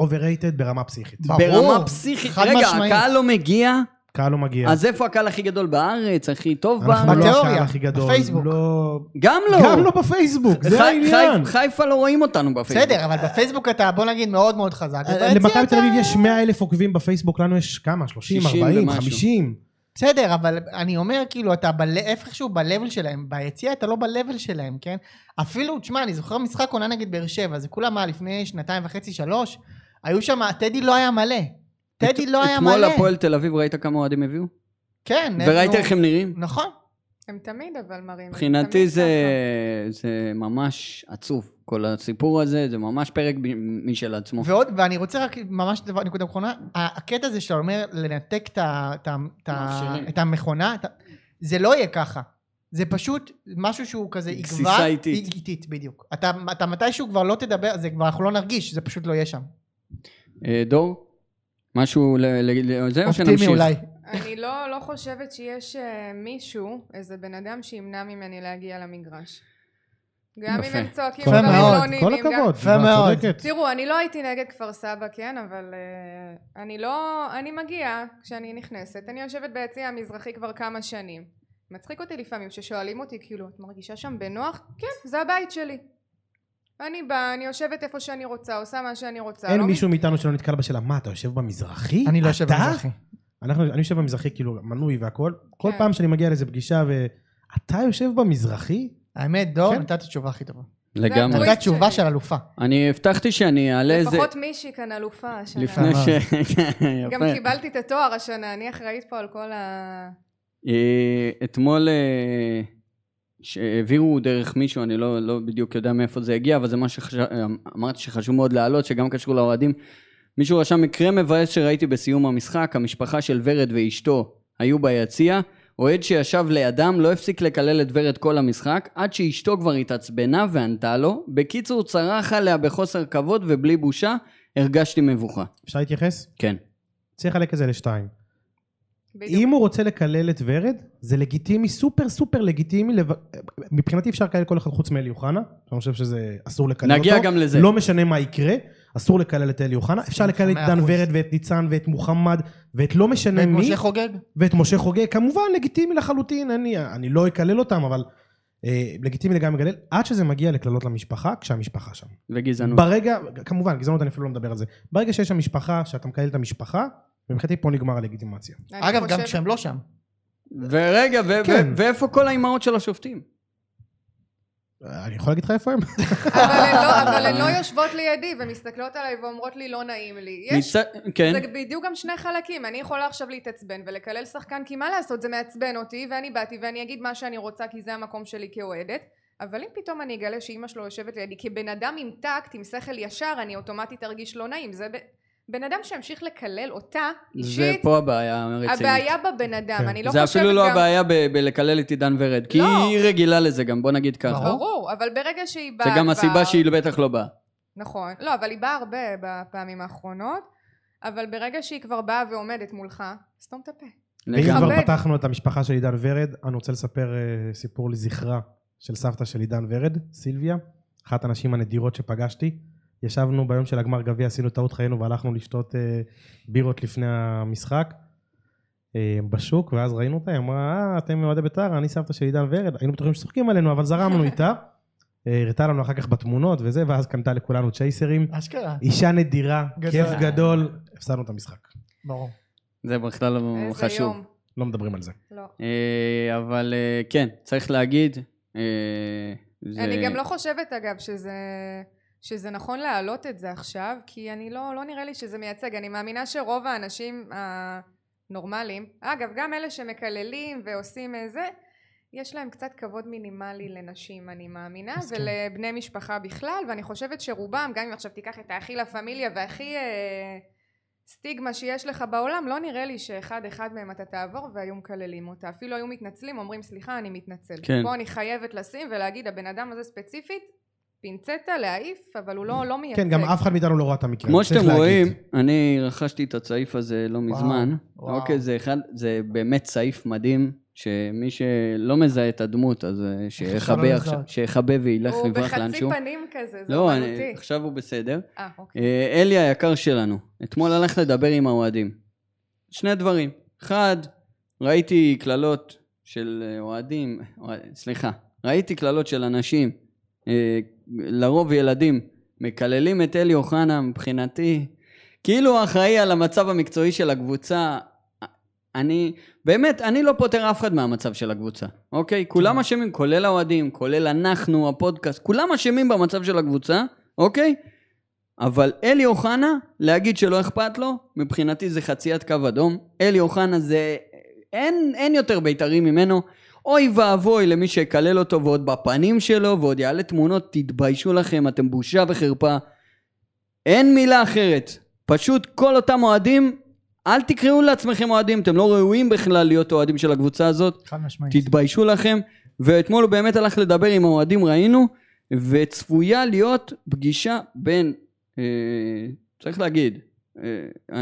Speaker 3: overrated ברמה פסיכית.
Speaker 4: ברור,
Speaker 2: ברמה פסיכית.
Speaker 4: חד
Speaker 2: רגע,
Speaker 4: משמעית.
Speaker 2: הקהל לא מגיע,
Speaker 3: קהל לא מגיע.
Speaker 2: אז איפה הקהל הכי גדול בארץ, הכי טוב
Speaker 3: אנחנו
Speaker 2: בארץ?
Speaker 3: לא
Speaker 4: בתיאוריה,
Speaker 3: הקהל הכי גדול.
Speaker 4: בפייסבוק.
Speaker 3: לא...
Speaker 2: גם לא.
Speaker 3: גם לא בפייסבוק, זה
Speaker 2: חי-
Speaker 3: העניין.
Speaker 2: חי- חיפה לא רואים אותנו בפייסבוק.
Speaker 4: בסדר, אבל בפייסבוק אתה, בוא נגיד, מאוד מאוד חזק. וביציע
Speaker 3: אה, למכבי תל
Speaker 4: אתה-
Speaker 3: אביב יש 100 אלף עוקבים בפייסבוק, לנו יש כמה? 30,
Speaker 2: 60
Speaker 3: 40,
Speaker 2: ומשהו.
Speaker 3: 50?
Speaker 4: בסדר, אבל אני אומר, כאילו, אתה בל- איפשהו ב-level שלהם. ביציע אתה לא ב-level שלהם, כן? אפילו, תשמע, אני זוכר משחק עונה נגד באר שבע, זה כולה מה, לפני שנתיים וחצי, שלוש? היו שם, טדי לא היה מלא. טדי לא היה מלא.
Speaker 2: אתמול הפועל תל אביב, ראית כמה אוהדים הביאו?
Speaker 4: כן.
Speaker 2: וראית
Speaker 4: אנחנו-
Speaker 2: איך הם נראים?
Speaker 4: נכון.
Speaker 5: הם תמיד אבל מראים. הם
Speaker 2: מבחינתי
Speaker 5: תמיד
Speaker 2: זה
Speaker 5: ככה.
Speaker 2: זה ממש עצוב. כל הסיפור הזה, זה ממש פרק ב- משל עצמו.
Speaker 4: ועוד, ואני רוצה רק ממש דבר, נקודה אחרונה, ה- הקטע הזה שאתה אומר לנתק את ה- את ה- את ה-
Speaker 2: המכשירים.
Speaker 4: את המכונה, את ה- זה לא יהיה ככה. זה פשוט משהו שהוא כזה יגבר.
Speaker 2: גסיסה איטית.
Speaker 4: היא- איטית, בדיוק. אתה, אתה מתישהו כבר לא תדבר, זה כבר, אנחנו לא נרגיש, זה פשוט לא יהיה שם.
Speaker 2: אה, דור? משהו ל... ל- ל- זה או שנמשיך?
Speaker 4: אופטימי אולי.
Speaker 5: אני לא, לא חושבת שיש אה, מישהו, איזה בן אדם שימנע ממני להגיע למגרש. גם
Speaker 2: יפה.
Speaker 5: אם הם צועקים
Speaker 4: יפה
Speaker 5: דברים
Speaker 4: מאוד,
Speaker 5: לא
Speaker 3: כל
Speaker 5: נעימים. גם-
Speaker 3: הכבוד,
Speaker 4: יפה מאוד.
Speaker 2: כן.
Speaker 3: צודקת.
Speaker 5: תראו, אני לא הייתי נגד כפר סבא, כן, אבל אה, אני לא... אני מגיעה כשאני נכנסת. אני יושבת ביציע המזרחי כבר כמה שנים. מצחיק אותי לפעמים ששואלים אותי, כאילו, את מרגישה שם בנוח? כן, זה הבית שלי. אני באה, אני יושבת איפה שאני רוצה, עושה מה שאני רוצה.
Speaker 3: אין
Speaker 5: לא
Speaker 3: מישהו מאיתנו שלא נתקל בשאלה, מה, אתה יושב במזרחי?
Speaker 4: אני לא יושב
Speaker 3: אתה?"
Speaker 4: במזרחי.
Speaker 3: אנחנו, אני יושב במזרחי, כאילו, מנוי והכל. כל
Speaker 5: כן.
Speaker 3: פעם שאני מגיע לאיזה פגישה ו... אתה יושב במזרחי?
Speaker 4: האמת, דור,
Speaker 3: כן.
Speaker 4: נתת תשובה הכי טובה.
Speaker 2: לגמרי.
Speaker 5: הטוויסט
Speaker 4: נתת תשובה
Speaker 5: שלי.
Speaker 4: של אלופה.
Speaker 2: אני הבטחתי שאני אעלה איזה...
Speaker 5: לפחות מישהי כאן אלופה השנה.
Speaker 2: לפני
Speaker 3: אה.
Speaker 2: ש...
Speaker 5: גם
Speaker 2: יפה.
Speaker 5: קיבלתי את התואר השנה, אני אחראית פה על כל ה...
Speaker 2: אה, אתמול אה, שהעבירו דרך מישהו, אני לא, לא בדיוק יודע מאיפה זה הגיע, אבל זה מה שאמרתי שחשוב מאוד להעלות, שגם קשור לאוהדים. מישהו רשם מקרה מבאס שראיתי בסיום המשחק, המשפחה של ורד ואשתו היו ביציע, אוהד שישב לידם לא הפסיק לקלל את ורד כל המשחק, עד שאשתו כבר התעצבנה וענתה לו. בקיצור, צרח עליה בחוסר כבוד ובלי בושה, הרגשתי מבוכה.
Speaker 3: אפשר להתייחס?
Speaker 2: כן.
Speaker 3: צריך לחלק את זה לשתיים.
Speaker 5: בדיוק.
Speaker 3: אם הוא רוצה לקלל את ורד, זה לגיטימי, סופר סופר לגיטימי, לב- מבחינתי אפשר לקלל כל אחד חוץ מאלי אוחנה, אני חושב שזה אסור לקלל אותו.
Speaker 2: נגיע גם לזה.
Speaker 3: לא משנה מה יקרה, אסור לקלל את אלי אוחנה, אפשר לקלל את
Speaker 4: מאה
Speaker 3: דן
Speaker 4: אחוז.
Speaker 3: ורד ואת ניצן ואת מוחמד ואת לא משנה
Speaker 4: ואת
Speaker 3: מי,
Speaker 4: משה חוגג?
Speaker 3: ואת משה חוגג, כמובן לגיטימי לחלוטין, אני, אני לא אקלל אותם, אבל אה, לגיטימי לגמרי לקלל, עד שזה מגיע לקללות למשפחה, כשהמשפחה שם.
Speaker 2: וגזענות.
Speaker 3: ברגע, כמובן, גזענות אני אפילו לא מדבר על זה, ברגע שיש שם משפחה, שאתה מקלל את המשפחה, מבחינתי פה נגמר הלגיטימציה.
Speaker 5: אני
Speaker 4: אגב, גם
Speaker 5: חושבת-
Speaker 4: כשהם לא שם.
Speaker 2: ורגע, ו- ו-
Speaker 3: כן.
Speaker 2: ואיפה כל האימהות של השופטים?
Speaker 3: אה, אני יכול להגיד לך איפה הם?
Speaker 5: אבל הן לא- אבל הן לא יושבות לידי ומסתכלות עליי ואומרות לי לא נעים לי. יש...
Speaker 2: מצד- כן.
Speaker 5: זה בדיוק גם שני חלקים, אני יכולה עכשיו להתעצבן ולקלל שחקן כי מה לעשות זה מעצבן אותי ואני באתי ואני אגיד מה שאני רוצה כי זה המקום שלי כאוהדת אבל אם פתאום אני אגלה שאימא שלו יושבת לידי כבן אדם עם טקט עם שכל ישר אני אוטומטית ארגיש לא נעים זה ב... בן אדם שימשיך לקלל אותה
Speaker 2: זה
Speaker 5: אישית
Speaker 2: פה הבעיה הרצינית.
Speaker 5: הבעיה בבן אדם
Speaker 3: כן.
Speaker 5: אני לא
Speaker 2: זה
Speaker 5: חושבת
Speaker 2: אפילו לא
Speaker 5: גם...
Speaker 2: הבעיה ב- בלקלל את עידן ורד, כי
Speaker 5: לא.
Speaker 2: היא רגילה לזה גם, בוא נגיד
Speaker 3: נכון.
Speaker 2: ככה.
Speaker 4: ברור.
Speaker 5: ברור אבל ברגע שהיא
Speaker 2: נכון. זה
Speaker 5: באה
Speaker 2: גם
Speaker 5: כבר-
Speaker 2: הסיבה שהיא בטח לא באה.
Speaker 5: נכון. לא, אבל היא באה הרבה בפעמים האחרונות, אבל ברגע שהיא כבר באה ועומדת מולך, סתום את הפה.
Speaker 3: ואם
Speaker 2: לגמרי.
Speaker 3: כבר
Speaker 5: מכבד.
Speaker 3: פתחנו את המשפחה של עידן ורד, אני רוצה לספר אה, סיפור לזכרה של סבתא של עידן ורד, סילביה, אחת הנשים הנדירות שפגשתי. ישבנו ביום של הגמר גביע, עשינו טעות חיינו והלכנו לשתות אה, בירות לפני המשחק אה, בשוק, ואז ראינו אותה, היא אמרה, אה, אתם אוהדי בית"ר, אני סבתא של עידן ורד, היינו בטוחים שצוחקים עלינו, אבל זרמנו איתה. אה, הראתה לנו אחר כך בתמונות וזה, ואז קנתה לכולנו צ'ייסרים.
Speaker 4: אשכרה.
Speaker 3: אישה נדירה,
Speaker 4: גדול.
Speaker 3: כיף גדול, הפסדנו את המשחק.
Speaker 4: ברור.
Speaker 2: זה בכלל לא
Speaker 5: איזה
Speaker 2: חשוב.
Speaker 5: יום.
Speaker 3: לא מדברים על זה.
Speaker 5: לא.
Speaker 2: אה, אבל אה, כן, צריך להגיד. אה, זה-
Speaker 5: אני גם לא חושבת, אגב, שזה... שזה נכון להעלות את זה עכשיו, כי אני לא, לא נראה לי שזה מייצג. אני מאמינה שרוב האנשים הנורמליים, אגב, גם אלה שמקללים ועושים אה, זה, יש להם קצת כבוד מינימלי לנשים, אני מאמינה,
Speaker 3: מסכים.
Speaker 5: ולבני משפחה בכלל, ואני חושבת שרובם, גם אם עכשיו תיקח את הכי לה פמיליה והכי אה, סטיגמה שיש לך בעולם, לא נראה לי שאחד אחד מהם אתה תעבור והיו מקללים אותה. אפילו היו מתנצלים, אומרים סליחה, אני מתנצל.
Speaker 2: כן.
Speaker 5: פה אני חייבת לשים ולהגיד, הבן אדם הזה ספציפית, פינצטה להעיף, אבל הוא לא, לא מייצג.
Speaker 3: כן, גם אף אחד מאיתנו לא ראה את המקרה.
Speaker 2: כמו
Speaker 3: צריך
Speaker 2: שאתם
Speaker 3: להגיד.
Speaker 2: רואים, אני רכשתי את הצעיף הזה לא מזמן.
Speaker 4: וואו.
Speaker 2: אוקיי, זה אחד, זה באמת צעיף מדהים, שמי שלא מזהה את הדמות, אז אה,
Speaker 4: אפשר לא
Speaker 2: שיכבה עכשיו,
Speaker 4: לזהות?
Speaker 2: שיכבה וילך
Speaker 5: הוא
Speaker 2: ויברח
Speaker 5: בחצי
Speaker 2: לאנשהו.
Speaker 5: פנים כזה, זה
Speaker 2: לא,
Speaker 5: אומנותי.
Speaker 2: אני, עכשיו הוא בסדר.
Speaker 5: אה, אוקיי.
Speaker 2: אה, אלי היקר שלנו, אתמול הלך לדבר עם האוהדים. שני דברים. אחד, ראיתי קללות של אה, אוהדים, אוה- סליחה, ראיתי קללות של אנשים, אה, לרוב ילדים, מקללים את אלי אוחנה מבחינתי, כאילו הוא אחראי על המצב המקצועי של הקבוצה. אה, אני, באמת, אני לא פותר אף אחד מהמצב של הקבוצה, אוקיי? כולם אשמים, כולל האוהדים, כולל אנחנו, הפודקאסט, כולם אשמים במצב של הקבוצה, אוקיי? אבל אלי אוחנה, להגיד שלא אכפת לו, מבחינתי זה חציית קו אדום. אלי אוחנה זה... אין, אין יותר בית"רי ממנו. אוי ואבוי למי שיקלל אותו ועוד בפנים שלו ועוד יעלה תמונות, תתביישו לכם, אתם בושה וחרפה. אין מילה אחרת. פשוט כל אותם אוהדים, אל תקראו לעצמכם אוהדים, אתם לא ראויים בכלל להיות אוהדים של הקבוצה הזאת.
Speaker 4: חד משמעית.
Speaker 2: תתביישו לכם. ואתמול הוא באמת הלך לדבר עם האוהדים, ראינו, וצפויה להיות פגישה בין, אה, צריך להגיד, אה,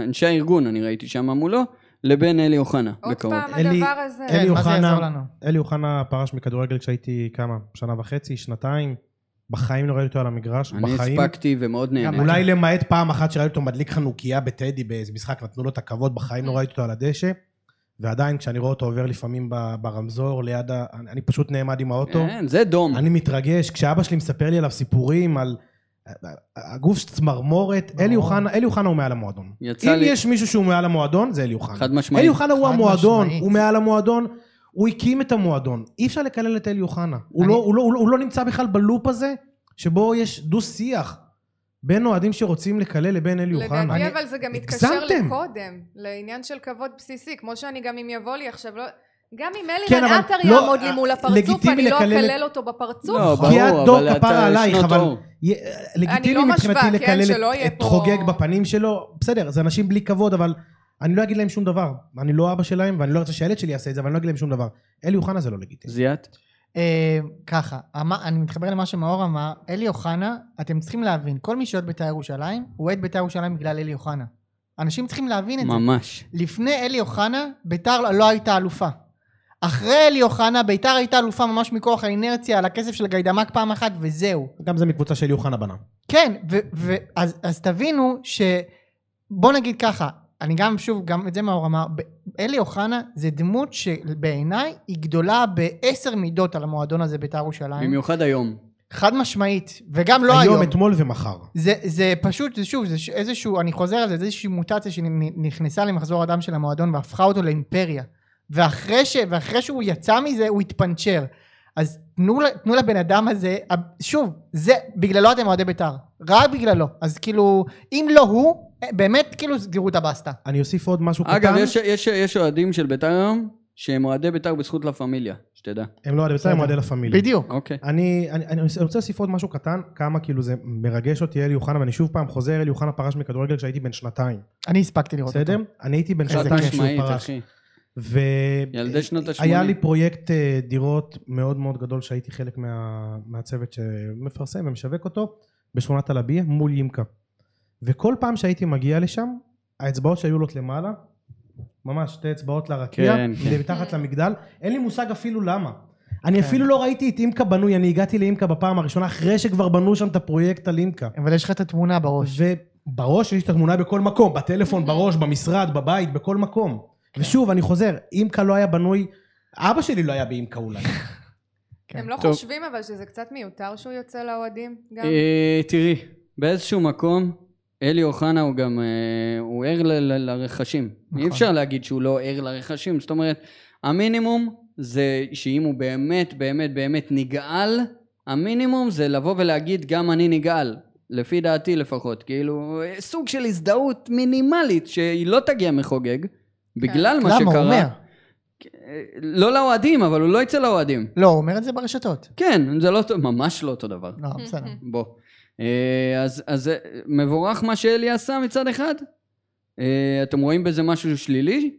Speaker 2: אנשי הארגון, אני ראיתי שם מולו, לבין אלי אוחנה,
Speaker 5: עוד
Speaker 2: בקרוב.
Speaker 5: פעם
Speaker 3: אלי-
Speaker 5: הדבר הזה.
Speaker 3: אלי
Speaker 4: כן, מה זה יעזור
Speaker 3: אוחנה,
Speaker 4: לנו?
Speaker 3: אלי אוחנה פרש מכדורגל כשהייתי כמה? שנה וחצי, שנתיים? בחיים לא ראיתי אותו על המגרש,
Speaker 2: אני
Speaker 3: בחיים.
Speaker 2: הספקתי ומאוד נהניתי.
Speaker 3: אולי למעט פעם אחת שראיתי אותו מדליק חנוכיה בטדי באיזה משחק, נתנו לו את הכבוד, בחיים לא ראיתי אותו על הדשא. ועדיין, כשאני רואה אותו עובר לפעמים ב- ברמזור, ליד ה... אני אני פשוט נעמד עם האוטו.
Speaker 2: כן, זה דום.
Speaker 3: אני מתרגש, כשאבא שלי מספר לי עליו סיפורים, על הגוף צמרמורת, אלי אוחנה, אלי אוחנה הוא מעל המועדון.
Speaker 2: יצא
Speaker 3: אם
Speaker 2: לי-
Speaker 3: יש מישהו שהוא מעל המועדון, זה אלי אוחנה.
Speaker 2: חד משמעית.
Speaker 3: אלי אוחנה הוא
Speaker 4: חד
Speaker 3: המועדון,
Speaker 4: משמעית.
Speaker 3: הוא מעל המועדון, הוא הקים את המועדון. אי אפשר לקלל את אלי אוחנה. הוא
Speaker 4: אני-
Speaker 3: לא- הוא לא- הוא לא- הוא לא נמצא בכלל בלופ הזה, שבו יש דו-שיח בין אוהדים שרוצים לקלל לבין אלי אוחנה.
Speaker 5: לדעתי
Speaker 3: אני-
Speaker 5: אבל זה גם מתקשר
Speaker 3: הגזמתם.
Speaker 5: לקודם, לעניין של כבוד בסיסי, כמו שאני גם אם יבוא לי עכשיו, לא... גם אם
Speaker 3: כן,
Speaker 5: אלירן
Speaker 3: אבל
Speaker 5: עטר
Speaker 3: לא,
Speaker 5: יעמוד לי מול הפרצוף,
Speaker 3: לגיטימי
Speaker 5: אני לא
Speaker 3: לקלל את-
Speaker 5: אקלל אותו בפרצוף.
Speaker 2: לא,
Speaker 3: כי את
Speaker 2: ברור,
Speaker 3: דור
Speaker 2: אבל
Speaker 3: כפרה
Speaker 2: אתה
Speaker 3: עלייך,
Speaker 2: שנות
Speaker 3: אבל-
Speaker 2: אור.
Speaker 3: יה- לגיטימי
Speaker 5: לא משווה,
Speaker 3: מבחינתי
Speaker 5: כן,
Speaker 3: לקלל
Speaker 5: שלא
Speaker 3: את-
Speaker 5: יהיה
Speaker 3: את
Speaker 5: פה-
Speaker 3: חוגג בפנים שלו, בסדר, זה אנשים בלי כבוד, אבל אני לא אגיד להם שום דבר. אני לא אבא שלהם, ואני לא רוצה שהילד שלי יעשה את זה, אבל אני לא אגיד להם שום דבר. אלי אוחנה זה לא לגיטימי.
Speaker 2: זיית?
Speaker 4: אה, ככה, אמר- אני מתחבר למה שמאור אמר, אלי אוחנה, אתם צריכים להבין, כל מי שאוהד בית"ר ירושלים, הוא אוהד בית"ר ירושלים בגלל אלי אוחנה. אנשים צריכים להבין את זה.
Speaker 2: ממש.
Speaker 4: לפני אלי אוחנה, בית"ר לא- לא הייתה אלופה. אחרי אלי אוחנה, בית"ר הייתה אלופה ממש מכוח האינרציה, על הכסף של גיידמק פעם אחת, וזהו.
Speaker 3: גם זה מקבוצה שאלי אוחנה בנה.
Speaker 4: כן, ו, ו, אז, אז תבינו ש... בוא נגיד ככה, אני גם, שוב, גם את זה מאור אמר, ב- אלי אוחנה זה דמות שבעיניי היא גדולה בעשר מידות על המועדון הזה בית"ר
Speaker 5: אה?
Speaker 4: ירושלים.
Speaker 2: במיוחד היום.
Speaker 4: חד משמעית, וגם לא היום.
Speaker 3: היום, אתמול ומחר.
Speaker 4: זה, זה פשוט, זה שוב, זה ש- איזשהו, אני חוזר על זה, זה איזושהי מוטציה שנכנסה למחזור הדם של המועדון והפכה אותו לאימפריה. ואחרי, ש, ואחרי שהוא יצא מזה, הוא התפנצ'ר. אז תנו, ל- תנו לבן אדם הזה, ה- שוב, זה, בגללו אתם אוהדי בית"ר. רק בגללו. אז כאילו, אם לא הוא, באמת, כאילו, סגרו את הבסטה.
Speaker 3: אני אוסיף עוד משהו קטן.
Speaker 2: אגב, יש- יש- יש אוהדים של ביתר היום שהם אוהדי ביתר בזכות לה פמיליה, שתדע.
Speaker 3: הם לא אוהדי בית"ר, הם
Speaker 4: בסדר.
Speaker 3: אוהדי לה פמיליה.
Speaker 4: בדיוק.
Speaker 2: אוקיי.
Speaker 3: אני, אני, אני רוצה להוסיף עוד משהו קטן, כמה כאילו זה מרגש אותי אלי אוחנה, ואני שוב פעם חוזר, אלי אוחנה פרש מכדורגל כשהייתי בן שנתיים,
Speaker 4: אני הספקתי לראות
Speaker 3: בסדר?
Speaker 4: אותו.
Speaker 3: אני הייתי בן
Speaker 2: חד
Speaker 3: שנתיים כשהוא
Speaker 2: משמעית,
Speaker 3: פרש.
Speaker 2: אחי.
Speaker 3: ו... אה,
Speaker 2: ילדי שנות ה-80.
Speaker 3: היה לי פרויקט אה, דירות מאוד מאוד גדול שהייתי חלק מה... מהצוות שמפרסם ומשווק אותו בשכונת הלביע מול ימקה. וכל פעם שהייתי מגיע לשם, האצבעות שהיו עולות למעלה, ממש שתי אצבעות לרקיע,
Speaker 2: כן, כן.
Speaker 3: מתחת למגדל, אין לי מושג אפילו למה. אני אפילו לא ראיתי את אימקה בנוי, אני הגעתי לאימקה בפעם הראשונה אחרי שכבר בנו שם את הפרויקט על אימקה.
Speaker 4: אבל יש לך את התמונה בראש.
Speaker 3: ובראש יש את התמונה בכל מקום, בטלפון, בראש, במשרד, בבית, בכל מקום.
Speaker 4: כן.
Speaker 3: ושוב, אני חוזר, אימקה לא היה בנוי, אבא שלי לא היה באימקה אולי.
Speaker 5: הם
Speaker 4: כן.
Speaker 5: לא
Speaker 2: כן. טוב.
Speaker 5: חושבים אבל שזה קצת מיותר שהוא יוצא לאוהדים? גם
Speaker 2: אה, תראי, באיזשהו מקום, אלי אוחנה הוא גם, אה, הוא ער ל- ל- לרכשים. אי
Speaker 4: נכון.
Speaker 2: אפשר להגיד שהוא לא ער לרכשים, זאת אומרת, המינימום זה שאם הוא באמת, באמת, באמת נגעל, המינימום זה לבוא ולהגיד גם אני נגעל. לפי דעתי לפחות, כאילו, אה, סוג של הזדהות מינימלית שהיא לא תגיע מחוגג, בגלל מה
Speaker 4: כן. למה?
Speaker 2: שקרה.
Speaker 4: הוא אומר.
Speaker 2: אה, לא לאוהדים, אבל הוא לא יצא לאוהדים.
Speaker 4: לא, הוא אומר את זה ברשתות.
Speaker 2: כן, זה לא, אותו- ממש לא אותו דבר.
Speaker 4: לא, בסדר.
Speaker 2: בוא. אה, אז, אז אה, מבורך מה שאלי עשה מצד אחד. אה, אתם רואים בזה משהו שלילי?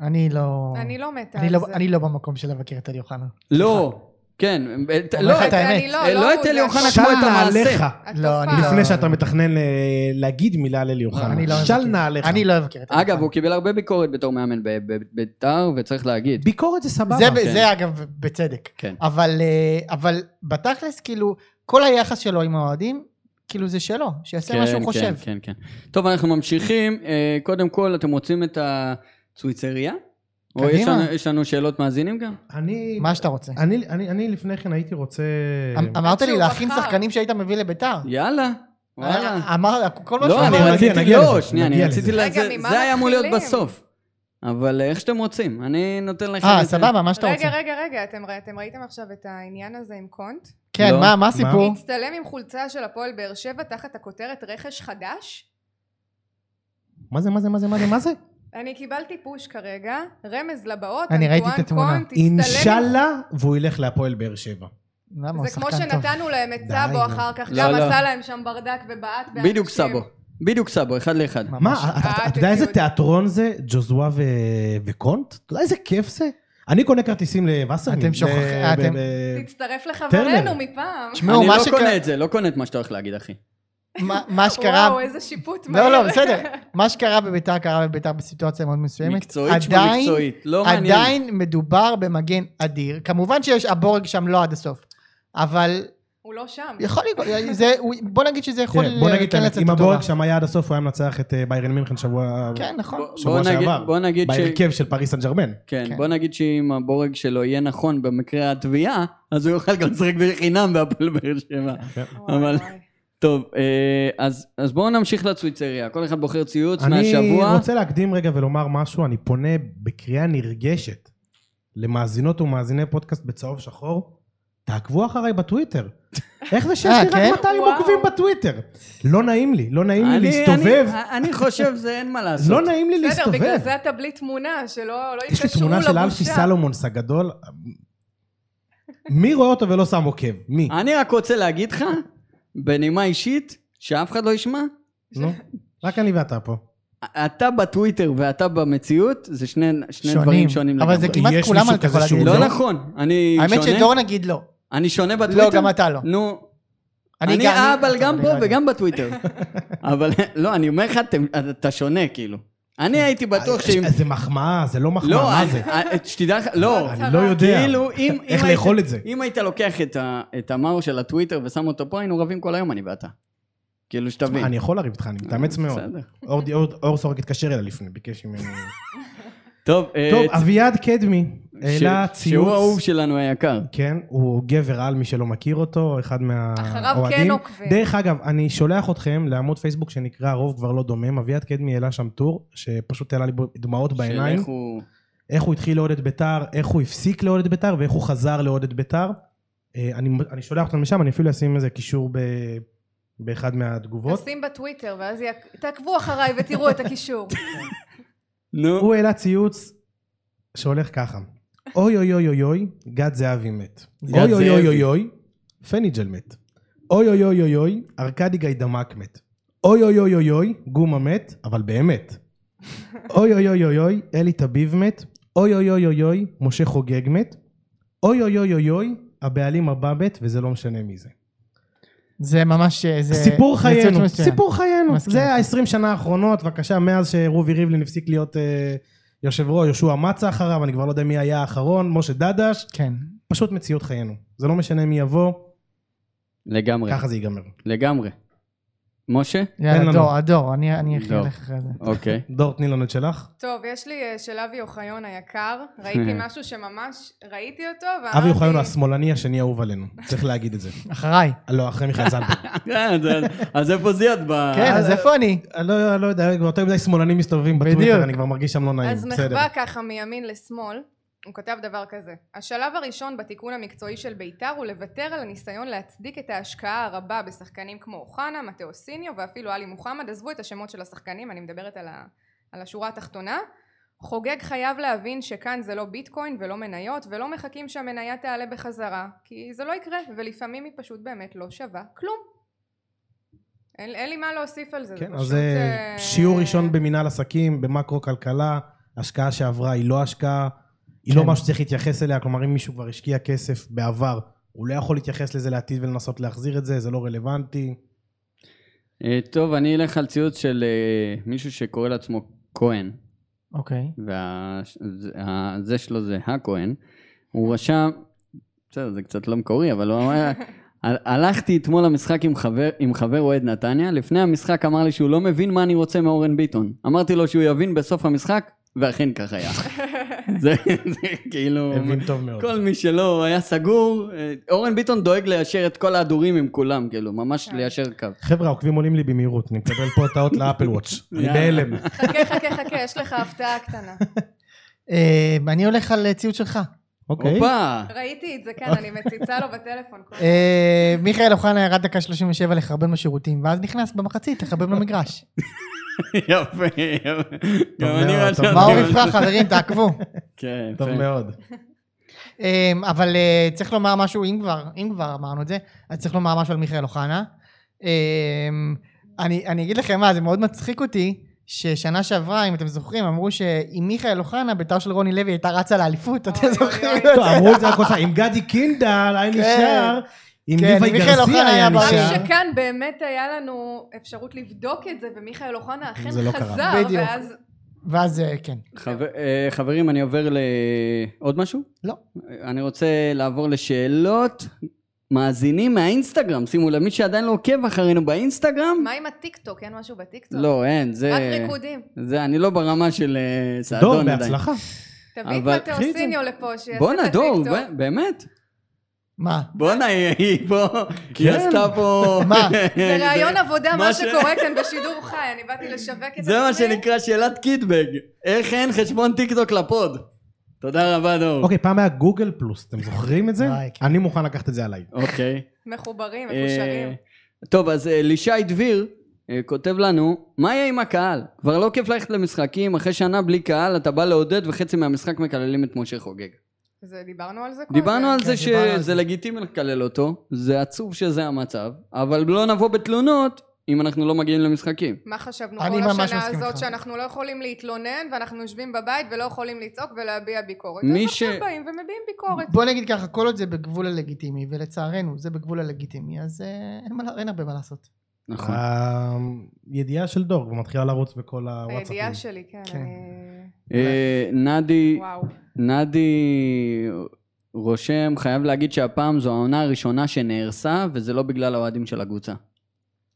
Speaker 4: אני לא...
Speaker 5: אני לא מתה
Speaker 4: אני
Speaker 5: על
Speaker 4: לא,
Speaker 5: זה.
Speaker 4: אני לא במקום של לבקר את אלי אוחנה.
Speaker 2: לא. כן, אה, ת-
Speaker 4: אומר
Speaker 2: לא,
Speaker 4: לך את
Speaker 2: אה,
Speaker 4: האמת.
Speaker 5: אני
Speaker 2: אה, לא
Speaker 5: הוא,
Speaker 2: את
Speaker 5: זה
Speaker 2: אלי אוחנה
Speaker 5: השופט.
Speaker 2: כמו את המעשה.
Speaker 4: לא, אני
Speaker 5: התופעה.
Speaker 3: לפני שאתה מתכנן ל- להגיד מילה על אלי
Speaker 4: אני לא
Speaker 3: אוחנה.
Speaker 4: מבקר.
Speaker 3: של נעליך.
Speaker 4: אני לא אבקר את אלי
Speaker 2: אגב,
Speaker 4: אוחנה.
Speaker 2: הוא קיבל הרבה ביקורת בתור מאמן ב- ב- בביתר, וצריך להגיד.
Speaker 3: ביקורת זה סבבה.
Speaker 4: זה,
Speaker 2: כן.
Speaker 4: זה אגב בצדק.
Speaker 2: כן.
Speaker 4: אבל, אה, אבל בתכלס, כאילו, כל היחס שלו עם האוהדים, כאילו זה שלו, שיעשה מה שהוא חושב.
Speaker 2: כן, כן. טוב, אנחנו ממשיכים. אה, קודם כל, אתם רוצים את הצוויצריה? או יש
Speaker 4: קדימה.
Speaker 2: לנו- יש לנו שאלות מאזינים גם? כן.
Speaker 3: אני...
Speaker 4: מה שאתה
Speaker 2: אה,
Speaker 4: רוצה.
Speaker 3: אני, אני, אני לפני כן הייתי רוצה...
Speaker 4: אמ- אמרת לי
Speaker 5: שהוא
Speaker 4: להכין
Speaker 5: בחר.
Speaker 4: שחקנים שהיית מביא לביתר. אה,
Speaker 2: יאללה. וואלה.
Speaker 4: אמר, כל מה
Speaker 2: לא,
Speaker 4: שהוא
Speaker 2: אני
Speaker 4: אמר,
Speaker 3: נגיע,
Speaker 2: רציתי,
Speaker 3: נגיע
Speaker 2: לא,
Speaker 3: לזה,
Speaker 2: שנייה, אני
Speaker 3: נגיע
Speaker 2: רציתי,
Speaker 3: לזה.
Speaker 2: לה-
Speaker 5: רגע,
Speaker 2: זה-
Speaker 5: ממה
Speaker 2: זה היה אמור להיות
Speaker 5: מתחילים?
Speaker 2: בסוף. אבל אה, איך שאתם רוצים, אני נותן לכם
Speaker 4: אה,
Speaker 2: את זה.
Speaker 4: סבבה, מה שאתה רוצה.
Speaker 5: רגע, רגע, רגע, אתם ר- אתם ראיתם עכשיו את העניין הזה עם קונט?
Speaker 4: כן,
Speaker 2: לא.
Speaker 4: מה, מה הסיפור?
Speaker 5: הצטלם עם חולצה של הפועל באר שבע תחת הכותרת רכש חדש?
Speaker 3: מה זה, מה זה, מה זה, מה זה, מה זה?
Speaker 5: אני קיבלתי פוש כרגע, רמז לבאות,
Speaker 4: אני ראיתי את
Speaker 5: אנטואן
Speaker 4: התמונה.
Speaker 5: קונט, הצטלם עם
Speaker 3: אינשאללה, והוא ילך להפועל באר שבע.
Speaker 4: למה, הוא
Speaker 5: זה כמו
Speaker 4: שחקן טוב.
Speaker 5: שנתנו להם את
Speaker 3: די,
Speaker 5: סאבו
Speaker 3: נו.
Speaker 5: אחר כך,
Speaker 2: לא,
Speaker 5: גם
Speaker 2: לא.
Speaker 5: עשה להם שם ברדק ובעט באנשים.
Speaker 2: בדיוק סבו, בדיוק סבו, אחד לאחד.
Speaker 4: ממש.
Speaker 3: מה, אתה- אתה-
Speaker 4: אה,
Speaker 3: אתה
Speaker 4: כן,
Speaker 3: יודע איזה
Speaker 5: האטיטיוד.
Speaker 3: תיאטרון זה? ג'וזואה ו- וקונט? אתה יודע איזה כיף זה? אני קונה כרטיסים לווסרמן.
Speaker 4: אתם שוכחים-
Speaker 3: ב-
Speaker 4: אתם-
Speaker 3: ב- ב-
Speaker 5: תצטרף לחברנו
Speaker 3: טרנר.
Speaker 5: מפעם.
Speaker 4: תשמעו,
Speaker 2: אני
Speaker 4: מה
Speaker 2: לא
Speaker 4: שק-
Speaker 2: קונה את זה, לא קונה את מה שאתה הולך להגיד, אחי.
Speaker 4: מה- מה שקרה...
Speaker 5: וואו, איזה שיפוט מהיר.
Speaker 4: לא, לא, בסדר. מה שקרה בביתר קרה בביתר בסיטואציה מאוד מסוימת.
Speaker 2: מקצועית
Speaker 4: עדיין-
Speaker 2: שמקצועית, לא מעניין.
Speaker 4: עדיין מדובר במגן אדיר. כמובן שיש הבורג שם לא עד הסוף. אבל
Speaker 5: הוא לא שם.
Speaker 4: יכול להיות, זה- הוא- בוא נגיד שזה יכול
Speaker 3: תראה, בוא נגיד את
Speaker 4: כן
Speaker 3: האמת,
Speaker 4: לצאת
Speaker 3: אם
Speaker 4: לטובה.
Speaker 3: הבורג שם היה עד הסוף, הוא היה מנצח את אה, ביירן מינכן שבוע...
Speaker 4: כן, נכון.
Speaker 2: בוא-
Speaker 3: שבוע
Speaker 2: בוא נגיד,
Speaker 3: שעבר.
Speaker 2: בוא נגיד ש...
Speaker 3: בהרכב של פריס סן ג'רמן.
Speaker 2: כן,
Speaker 4: כן.
Speaker 2: בוא נגיד שאם הבורג שלו יהיה נכון במקרה התביעה, אז הוא יוכל גם לשחק בחינם בהפועל באר שבע.
Speaker 3: כן.
Speaker 5: וואי,
Speaker 2: אבל-
Speaker 5: וואי.
Speaker 2: טוב, אה, אז אז בואו נמשיך לצויצריה. כל אחד בוחר ציוץ
Speaker 3: אני
Speaker 2: מהשבוע.
Speaker 3: רוצה להקדים רגע ולומר משהו, אני פונה בקריאה נרגשת למאזינות ומאזיני פודקאסט בצהוב שחור, תעקבו אחריי בטוויטר. איך זה שיש
Speaker 4: אה,
Speaker 3: לי
Speaker 4: כן?
Speaker 3: רק 200
Speaker 5: וואו.
Speaker 3: עוקבים בטוויטר? לא נעים לי, לא נעים לי
Speaker 2: אני-
Speaker 3: להסתובב,
Speaker 2: אני- אני חושב זה אין מה לעשות.
Speaker 3: לא נעים לי
Speaker 5: בסדר, בגלל
Speaker 3: להסתובב.
Speaker 5: זה אתה בלי תמונה, שלא לא
Speaker 3: יש לי
Speaker 5: יתקשרו
Speaker 3: תמונה של אלפי
Speaker 5: לבושה.
Speaker 3: סלומונס הגדול. מי רואה אותו ולא שם עוקב? מי?
Speaker 5: אה,
Speaker 2: אני רק רוצה להגיד לך, בנימה אישית, שאף אחד לא ישמע,
Speaker 3: נו, רק אני ואתה פה.
Speaker 2: אתה בטוויטר ואתה במציאות, זה שני שני
Speaker 4: שונים.
Speaker 2: דברים שונים
Speaker 4: אבל
Speaker 2: לגמרי.
Speaker 4: זה כמעט
Speaker 3: יש
Speaker 4: כולם,
Speaker 3: מישהו
Speaker 4: אתה יכול
Speaker 3: כזה שהוא
Speaker 4: להגיד.
Speaker 2: לא
Speaker 3: לא?
Speaker 2: נכון, אני
Speaker 4: האמת
Speaker 2: שונה.
Speaker 4: שדור נגיד לא.
Speaker 2: אני שונה בטוויטר.
Speaker 4: לא, גם אתה לא.
Speaker 2: נו, אני אבל גם פה וגם בטוויטר. אבל לא, אני אומר לך, אתם- אתה שונה כאילו. אני הייתי בטוח שאם...
Speaker 3: אה, זה מחמאה, זה לא מחמאה,
Speaker 2: לא,
Speaker 3: מה
Speaker 2: אז-
Speaker 3: זה?
Speaker 2: אה, שתדע לך, לא.
Speaker 3: אני לא יודע.
Speaker 2: כאילו, אם...
Speaker 3: איך
Speaker 2: אם
Speaker 3: לאכול
Speaker 2: היית-
Speaker 3: את זה?
Speaker 2: אם היית לוקח את ה- את המאור של הטוויטר ושם אותו פה, היינו רבים כל היום, אני ואתה. כאילו, שתבין.
Speaker 3: אני יכול לריב איתך, אני מתאמץ מאוד.
Speaker 2: אה, בסדר. אה,
Speaker 3: אור- אור- אור סורק התקשר אליי לפני, ביקש ממני...
Speaker 2: טוב, אה,
Speaker 3: טוב, אביעד קדמי
Speaker 2: ש-
Speaker 3: העלה
Speaker 2: שהוא האהוב
Speaker 3: ציוץ.
Speaker 2: שלנו היקר.
Speaker 3: כן, הוא גבר על, מי שלא מכיר אותו, אחד
Speaker 5: אחריו כן
Speaker 3: מהאוהדים.
Speaker 5: עוקבים.
Speaker 3: דרך אגב, אני שולח אתכם לעמוד פייסבוק שנקרא הרוב כבר לא דומם. אביעד קדמי העלה שם טור, שפשוט העלה לי בו דמעות בעיניים.
Speaker 2: של איך הוא-
Speaker 3: איך הוא התחיל לאוהד את ביתר, איך הוא הפסיק לאוהד את ביתר ואיך הוא חזר לאוהד את ביתר. אה, אני, אני שולח אותם לשם, אני אפילו אשים איזה קישור ב, באחד מהתגובות.
Speaker 5: תשים בטוויטר, ואז יק- תעקבו אחריי ותראו את הקישור.
Speaker 2: נו,
Speaker 3: הוא העלה ציוץ שהולך ככה: אוי אוי אוי אוי אוי, גד זהבי מת.
Speaker 2: גד
Speaker 3: אוי אוי אוי
Speaker 2: זאבי.
Speaker 3: אוי אוי, פניג'ל מת. אוי אוי אוי אוי אוי, ארקדי גיידמק מת. אוי אוי אוי אוי אוי, גומה מת, אבל באמת. אוי אוי אוי אוי אוי, אלי תביב מת. אוי אוי אוי אוי אוי, משה חוגג מת. אוי אוי אוי אוי אוי, הבעלים הבא מת, וזה לא משנה מי זה.
Speaker 4: זה ממש... אה, זה-
Speaker 3: סיפור
Speaker 4: זה ציוץ
Speaker 3: חיינו,
Speaker 4: מצוין.
Speaker 3: סיפור חיינו.
Speaker 4: מסכים.
Speaker 3: זה ה-20 שנה האחרונות, בבקשה, מאז שרובי ריבלין הפסיק להיות אה, יושב ראש, יהושע מצא אחריו, אני כבר לא יודע מי היה האחרון, משה דדש,
Speaker 4: כן.
Speaker 3: פשוט מציאות חיינו. זה לא משנה מי יבוא,
Speaker 2: לגמרי,
Speaker 3: ככה זה ייגמר.
Speaker 2: לגמרי. משה?
Speaker 3: תן
Speaker 4: יאללה,
Speaker 3: לנו.
Speaker 4: דור, הדור, אני אני
Speaker 2: דור.
Speaker 4: אחיה לך אחרי זה.
Speaker 2: אוקיי.
Speaker 3: דור, תני לנו את שלך.
Speaker 5: טוב, יש לי אה, של אבי אוחיון היקר, ראיתי משהו שממש ראיתי אותו, ואמרתי...
Speaker 3: כן. אבי אוחיון הוא השמאלני השני האהוב עלינו, צריך להגיד את זה.
Speaker 4: אחריי.
Speaker 2: אה,
Speaker 3: לא, אחרי מיכאל זנדברג.
Speaker 2: כן, אז- אז איפה זיאד ב...
Speaker 4: כן, אז איפה אני?
Speaker 3: אני לא אני לא יודע, כבר יותר מדי שמאלנים מסתובבים
Speaker 4: בדיוק.
Speaker 3: בטוויטר, אני כבר מרגיש שם לא נעים,
Speaker 5: אז
Speaker 3: בסדר.
Speaker 5: מחווה ככה מימין לשמאל, הוא כתב דבר כזה: השלב הראשון בתיקון המקצועי של בית"ר הוא לוותר על הניסיון להצדיק את ההשקעה הרבה בשחקנים כמו אוחנה, מתאוסיניו ואפילו עלי מוחמד. עזבו את השמות של השחקנים, אני מדברת על, ה, על השורה התחתונה. חוגג חייב להבין שכאן זה לא ביטקוין ולא מניות ולא מחכים שהמניה תעלה בחזרה כי זה לא יקרה ולפעמים היא פשוט באמת לא שווה כלום. אין, אין לי מה להוסיף על זה. זה
Speaker 3: כן,
Speaker 5: פשוט,
Speaker 3: אז זה
Speaker 5: אה,
Speaker 3: שיעור ראשון במינהל עסקים, במקרו-כלכלה, השקעה שעברה היא לא השקעה, היא לא
Speaker 4: כן.
Speaker 3: משהו שצריך להתייחס אליה, כלומר אם מישהו כבר השקיע כסף בעבר, הוא לא יכול להתייחס לזה לעתיד ולנסות להחזיר את זה, זה לא רלוונטי.
Speaker 2: אה, טוב, אני אלך על ציוץ של אה, מישהו שקורא לעצמו כהן, אה.
Speaker 4: אוקיי.
Speaker 2: וזה שלו זה הכהן. הוא רשם, בסדר, זה קצת לא מקורי, אבל הוא אמר, "הל- הלכתי אתמול למשחק עם חבר- עם חבר אוהד נתניה, לפני המשחק אמר לי שהוא לא מבין מה אני רוצה מאורן ביטון. אמרתי לו שהוא יבין בסוף המשחק, ואכן כך היה. זה זה כאילו...
Speaker 3: הבין טוב מאוד.
Speaker 2: כל מי שלא היה סגור, אה, אורן ביטון דואג ליישר את כל ההדורים עם כולם, כאילו, ממש ליישר קו.
Speaker 3: חבר'ה, העוקבים עולים לי במהירות, אני מקבל פה את האות לאפל וואץ', אני
Speaker 2: יאללה.
Speaker 3: בהלם.
Speaker 5: חכה חכה חכה יש לך הפתעה קטנה.
Speaker 4: אה, אני הולך על ציוץ שלך.
Speaker 3: אוקיי.
Speaker 2: הופה!
Speaker 5: ראיתי את זה כאן, אני מציצה לו בטלפון. כל הזמן.
Speaker 4: אה, מיכאל אוחנה ירד דקה 37 לחרבן בשירותים, ואז נכנס במחצית לחרבן במגרש.
Speaker 2: יפה, יפה. גם אני
Speaker 3: מאוד, טוב
Speaker 2: רשמתי.
Speaker 4: מאור
Speaker 2: אבל-
Speaker 4: יפרח, חברים, תעקבו.
Speaker 2: כן,
Speaker 3: טוב
Speaker 2: יפה.
Speaker 3: מאוד.
Speaker 4: אה, אבל אה, צריך לומר משהו, אם כבר, אם כבר אמרנו את זה, אז צריך לומר משהו על מיכאל אוחנה. אה, אני, אני אגיד לכם מה, זה מאוד מצחיק אותי, ששנה שעברה, אם אתם זוכרים, אמרו שעם מיכאל אוחנה, ביתר של רוני לוי הייתה רצה לאליפות, אתם
Speaker 5: אוי,
Speaker 4: זוכרים?
Speaker 5: אוי,
Speaker 4: את
Speaker 5: אוי.
Speaker 4: זה?
Speaker 3: טוב, אמרו את זה על כל אחד, עם גדי קינדל, היה נשאר, אם
Speaker 4: כן,
Speaker 3: ליוואי
Speaker 4: אם מיכאל
Speaker 3: גרסיה
Speaker 4: אוחנה
Speaker 3: היה
Speaker 4: היה בא-
Speaker 5: רק
Speaker 3: נשאר...
Speaker 5: שכאן באמת היה לנו אפשרות לבדוק את זה, ומיכאל אוחנה אכן
Speaker 3: זה לא קרה.
Speaker 5: חזר,
Speaker 4: בדיוק.
Speaker 5: ואז
Speaker 4: ואז אה, כן.
Speaker 2: חבר- אה, חברים, אני עובר לעוד משהו?
Speaker 4: לא.
Speaker 2: אני רוצה לעבור לשאלות מאזינים מהאינסטגרם. שימו לב, מי שעדיין לא עוקב אחרינו באינסטגרם...
Speaker 5: מה עם הטיקטוק? אין משהו בטיקטוק?
Speaker 2: לא, אין, זה...
Speaker 5: רק ריקודים.
Speaker 2: זה, אני לא ברמה של אה,
Speaker 3: דור,
Speaker 2: סעדון עדיין.
Speaker 3: בהצלחה.
Speaker 5: תביא את
Speaker 2: אבל-
Speaker 5: מתאו
Speaker 3: קחי את זה.
Speaker 5: סיניו לפה, שיעשה את
Speaker 2: בואנה,
Speaker 5: הטיקטוק.
Speaker 2: דור, ב- באמת?
Speaker 4: מה?
Speaker 2: בואנה, היא- היא פה, היא
Speaker 3: כן.
Speaker 2: עשתה פה...
Speaker 4: מה?
Speaker 5: זה רעיון עבודה,
Speaker 2: כן, מה
Speaker 5: מה
Speaker 2: ש-
Speaker 5: שקורה כאן בשידור חי, אני באתי לשווק את עצמי.
Speaker 2: זה מה שנקרא שאלת קיטבג. איך אין חשבון טיקטוק לפוד? תודה רבה, דור.
Speaker 3: אוקיי, פעם היה גוגל פלוס, אתם זוכרים את זה?
Speaker 4: וואי, כן.
Speaker 3: אני מוכן לקחת את זה עליי.
Speaker 2: אוקיי.
Speaker 5: מחוברים,
Speaker 2: אה,
Speaker 5: מקושרים.
Speaker 2: טוב, אז אה, לישי דביר אה, כותב לנו, מה יהיה עם הקהל? כבר לא כיף ללכת למשחקים, אחרי שנה בלי קהל אתה בא לעודד וחצי מהמשחק מקללים את משה חוגג.
Speaker 5: זה דיברנו על זה קודם.
Speaker 2: דיברנו על זה
Speaker 4: אה, כן, דיברנו על
Speaker 2: שזה
Speaker 4: זה.
Speaker 2: לגיטימי לקלל אותו, זה עצוב שזה המצב, אבל לא נבוא בתלונות אם אנחנו לא מגיעים למשחקים.
Speaker 5: מה חשבנו
Speaker 4: אני
Speaker 5: כל
Speaker 4: ממש
Speaker 5: השנה
Speaker 4: מסכים
Speaker 5: הזאת
Speaker 4: איתך.
Speaker 5: שאנחנו לא יכולים להתלונן ואנחנו יושבים בבית ולא יכולים לצעוק ולהביע ביקורת.
Speaker 2: מי
Speaker 5: אז
Speaker 2: ש-
Speaker 5: עכשיו באים ומביעים ביקורת.
Speaker 4: בוא נגיד ככה, כל עוד זה בגבול הלגיטימי, ולצערנו זה בגבול הלגיטימי, אז אה, אין, מה, לה- אין הרבה מה לעשות.
Speaker 2: נכון.
Speaker 3: הידיעה של דור כבר מתחילה לרוץ בכל הוואטסאפים.
Speaker 5: הידיעה שלי, כן.
Speaker 4: כן.
Speaker 5: אני-
Speaker 2: אה, נדי,
Speaker 5: וואו.
Speaker 2: נדי רושם, חייב להגיד שהפעם זו העונה הראשונה שנהרסה, וזה לא בגלל האוהדים של הקבוצה.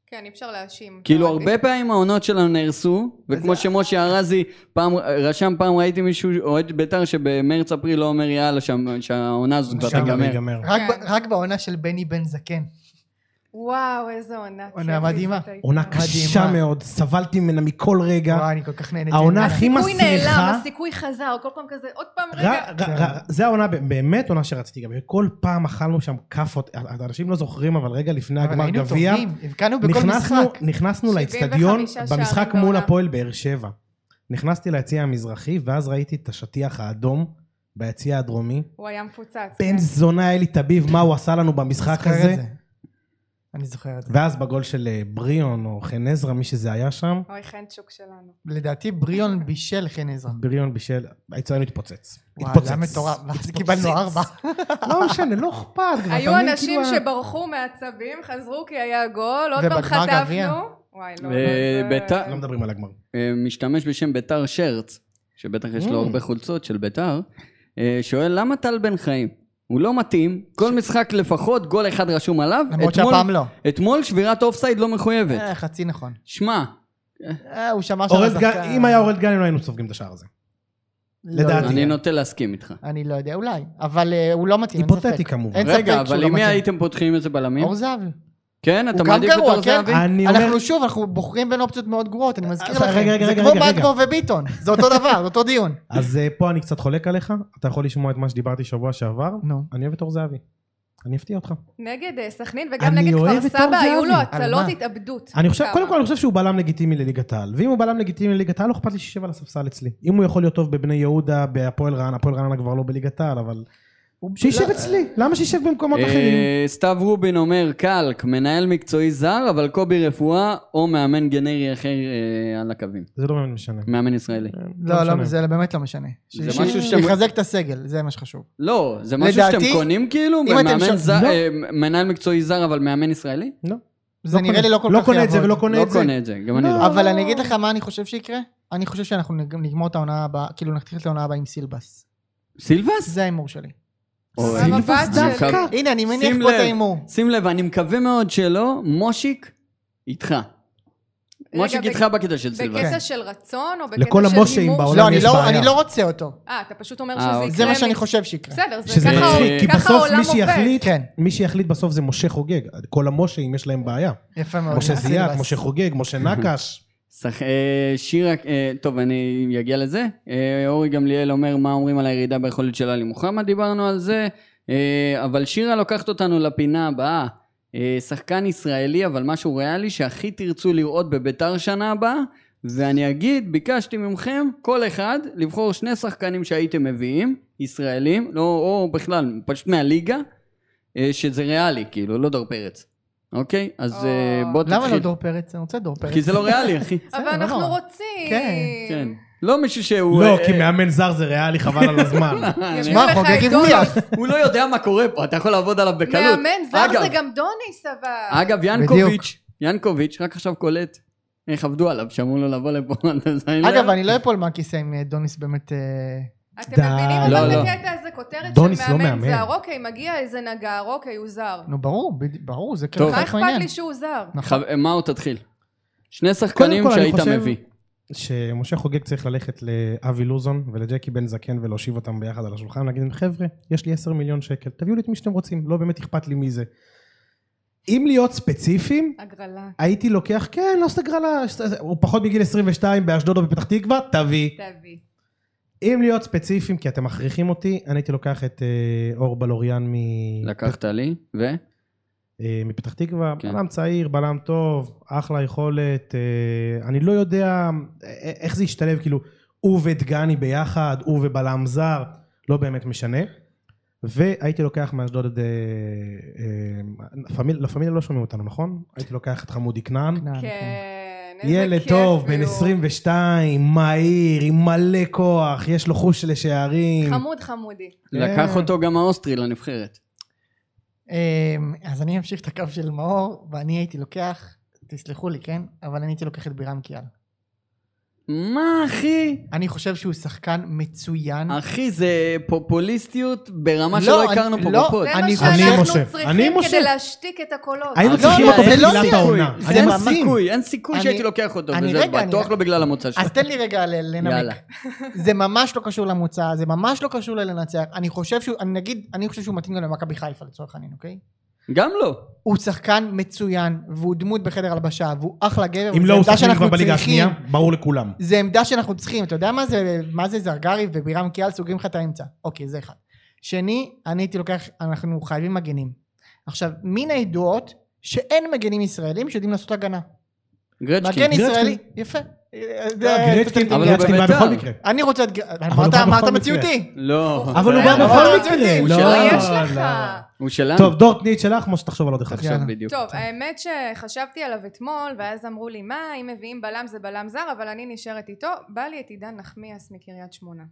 Speaker 5: כן, אי אפשר להאשים.
Speaker 2: כאילו
Speaker 5: לא
Speaker 2: הרבה פעמים העונות שלנו נהרסו, וכמו שמשה ארזי פעם, רשם פעם ראיתי מישהו אוהד בית"ר שבמרץ-אפריל לא אומר יאללה שם- שהעונה הזאת כבר
Speaker 3: שם זה
Speaker 2: תיגמר.
Speaker 3: ייגמר.
Speaker 4: רק,
Speaker 5: כן.
Speaker 4: ב, רק בעונה של בני בן זקן.
Speaker 5: וואו, איזה עונה.
Speaker 4: עונה
Speaker 5: כיפית
Speaker 4: מדהימה.
Speaker 5: זאת הייתה.
Speaker 3: עונה קשה מאוד, סבלתי ממנה מכל רגע.
Speaker 4: וואי, אני כל כך נהניתי.
Speaker 3: כן. העונה
Speaker 4: ממנה.
Speaker 3: הכי
Speaker 5: הסיכוי נעלם,
Speaker 3: מסריחה.
Speaker 5: הסיכוי חזר, כל פעם כזה, עוד פעם
Speaker 3: ר-
Speaker 5: רגע.
Speaker 3: ר-
Speaker 4: כן.
Speaker 3: ר- זה העונה, ב- באמת עונה שרציתי גם, כל פעם אכלנו שם כאפות, אנשים לא זוכרים, אבל רגע לפני
Speaker 4: אבל
Speaker 3: הגמר
Speaker 4: היינו
Speaker 3: גביע,
Speaker 4: טובים, הבקענו בכל
Speaker 3: נכנסנו,
Speaker 4: משחק.
Speaker 3: נכנסנו
Speaker 5: 75
Speaker 3: לאצטדיון
Speaker 5: שערים
Speaker 3: במשחק
Speaker 5: בעונה.
Speaker 3: מול הפועל באר שבע. נכנסתי ליציע המזרחי, ואז ראיתי את השטיח האדום ביציע הדרומי.
Speaker 5: הוא היה מפוצץ. כן.
Speaker 3: בן זונה היה לי תביב, מה הוא עשה לנו במשחק
Speaker 4: זוכר את
Speaker 3: הזה.
Speaker 4: זה. אני זוכר את זה.
Speaker 3: ואז בגול של אה, בריאון או חן עזרא, מי שזה היה שם,
Speaker 5: אוי, חנצ'וק שלנו.
Speaker 4: לדעתי בריון בישל חן עזרא.
Speaker 3: בריאון בישל, היצואן התפוצץ.
Speaker 4: וואי,
Speaker 3: התפוצץ.
Speaker 4: זה היה מטורף. ואז
Speaker 3: התפוצץ.
Speaker 4: קיבלנו ארבע.
Speaker 3: לא משנה, לא אכפת. כבר,
Speaker 5: היו
Speaker 3: אתה מבין,
Speaker 5: אנשים
Speaker 3: כאילו,
Speaker 5: שברחו מעצבים, חזרו כי היה גול, עוד פעם
Speaker 4: ובגמר גביע.
Speaker 5: חטפנו. וואי, לא.
Speaker 2: אה,
Speaker 5: זה-
Speaker 2: בית"ר-
Speaker 3: לא מדברים על הגמר.
Speaker 2: אה, משתמש בשם ביתר שרץ, שבטח יש לו
Speaker 3: Mm.
Speaker 2: הרבה חולצות של ביתר, אה, שואל למה טל בן חיים? הוא לא מתאים, כל משחק לפחות גול אחד רשום עליו,
Speaker 4: למרות
Speaker 2: אתמול-
Speaker 4: שהפעם לא.
Speaker 2: אתמול שבירת אופסייד לא מחויבת.
Speaker 4: אה, חצי נכון.
Speaker 2: שמע,
Speaker 4: אה, הוא שמע
Speaker 3: אורל דגן- אם היה אורל דגני, לא היינו סופגים את השער הזה.
Speaker 4: כן, לא
Speaker 3: לדעתי.
Speaker 4: יודע.
Speaker 2: אני נוטה להסכים איתך.
Speaker 4: אני לא יודע, אולי. אבל אה, הוא לא מתאים, אין ספק.
Speaker 3: היפותטי כמובן.
Speaker 4: אין ספק
Speaker 2: רגע,
Speaker 4: שהוא
Speaker 2: אבל
Speaker 4: לא
Speaker 2: עם מי
Speaker 4: מתאים.
Speaker 2: הייתם פותחים איזה בלמים?
Speaker 4: אור זהבי.
Speaker 2: כן, אתה
Speaker 4: הוא גם
Speaker 2: מעדיף את
Speaker 4: גרוע,
Speaker 2: אור
Speaker 4: כן?
Speaker 2: זהבי?
Speaker 3: אני אומר,
Speaker 4: אנחנו שוב, אנחנו בוחרים בין אופציות מאוד גרועות, אני מזכיר
Speaker 3: עכשיו,
Speaker 4: לכם.
Speaker 3: רגע, רגע,
Speaker 4: זה
Speaker 3: רגע,
Speaker 4: כמו
Speaker 3: רגע,
Speaker 4: בנקו וביטון, זה אותו דבר, זה אותו דיון.
Speaker 3: אז אה, פה אני קצת חולק עליך, אתה יכול לשמוע את מה שדיברתי שבוע שעבר,
Speaker 4: נו.
Speaker 3: אני אוהב את אור זהבי. אני אפתיע אותך.
Speaker 5: נגד אה, סכנין וגם
Speaker 3: אני
Speaker 5: נגד
Speaker 3: אוהב
Speaker 5: כפר
Speaker 3: את
Speaker 5: סבא,
Speaker 3: אור
Speaker 5: היו לו
Speaker 3: זהבי.
Speaker 4: על
Speaker 5: הצלות
Speaker 4: מה?
Speaker 5: התאבדות.
Speaker 3: אני חושב,
Speaker 5: כמה?
Speaker 3: קודם כל אני חושב שהוא בלם לגיטימי לליגת העל, ואם הוא בלם לגיטימי לליגת העל, לא אכפת לי שישב על הספסל אצלי. אם הוא יכול להיות טוב בבני יהודה, בהפועל רעננה, הפועל רעננה כבר לא בליגת העל, אבל... שישב
Speaker 4: לא-
Speaker 3: אצלי, למה שישב במקומות אחרים?
Speaker 2: אה, סתיו רובין אומר, קלק, מנהל מקצועי זר, אבל קובי רפואה, או מאמן גנרי אחר אה, על הקווים.
Speaker 3: זה לא באמת משנה.
Speaker 2: מאמן ישראלי.
Speaker 4: לא, לא,
Speaker 3: משנה.
Speaker 4: זה באמת לא משנה.
Speaker 2: זה
Speaker 4: ש-
Speaker 2: משהו
Speaker 4: ש-
Speaker 2: שאתם-
Speaker 4: שיחזק את הסגל, זה מה שחשוב.
Speaker 2: לא, זה משהו
Speaker 4: לדעתי,
Speaker 2: שאתם קונים כאילו?
Speaker 4: אם אתם
Speaker 2: מאמן
Speaker 4: שם-
Speaker 2: זר-
Speaker 4: לא.
Speaker 2: אה, מנהל מקצועי זר, אבל מאמן ישראלי?
Speaker 3: לא.
Speaker 4: זה
Speaker 3: לא
Speaker 4: נראה
Speaker 3: קונה.
Speaker 4: לי לא כל כך
Speaker 3: לא קונה את זה
Speaker 4: יעבוד.
Speaker 3: ולא קונה
Speaker 2: לא
Speaker 3: את זה.
Speaker 2: קונה את זה, גם אני
Speaker 3: לא.
Speaker 2: לא.
Speaker 4: אבל אני אגיד לך מה אני חושב שיקרה, אני חושב שאנחנו נג- נגמור את העונה הבאה, כאילו נתחיל את העונה הבאה עם סילבס.
Speaker 2: סילבס?
Speaker 4: זה ההימור שלי.
Speaker 2: אוי.
Speaker 5: סבבה,
Speaker 3: סילבס
Speaker 5: בת
Speaker 2: דווקא.
Speaker 5: שלי.
Speaker 4: הנה, אני מניח
Speaker 2: שים
Speaker 4: פה את
Speaker 2: לב.
Speaker 4: ההימור.
Speaker 2: שים לב, אני מקווה מאוד שלא, מושיק איתך.
Speaker 5: רגע,
Speaker 2: מושיק
Speaker 5: בק-
Speaker 2: איתך בקטע של סילבס.
Speaker 5: בקטע של רצון או בקטע של
Speaker 3: כן. לכל
Speaker 5: הימור?
Speaker 3: המושים בעולם.
Speaker 4: לא, אני
Speaker 3: יש
Speaker 4: לא-
Speaker 3: בעיה.
Speaker 4: אני לא רוצה אותו.
Speaker 5: אה, אתה פשוט אומר
Speaker 2: אה,
Speaker 5: שזה
Speaker 2: אוקיי.
Speaker 5: יקרה.
Speaker 4: זה מה שאני
Speaker 5: מ-
Speaker 4: חושב שיקרה.
Speaker 5: בסדר, זה
Speaker 3: שזה
Speaker 5: ככה
Speaker 3: מצחיק, כי
Speaker 5: ככה
Speaker 3: בסוף
Speaker 5: העולם
Speaker 3: מי
Speaker 5: עובד.
Speaker 3: שיחליט,
Speaker 4: כן.
Speaker 3: מי שיחליט בסוף זה משה חוגג. כל המשה, אם יש להם בעיה.
Speaker 4: יפה מאוד.
Speaker 3: משה
Speaker 4: סילבס.
Speaker 3: זיאק, משה
Speaker 4: אה.
Speaker 3: חוגג, משה נקש.
Speaker 2: שח... אה, שירה, אה, טוב, אני אגיע לזה. אה, אורי גמליאל אומר מה אומרים על הירידה ביכולת של עלי מוחמד, דיברנו על זה. אה, אבל שירה לוקחת אותנו לפינה הבאה. אה, שחקן ישראלי, אבל משהו ריאלי שהכי תרצו לראות בביתר שנה הבאה. ואני אגיד, ביקשתי מכם, כל אחד, לבחור שני שחקנים שהייתם מביאים, ישראלים, לא, או בכלל, פשוט מהליגה, אה, שזה ריאלי, כאילו, לא דור פרץ. אוקיי? אז אה,
Speaker 5: או.
Speaker 2: בוא תתחיל.
Speaker 4: למה לא דור לא פרץ? אני רוצה דור פרץ.
Speaker 2: כי זה לא ריאלי, אחי.
Speaker 5: אבל
Speaker 4: בסדר, לא
Speaker 5: אנחנו
Speaker 4: נורא.
Speaker 5: רוצים.
Speaker 4: כן.
Speaker 2: כן. לא מישהו שהוא...
Speaker 3: לא,
Speaker 2: אה,
Speaker 3: כי
Speaker 2: אה,
Speaker 3: מאמן זר זה ריאלי, חבל על הזמן.
Speaker 4: שמע, חוגג הבטיח.
Speaker 2: הוא לא יודע מה קורה פה, אתה יכול לעבוד עליו כן. בקלות.
Speaker 5: מאמן זר
Speaker 2: אגב- אה,
Speaker 5: זה גם דוניס אבל.
Speaker 2: אגב,
Speaker 4: בדיוק.
Speaker 2: ינקוביץ', ינקוביץ', רק עכשיו קולט איך עבדו עליו, שאמרו לו לבוא לפה. אז אני לא-
Speaker 4: אגב, אני לא אפול מהכיסא אם אה, דוניס באמת... אה,
Speaker 5: אתם
Speaker 3: די.
Speaker 5: מבינים
Speaker 2: לא,
Speaker 5: אבל
Speaker 2: לא.
Speaker 5: את הקטע הזה כותרת
Speaker 3: דוניס
Speaker 5: של
Speaker 3: לא
Speaker 5: מאמן
Speaker 3: מאמן.
Speaker 5: זר. אוקיי, מגיע איזה נגר, אוקיי, הוא זר.
Speaker 4: נו, ברור, בד- ברור, זה כאילו
Speaker 2: טוב.
Speaker 5: מה
Speaker 4: חלק
Speaker 5: לא אכפת
Speaker 4: מהעניין.
Speaker 5: לי שהוא זר?
Speaker 4: נכון.
Speaker 2: חב- מאו תתחיל. שני שחקנים
Speaker 3: כל, אני
Speaker 2: שהיית
Speaker 3: חושב-
Speaker 2: מביא.
Speaker 3: שמשה חוגג צריך ללכת לאבי לוזון ולג'קי בן זקן ולהושיב אותם ביחד על השולחן, להגיד להם, חבר'ה, יש לי 10 מיליון שקל, תביאו לי את מי שאתם רוצים, לא באמת אכפת לי מי זה. אם להיות ספציפיים,
Speaker 5: הגרלה.
Speaker 3: הייתי לוקח, כן, לא סגרלה, הוא פחות מגיל 22 באשדוד או בפתח תקווה, תביא.
Speaker 5: תביא.
Speaker 3: אם להיות ספציפיים, כי אתם מכריחים אותי, אני הייתי לוקח את אה, אור בלוריאן מ...
Speaker 2: לקחת לי, ו?
Speaker 3: אה, מפתח תקווה,
Speaker 2: כן.
Speaker 3: כן. בלם צעיר, בלם טוב, אחלה יכולת, אה, אני לא יודע אה, איך זה ישתלב, כאילו, הוא ודגני ביחד, הוא ובלם זר, לא באמת משנה. והייתי לוקח מאשדוד את... אה, אה, פמיל- לה פמיליה לא שומעים אותנו, נכון? הייתי לוקח את חמודי כנען.
Speaker 4: כנען, כן.
Speaker 5: כן, איזה כיף.
Speaker 3: אה, נכון. ילד טוב, בן
Speaker 5: לו.
Speaker 3: 22, מהיר, עם מלא כוח, יש לו חוש לשערים.
Speaker 5: חמוד חמודי.
Speaker 2: לקח אותו גם האוסטרי לנבחרת.
Speaker 4: אמ, אז אני אמשיך את הקו של מאור, ואני הייתי לוקח, תסלחו לי, כן? אבל אני הייתי לוקח את בירם קיאל.
Speaker 2: מה, אחי?
Speaker 4: אני חושב שהוא שחקן מצוין.
Speaker 2: אחי, זה פופוליסטיות ברמה
Speaker 4: לא,
Speaker 2: שלא
Speaker 4: אני-
Speaker 2: הכרנו פה
Speaker 4: לא,
Speaker 2: בפוד.
Speaker 5: זה
Speaker 4: אני-
Speaker 5: מה
Speaker 3: אני
Speaker 5: שאנחנו
Speaker 3: משה. אני
Speaker 5: צריכים
Speaker 3: משה.
Speaker 5: כדי להשתיק את הקולות.
Speaker 3: היינו
Speaker 4: לא,
Speaker 3: צריכים
Speaker 4: לא,
Speaker 3: אותו
Speaker 4: זה לא
Speaker 3: בתחילת
Speaker 4: סיכוי.
Speaker 3: העונה.
Speaker 4: זה
Speaker 2: אין
Speaker 3: אתם מאמינים?
Speaker 2: סיכוי, אין סיכוי
Speaker 4: אני-
Speaker 2: שהייתי לוקח אותו,
Speaker 4: אני-
Speaker 2: וזה
Speaker 4: רגע, אני-
Speaker 2: בטוח לא בגלל המוצא שלך.
Speaker 4: אז תן לי רגע ל-
Speaker 3: כן,
Speaker 2: יאללה.
Speaker 4: לנמק. זה ממש לא קשור למוצא, זה ממש לא קשור ללנצח. אני חושב שהוא, אני נגיד, אני חושב שהוא מתאים גם למכבי חיפה לצורך העניין, אוקיי?
Speaker 2: גם לא.
Speaker 4: הוא שחקן מצוין, והוא דמות בחדר הלבשה, והוא אחלה גבר,
Speaker 3: אם
Speaker 4: וזו
Speaker 3: לא, הוא
Speaker 4: עמדה
Speaker 3: שחקן כבר
Speaker 4: שאנחנו
Speaker 3: בליגה השנייה,
Speaker 4: צריכים.
Speaker 3: ברור לכולם.
Speaker 4: זה עמדה שאנחנו צריכים, אתה יודע מה זה, מה זה זרגרי ובירם קיאל סוגרים לך את האמצע. אוקיי, זה אחד. שני, אני הייתי לוקח, אנחנו חייבים מגנים. עכשיו, מן הידועות שאין מגנים ישראלים שיודעים לעשות הגנה.
Speaker 3: כן,
Speaker 2: גרצ'קין.
Speaker 4: מגן ישראלי, יפה. אה, זה-
Speaker 3: גרצ'קין
Speaker 2: אבל הוא
Speaker 3: גרצ'קין בא
Speaker 2: בביתר.
Speaker 3: בכל מקרה.
Speaker 4: אני רוצה את... גר-
Speaker 3: לא, הוא בא
Speaker 4: אמרת
Speaker 3: בכל
Speaker 4: אמרת
Speaker 3: מקרה. כן,
Speaker 4: מציאותי.
Speaker 2: לא.
Speaker 3: אבל הוא
Speaker 5: זה
Speaker 3: בא
Speaker 5: לא
Speaker 3: בכל
Speaker 5: לא
Speaker 3: מקרה.
Speaker 5: רציני,
Speaker 2: לא,
Speaker 5: מה יש לך?
Speaker 2: הוא שלנו.
Speaker 3: טוב, דור, תני את שלך, כמו שתחשוב על עוד אחד.
Speaker 2: עכשיו
Speaker 4: יאללה.
Speaker 2: בדיוק.
Speaker 5: טוב, אה, האמת שחשבתי עליו אתמול, ואז אמרו לי, מה, אם מביאים בלם זה בלם זר, אבל אני נשארת איתו. בא לי את עידן נחמיאס מקריית שמונה.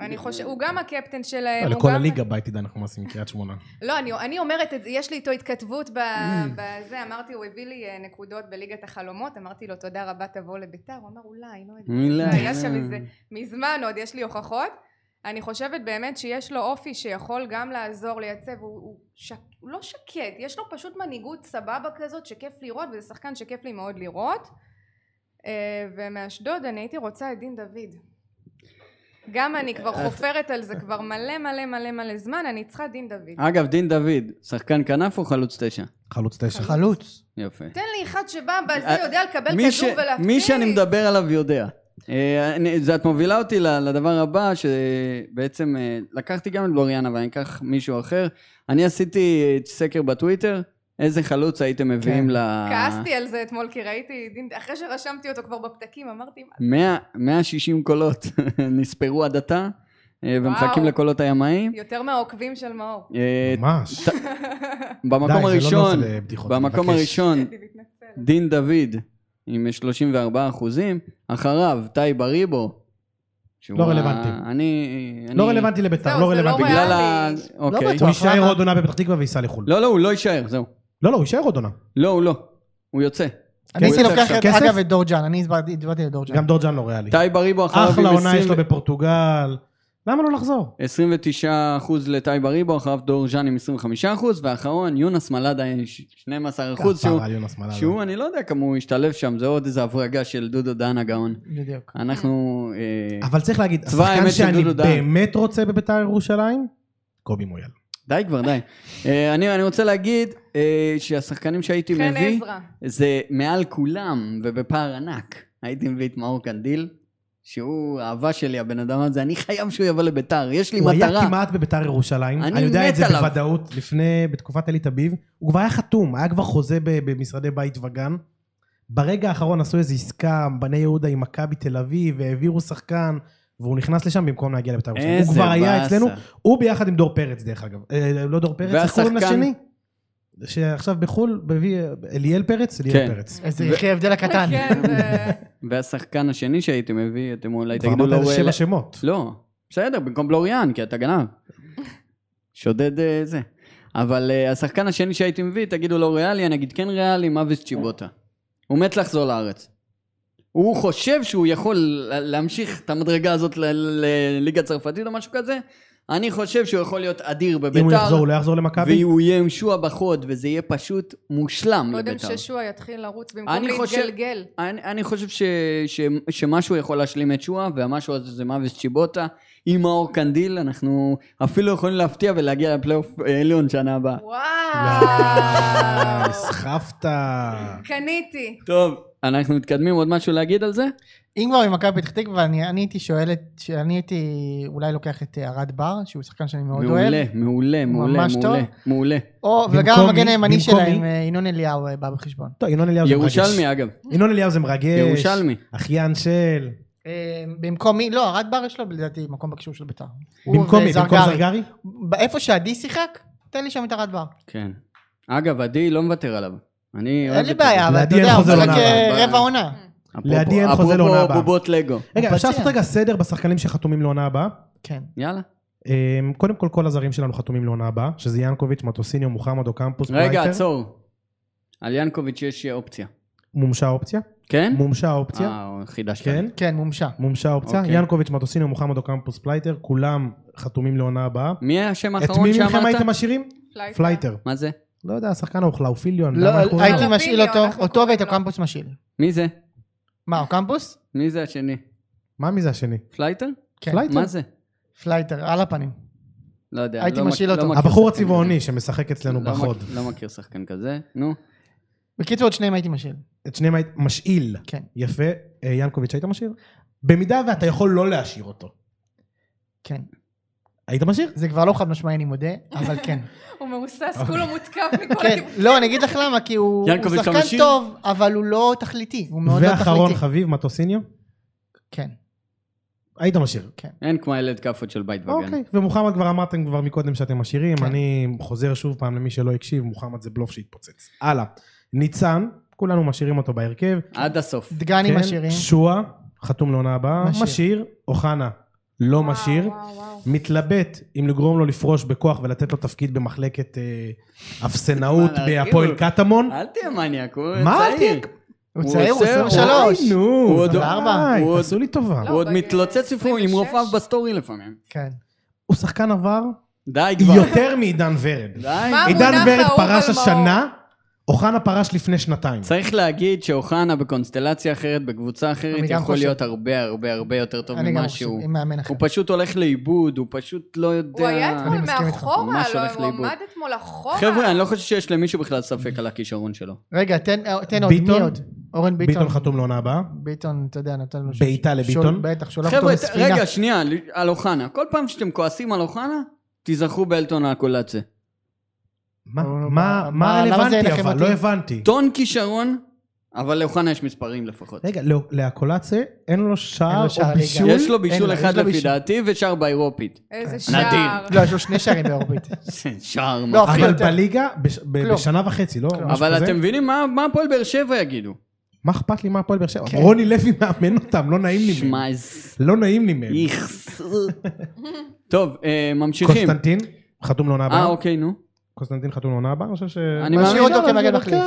Speaker 5: אני חושב, הוא גם הקפטן שלהם, הוא
Speaker 3: לכל
Speaker 5: גם-
Speaker 3: הליגה בית עידן אנחנו עושים קריית שמונה.
Speaker 5: לא, אני, אני אומרת את זה, יש לי איתו התכתבות ב-
Speaker 3: Mm.
Speaker 5: בזה, אמרתי, הוא הביא לי אה, נקודות בליגת החלומות, אמרתי לו, תודה רבה, תבוא לביתר, הוא אמר, אולי, לא יודעת.
Speaker 2: אולי,
Speaker 5: זה היה שם
Speaker 2: אולי.
Speaker 5: איזה, מזמן עוד, יש לי הוכחות. אני חושבת באמת שיש לו אופי שיכול גם לעזור לייצב, הוא, הוא, שק, הוא לא שקט, יש לו פשוט מנהיגות סבבה כזאת שכיף לראות, וזה שחקן שכיף לי מאוד לראות. אה, ומאשדוד אני הייתי רוצה את דין דוד. גם אני כבר
Speaker 2: אה,
Speaker 5: חופרת על זה כבר מלא מלא מלא מלא זמן, אני צריכה דין דוד.
Speaker 2: אגב, דין דוד, שחקן כנף או חלוץ תשע?
Speaker 3: חלוץ תשע.
Speaker 4: חלוץ.
Speaker 2: יפה.
Speaker 5: תן לי אחד שבא בזה, יודע לקבל
Speaker 2: אה, מי ש-
Speaker 5: כדור ולהפציץ.
Speaker 2: מי שאני מדבר עליו יודע. אה, אני- זה- את מובילה אותי ל- לדבר הבא, שבעצם אה, לקחתי גם את לוריאן, אבל אני אקח מישהו אחר. אני עשיתי אה, סקר בטוויטר, איזה חלוץ הייתם מביאים
Speaker 4: כן.
Speaker 2: ל...
Speaker 5: כעסתי על זה אתמול, כי ראיתי, דין- אחרי שרשמתי אותו כבר בפתקים, אמרתי, מה-
Speaker 2: 100 160 קולות נספרו עד עתה, אה, ומחכים
Speaker 5: וואו.
Speaker 2: לקולות הימאים.
Speaker 5: יותר מהעוקבים של מאור.
Speaker 2: אה,
Speaker 3: ממש.
Speaker 2: במקום
Speaker 3: די, זה לא
Speaker 2: הראשון,
Speaker 3: נושא לבדיחות, אני
Speaker 2: במקום
Speaker 3: מבקש.
Speaker 2: הראשון,
Speaker 5: אני מתנצלת.
Speaker 2: דין דוד עם 34 אחוזים, אחריו טייב אריבו. שהוא
Speaker 3: לא
Speaker 2: ה-
Speaker 3: רלוונטי.
Speaker 2: אני... אני-
Speaker 3: לא רלוונטי לביתר,
Speaker 5: זהו,
Speaker 3: לא
Speaker 5: זה לא
Speaker 3: רלוונטי.
Speaker 5: ריאלי. לא
Speaker 2: בגלל ה... אוקיי.
Speaker 3: הוא
Speaker 4: בטוח.
Speaker 3: יישאר עוד עונה בפתח תקווה וייסע לחו"ל.
Speaker 2: לא, לא, הוא לא יישאר, זהו.
Speaker 3: לא, לא, הוא יישאר עוד עונה.
Speaker 2: לא, הוא לא. הוא יוצא.
Speaker 4: אני הייתי
Speaker 2: כסף?
Speaker 4: לוקח, את-
Speaker 3: כסף?
Speaker 4: אגב, את דורג'אן, אני הסברתי- הצבעתי לדורג'אן.
Speaker 3: גם דורג'אן לא ריאלי.
Speaker 2: טייב אריבו אחריו
Speaker 3: אחלה
Speaker 2: עם
Speaker 3: עונה יש
Speaker 2: 20
Speaker 3: לו בפורטוגל. למה לא לחזור?
Speaker 2: 29 אחוז לטייב אריבו, אחריו דור ז'אן עם 25 אחוז, ואחרון יונס מלאדה עם 12 אחוז, שהוא,
Speaker 3: כפרה על יונס מלאדה.
Speaker 2: שהוא אני לא יודע כמה הוא השתלב שם, זה עוד איזה הברגה של דודו דן הגאון.
Speaker 4: בדיוק.
Speaker 2: אנחנו... אה,
Speaker 3: אבל צריך להגיד,
Speaker 2: צבא
Speaker 3: השחקן
Speaker 2: האמת של
Speaker 3: שאני
Speaker 2: דודו דן. באמת
Speaker 3: באמת רוצה בביתר ירושלים, קובי מויאל.
Speaker 2: די כבר, די. אה, אני אני רוצה להגיד אה, שהשחקנים שהייתי
Speaker 5: חן
Speaker 2: מביא,
Speaker 5: עזרא.
Speaker 2: זה מעל כולם ובפער ענק. הייתי מביא את מאור קנדיל, שהוא האהבה שלי, הבן אדם הזה, אני חייב שהוא יבוא לביתר, יש לי
Speaker 3: הוא היה
Speaker 2: מטרה.
Speaker 3: כמעט בביתר ירושלים,
Speaker 2: אני
Speaker 3: אני יודע
Speaker 2: מת
Speaker 3: את זה
Speaker 2: עליו.
Speaker 3: בוודאות, לפני, בתקופת אלי תביב, הוא כבר היה חתום, היה כבר חוזה ב- במשרדי בית וגן. ברגע האחרון עשו איזו עסקה, בני יהודה עם מכבי תל אביב, והעבירו שחקן, והוא נכנס לשם במקום להגיע לביתר ירושלים. הוא
Speaker 2: איזה
Speaker 3: כבר היה
Speaker 2: באסה.
Speaker 3: אצלנו, הוא ביחד עם דור פרץ דרך אגב. אה, לא דור פרץ, איך קוראים
Speaker 2: והשחקן-
Speaker 3: לשני? שעכשיו בחו"ל, בביא- אליאל פרץ? אליאל
Speaker 2: כן.
Speaker 3: פרץ.
Speaker 4: איזה יחי ההבדל הקטן.
Speaker 5: כן, ו-
Speaker 2: והשחקן השני שהייתי מביא, אתם אולי
Speaker 3: כבר
Speaker 2: תגידו
Speaker 3: אמרת
Speaker 2: לו...
Speaker 3: איזה
Speaker 2: אה,
Speaker 3: שבע
Speaker 2: לא-
Speaker 3: שמות.
Speaker 2: לא, בסדר, במקום בלוריאן, כי אתה גנב. שודד אה, זה. אבל אה, השחקן השני שהייתי מביא, תגידו לא ריאלי, אני אגיד כן ריאלי, מוויס צ'יבוטה. הוא מת לחזור לארץ. הוא חושב שהוא יכול ל- להמשיך את המדרגה הזאת ל- לליגה הצרפתית או משהו כזה. אני חושב שהוא יכול להיות אדיר בביתר.
Speaker 3: אם הוא יחזור, הוא לא יחזור למכבי?
Speaker 2: והוא יהיה עם שוע בחוד, וזה יהיה פשוט מושלם
Speaker 5: קודם
Speaker 2: לביתר.
Speaker 5: ששועה יתחיל לרוץ במקום
Speaker 2: אני חושב-
Speaker 5: להתגלגל.
Speaker 2: אני, אני חושב ש, ש, שמשהו יכול להשלים את שואה, והמשהו הזה זה מוויס צ'יבוטה. עם מאור קנדיל, אנחנו אפילו יכולים להפתיע ולהגיע לפלייאוף עליון שנה הבאה.
Speaker 5: וואו.
Speaker 3: נסחפת.
Speaker 5: קניתי.
Speaker 2: טוב, אנחנו מתקדמים, עוד משהו להגיד על זה?
Speaker 4: אם כבר עם מכבי פתח תקווה, אני אני הייתי שואל את, שאני הייתי אולי לוקח את אה, ארד בר, שהוא שחקן שאני מאוד אוהב.
Speaker 2: מעולה, מעולה, מעולה,
Speaker 4: ממש
Speaker 2: מעולה,
Speaker 4: טוב.
Speaker 2: מעולה.
Speaker 4: או,
Speaker 3: במקום
Speaker 4: וגם
Speaker 3: מי?
Speaker 4: המגן הימני
Speaker 3: במקום
Speaker 4: שלהם,
Speaker 3: מי?
Speaker 4: אה, ינון אליהו אה, בא בחשבון.
Speaker 3: טוב, ינון אליהו זה מרגש.
Speaker 2: ירושלמי אגב,
Speaker 3: ינון אליהו זה מרגש.
Speaker 2: ירושלמי.
Speaker 3: אחיין של...
Speaker 4: אה, במקום מי? לא, ארד בר יש לו לדעתי מקום בקישור של בית"ר. הוא
Speaker 3: במקום מי? במקום
Speaker 4: וזרגרי.
Speaker 3: זרגרי?
Speaker 4: ב- איפה שעדי שיחק, תן לי שם את ארד בר.
Speaker 2: כן. אגב, עדי לא מוותר עליו. אני אוהב
Speaker 4: אין לי
Speaker 2: את זה.
Speaker 4: בעיה, אבל
Speaker 3: לעדי
Speaker 4: אתה
Speaker 3: אין
Speaker 4: יודע, הוא
Speaker 3: חוזה
Speaker 4: משחק
Speaker 3: לעונה
Speaker 4: אה,
Speaker 2: הבאה.
Speaker 4: רבע עונה.
Speaker 2: אפרופו-
Speaker 3: לעדי אין חוזה לעונה הבאה.
Speaker 2: אפרופו בובות לגו.
Speaker 3: רגע,
Speaker 4: הוא
Speaker 3: אפשר
Speaker 4: פציע.
Speaker 3: לעשות רגע סדר בשחקנים שחתומים לעונה הבאה?
Speaker 4: כן.
Speaker 2: יאללה.
Speaker 3: אמ, קודם כל, כל הזרים שלנו חתומים לעונה הבאה, שזה ינקוביץ', מטוסיניו, מוחמד או קמפוס,
Speaker 2: רגע,
Speaker 3: ברייטר.
Speaker 2: עצור. על ינקוביץ' יש אופציה.
Speaker 3: מומשה האופציה?
Speaker 2: כן?
Speaker 3: מומשה האופציה?
Speaker 2: אה, חידשת.
Speaker 3: כן.
Speaker 4: כן, מומשה.
Speaker 3: מומשה האופציה?
Speaker 2: אוקיי.
Speaker 3: ינקוביץ', מטוסיניו, מוחמד או קמפוס, פלייטר, כולם חתומים לעונה הבאה.
Speaker 2: מי השם
Speaker 3: את
Speaker 2: האחרון
Speaker 3: מי מכם
Speaker 2: שאמרת?
Speaker 3: הייתם משאירים?
Speaker 5: פלייטר.
Speaker 3: פלייטר.
Speaker 2: מה זה?
Speaker 3: לא יודע, השחקן האוכלאופיליון.
Speaker 4: לא,
Speaker 3: למה אנחנו-
Speaker 4: הייתי
Speaker 5: לו?
Speaker 4: משאיל
Speaker 5: לפיניו,
Speaker 4: אותו,
Speaker 5: אנחנו
Speaker 4: אותו ואת
Speaker 5: קוראים לו.
Speaker 4: הקמפוס משאיל.
Speaker 2: מי זה?
Speaker 4: מה, הקמפוס?
Speaker 2: מי זה השני?
Speaker 3: מה מי זה השני?
Speaker 2: פלייטר?
Speaker 4: כן.
Speaker 3: פלייטר?
Speaker 2: מה זה?
Speaker 4: פלייטר, על הפנים.
Speaker 2: לא יודע.
Speaker 4: הייתי
Speaker 2: לא מכ-
Speaker 4: משאיל
Speaker 2: לא
Speaker 4: אותו.
Speaker 2: מכיר
Speaker 3: הבחור
Speaker 2: שחקן
Speaker 3: הצבעוני
Speaker 2: כזה.
Speaker 3: שמשחק אצלנו
Speaker 2: לא מכ-
Speaker 3: בחוד.
Speaker 2: לא מכיר שחקן כזה. נו.
Speaker 4: בקיצור, את שניהם הייתי משאיל.
Speaker 3: את שניהם היית משאיל.
Speaker 4: כן.
Speaker 3: יפה. אה, ינקוביץ' היית משאיר? במידה ואתה יכול לא להשאיר אותו.
Speaker 4: כן.
Speaker 3: היית משאיר?
Speaker 4: זה כבר לא חד משמעי, אני מודה, אבל כן.
Speaker 5: הוא מהוסס, כולו מותקף
Speaker 4: כן,
Speaker 5: מכל הכיוון.
Speaker 4: לא, אני אגיד לך למה, כי הוא הוא
Speaker 2: ינקוביץ'
Speaker 4: שחקן
Speaker 2: המשאיל?
Speaker 4: טוב, אבל הוא לא תכליתי, הוא מאוד לא
Speaker 3: ואחרון
Speaker 4: תכליתי.
Speaker 3: חביב, מטוסיניו?
Speaker 4: כן.
Speaker 3: היית משאיר.
Speaker 2: אין כמו הילד כאפות של בית בגן.
Speaker 3: אוקיי. ומוחמד כבר אמרתם כבר מקודם שאתם משאירים,
Speaker 4: כן.
Speaker 3: אני חוזר שוב פעם למי שלא הקשיב, מוחמד זה בלוף שהתפוצץ. הלאה. ניצן, כולנו משאירים אותו בהרכב.
Speaker 2: עד הסוף.
Speaker 4: דגני
Speaker 3: כן,
Speaker 4: משאירים.
Speaker 3: שועה, חתום לעונה הבאה,
Speaker 4: משאיר.
Speaker 3: משאיר, אוחנה, לא משאיר,
Speaker 5: וואו, וואו,
Speaker 3: מתלבט אם לגרום לו לפרוש בכוח ולתת לו תפקיד במחלקת אה, אפסנאות
Speaker 2: וואלה,
Speaker 3: בהפועל
Speaker 2: כאילו,
Speaker 3: קטמון.
Speaker 2: אל תהיה מניאק, הוא
Speaker 3: מה אל
Speaker 2: צעיר.
Speaker 4: הוא
Speaker 2: הוא
Speaker 4: צעיר, הוא
Speaker 2: עושה-
Speaker 4: 23.
Speaker 3: אוי, נו,
Speaker 2: הוא עוד-
Speaker 3: די,
Speaker 4: הוא
Speaker 2: עוד-
Speaker 3: תעשו לי טובה.
Speaker 5: לא,
Speaker 2: הוא עוד
Speaker 5: בגיל
Speaker 2: מתלוצץ לפעמים עם
Speaker 5: 26.
Speaker 2: רופאיו בסטורי לפעמים.
Speaker 4: כן.
Speaker 3: הוא שחקן עבר
Speaker 2: די כבר.
Speaker 3: יותר מעידן ורד.
Speaker 2: די.
Speaker 5: מה?
Speaker 3: עידן
Speaker 5: המונח
Speaker 3: ורד
Speaker 5: האהוב
Speaker 3: פרש
Speaker 5: על מאור.
Speaker 3: השנה, אוחנה פרש לפני שנתיים.
Speaker 2: צריך להגיד שאוחנה בקונסטלציה אחרת, בקבוצה אחרת,
Speaker 4: אני גם
Speaker 2: יכול
Speaker 4: חושב.
Speaker 2: להיות הרבה הרבה הרבה יותר טוב
Speaker 4: אני גם
Speaker 2: ממה
Speaker 4: חושב,
Speaker 2: שהוא.
Speaker 4: עם מאמן אחר.
Speaker 2: הוא פשוט הולך לאיבוד, הוא פשוט לא יודע...
Speaker 5: הוא היה אתמול
Speaker 4: אני מסכים איתך.
Speaker 2: הוא
Speaker 5: מאחורה,
Speaker 2: ממש
Speaker 5: לא,
Speaker 2: הולך
Speaker 5: הוא
Speaker 2: לאיבוד.
Speaker 5: עמד אתמול אחורה.
Speaker 2: חבר'ה, אני לא חושב שיש למישהו בכלל ספק על הכישרון שלו.
Speaker 4: רגע, תן אה, תן עוד,
Speaker 3: ביטון?
Speaker 4: מי עוד? אורן ביטון.
Speaker 3: ביטון חתום לעונה הבאה.
Speaker 4: ביטון, אתה יודע, נותן לו... ש-
Speaker 3: בעיטה לביטון?
Speaker 4: שול- בטח, שולח אותו לא,
Speaker 2: חבר'ה, ת-
Speaker 4: בספינה.
Speaker 2: רגע, שנייה, ל- על אוחנה. כל פעם שאתם כועסים על אוחנה, תיזכרו באלטון הקולצה.
Speaker 3: מה-
Speaker 4: נו,
Speaker 3: מה
Speaker 4: מה-
Speaker 3: מה
Speaker 4: למה זה
Speaker 3: רלוונטי
Speaker 4: ינחם
Speaker 3: אבל?
Speaker 4: אותי?
Speaker 3: לא הבנתי.
Speaker 2: טון כישרון, אבל לאוחנה יש מספרים לפחות.
Speaker 3: רגע, לא, לאקולצה אין לו
Speaker 4: אין
Speaker 3: שער
Speaker 4: לו שער
Speaker 3: או
Speaker 4: ליגה.
Speaker 3: בישול?
Speaker 2: יש לו
Speaker 4: אין
Speaker 2: בישול
Speaker 4: לו, יש
Speaker 2: אחד
Speaker 4: לו
Speaker 2: לפי
Speaker 4: בישול.
Speaker 2: דעתי, ושער באירופית.
Speaker 5: איזה שער.
Speaker 2: נדיר.
Speaker 4: לא, יש לו שני שערים באורביט.
Speaker 2: שער
Speaker 4: לא,
Speaker 2: מפחיד.
Speaker 3: אבל
Speaker 4: יותר.
Speaker 3: בליגה, בש- ב-
Speaker 4: כלום.
Speaker 3: בשנה וחצי, לא? משהו
Speaker 2: אבל
Speaker 3: כזה?
Speaker 2: אתם מבינים מה מה הפועל באר שבע יגידו?
Speaker 3: מה אכפת לי מה הפועל באר שבע?
Speaker 4: כן.
Speaker 3: רוני לוי מאמן אותם, לא נעים לי מהם.
Speaker 2: שמייז.
Speaker 3: לא נעים לי מהם.
Speaker 2: איכס. טוב, אה, ממשיכים.
Speaker 3: קוסטנטין, חתום לעונה
Speaker 2: אה,
Speaker 3: הבאה.
Speaker 2: אוקיי, נו.
Speaker 3: קוסטנטין חתום לעונה הבאה, אני חושב ש...
Speaker 2: אני מאמין
Speaker 4: אותו
Speaker 3: כן,
Speaker 4: כמגן
Speaker 3: כן.
Speaker 4: מחליף.
Speaker 2: אה,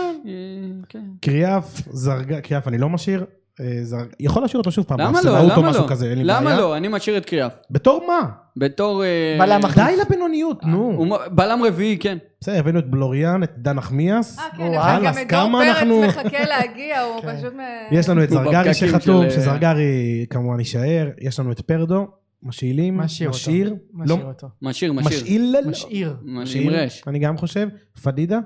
Speaker 2: כן.
Speaker 3: קריאף, זרגה, קריאף אני לא משאיר. אה, זרג- יכול להשאיר אותו שוב פעם,
Speaker 2: למה לא?
Speaker 3: באפסנאות או
Speaker 2: למה
Speaker 3: משהו
Speaker 2: לא?
Speaker 3: כזה, אין לי
Speaker 2: למה
Speaker 3: בעיה.
Speaker 2: לא? אני משאיר את קריאף.
Speaker 3: בתור מה?
Speaker 2: בתור... אה,
Speaker 4: בלם אחר.
Speaker 3: די לבינוניות, נו.
Speaker 2: הוא מ- בלם רביעי, כן.
Speaker 3: בסדר, הבאנו את בלוריאן, את דן נחמיאס.
Speaker 5: אה, כן,
Speaker 3: או,
Speaker 5: אבל גם
Speaker 3: חלאס,
Speaker 5: את
Speaker 3: כמה
Speaker 5: דור
Speaker 3: אנחנו-
Speaker 5: פרץ מחכה להגיע, הוא
Speaker 4: כן.
Speaker 5: פשוט... מ-
Speaker 3: יש לנו את
Speaker 2: הוא
Speaker 3: זרגרי
Speaker 2: בפקקים
Speaker 3: שחתום,
Speaker 2: של, אה,
Speaker 3: שזרגרי כמובן יישאר, יש לנו את פרדו, משאילים,
Speaker 4: משאיר אותו.
Speaker 3: משאיר, לא,
Speaker 4: משאיר אותו.
Speaker 2: משאיר, משאיר.
Speaker 3: משאיל,
Speaker 4: משאיר.
Speaker 2: משאיר רש.
Speaker 3: אני גם חושב, פדידה,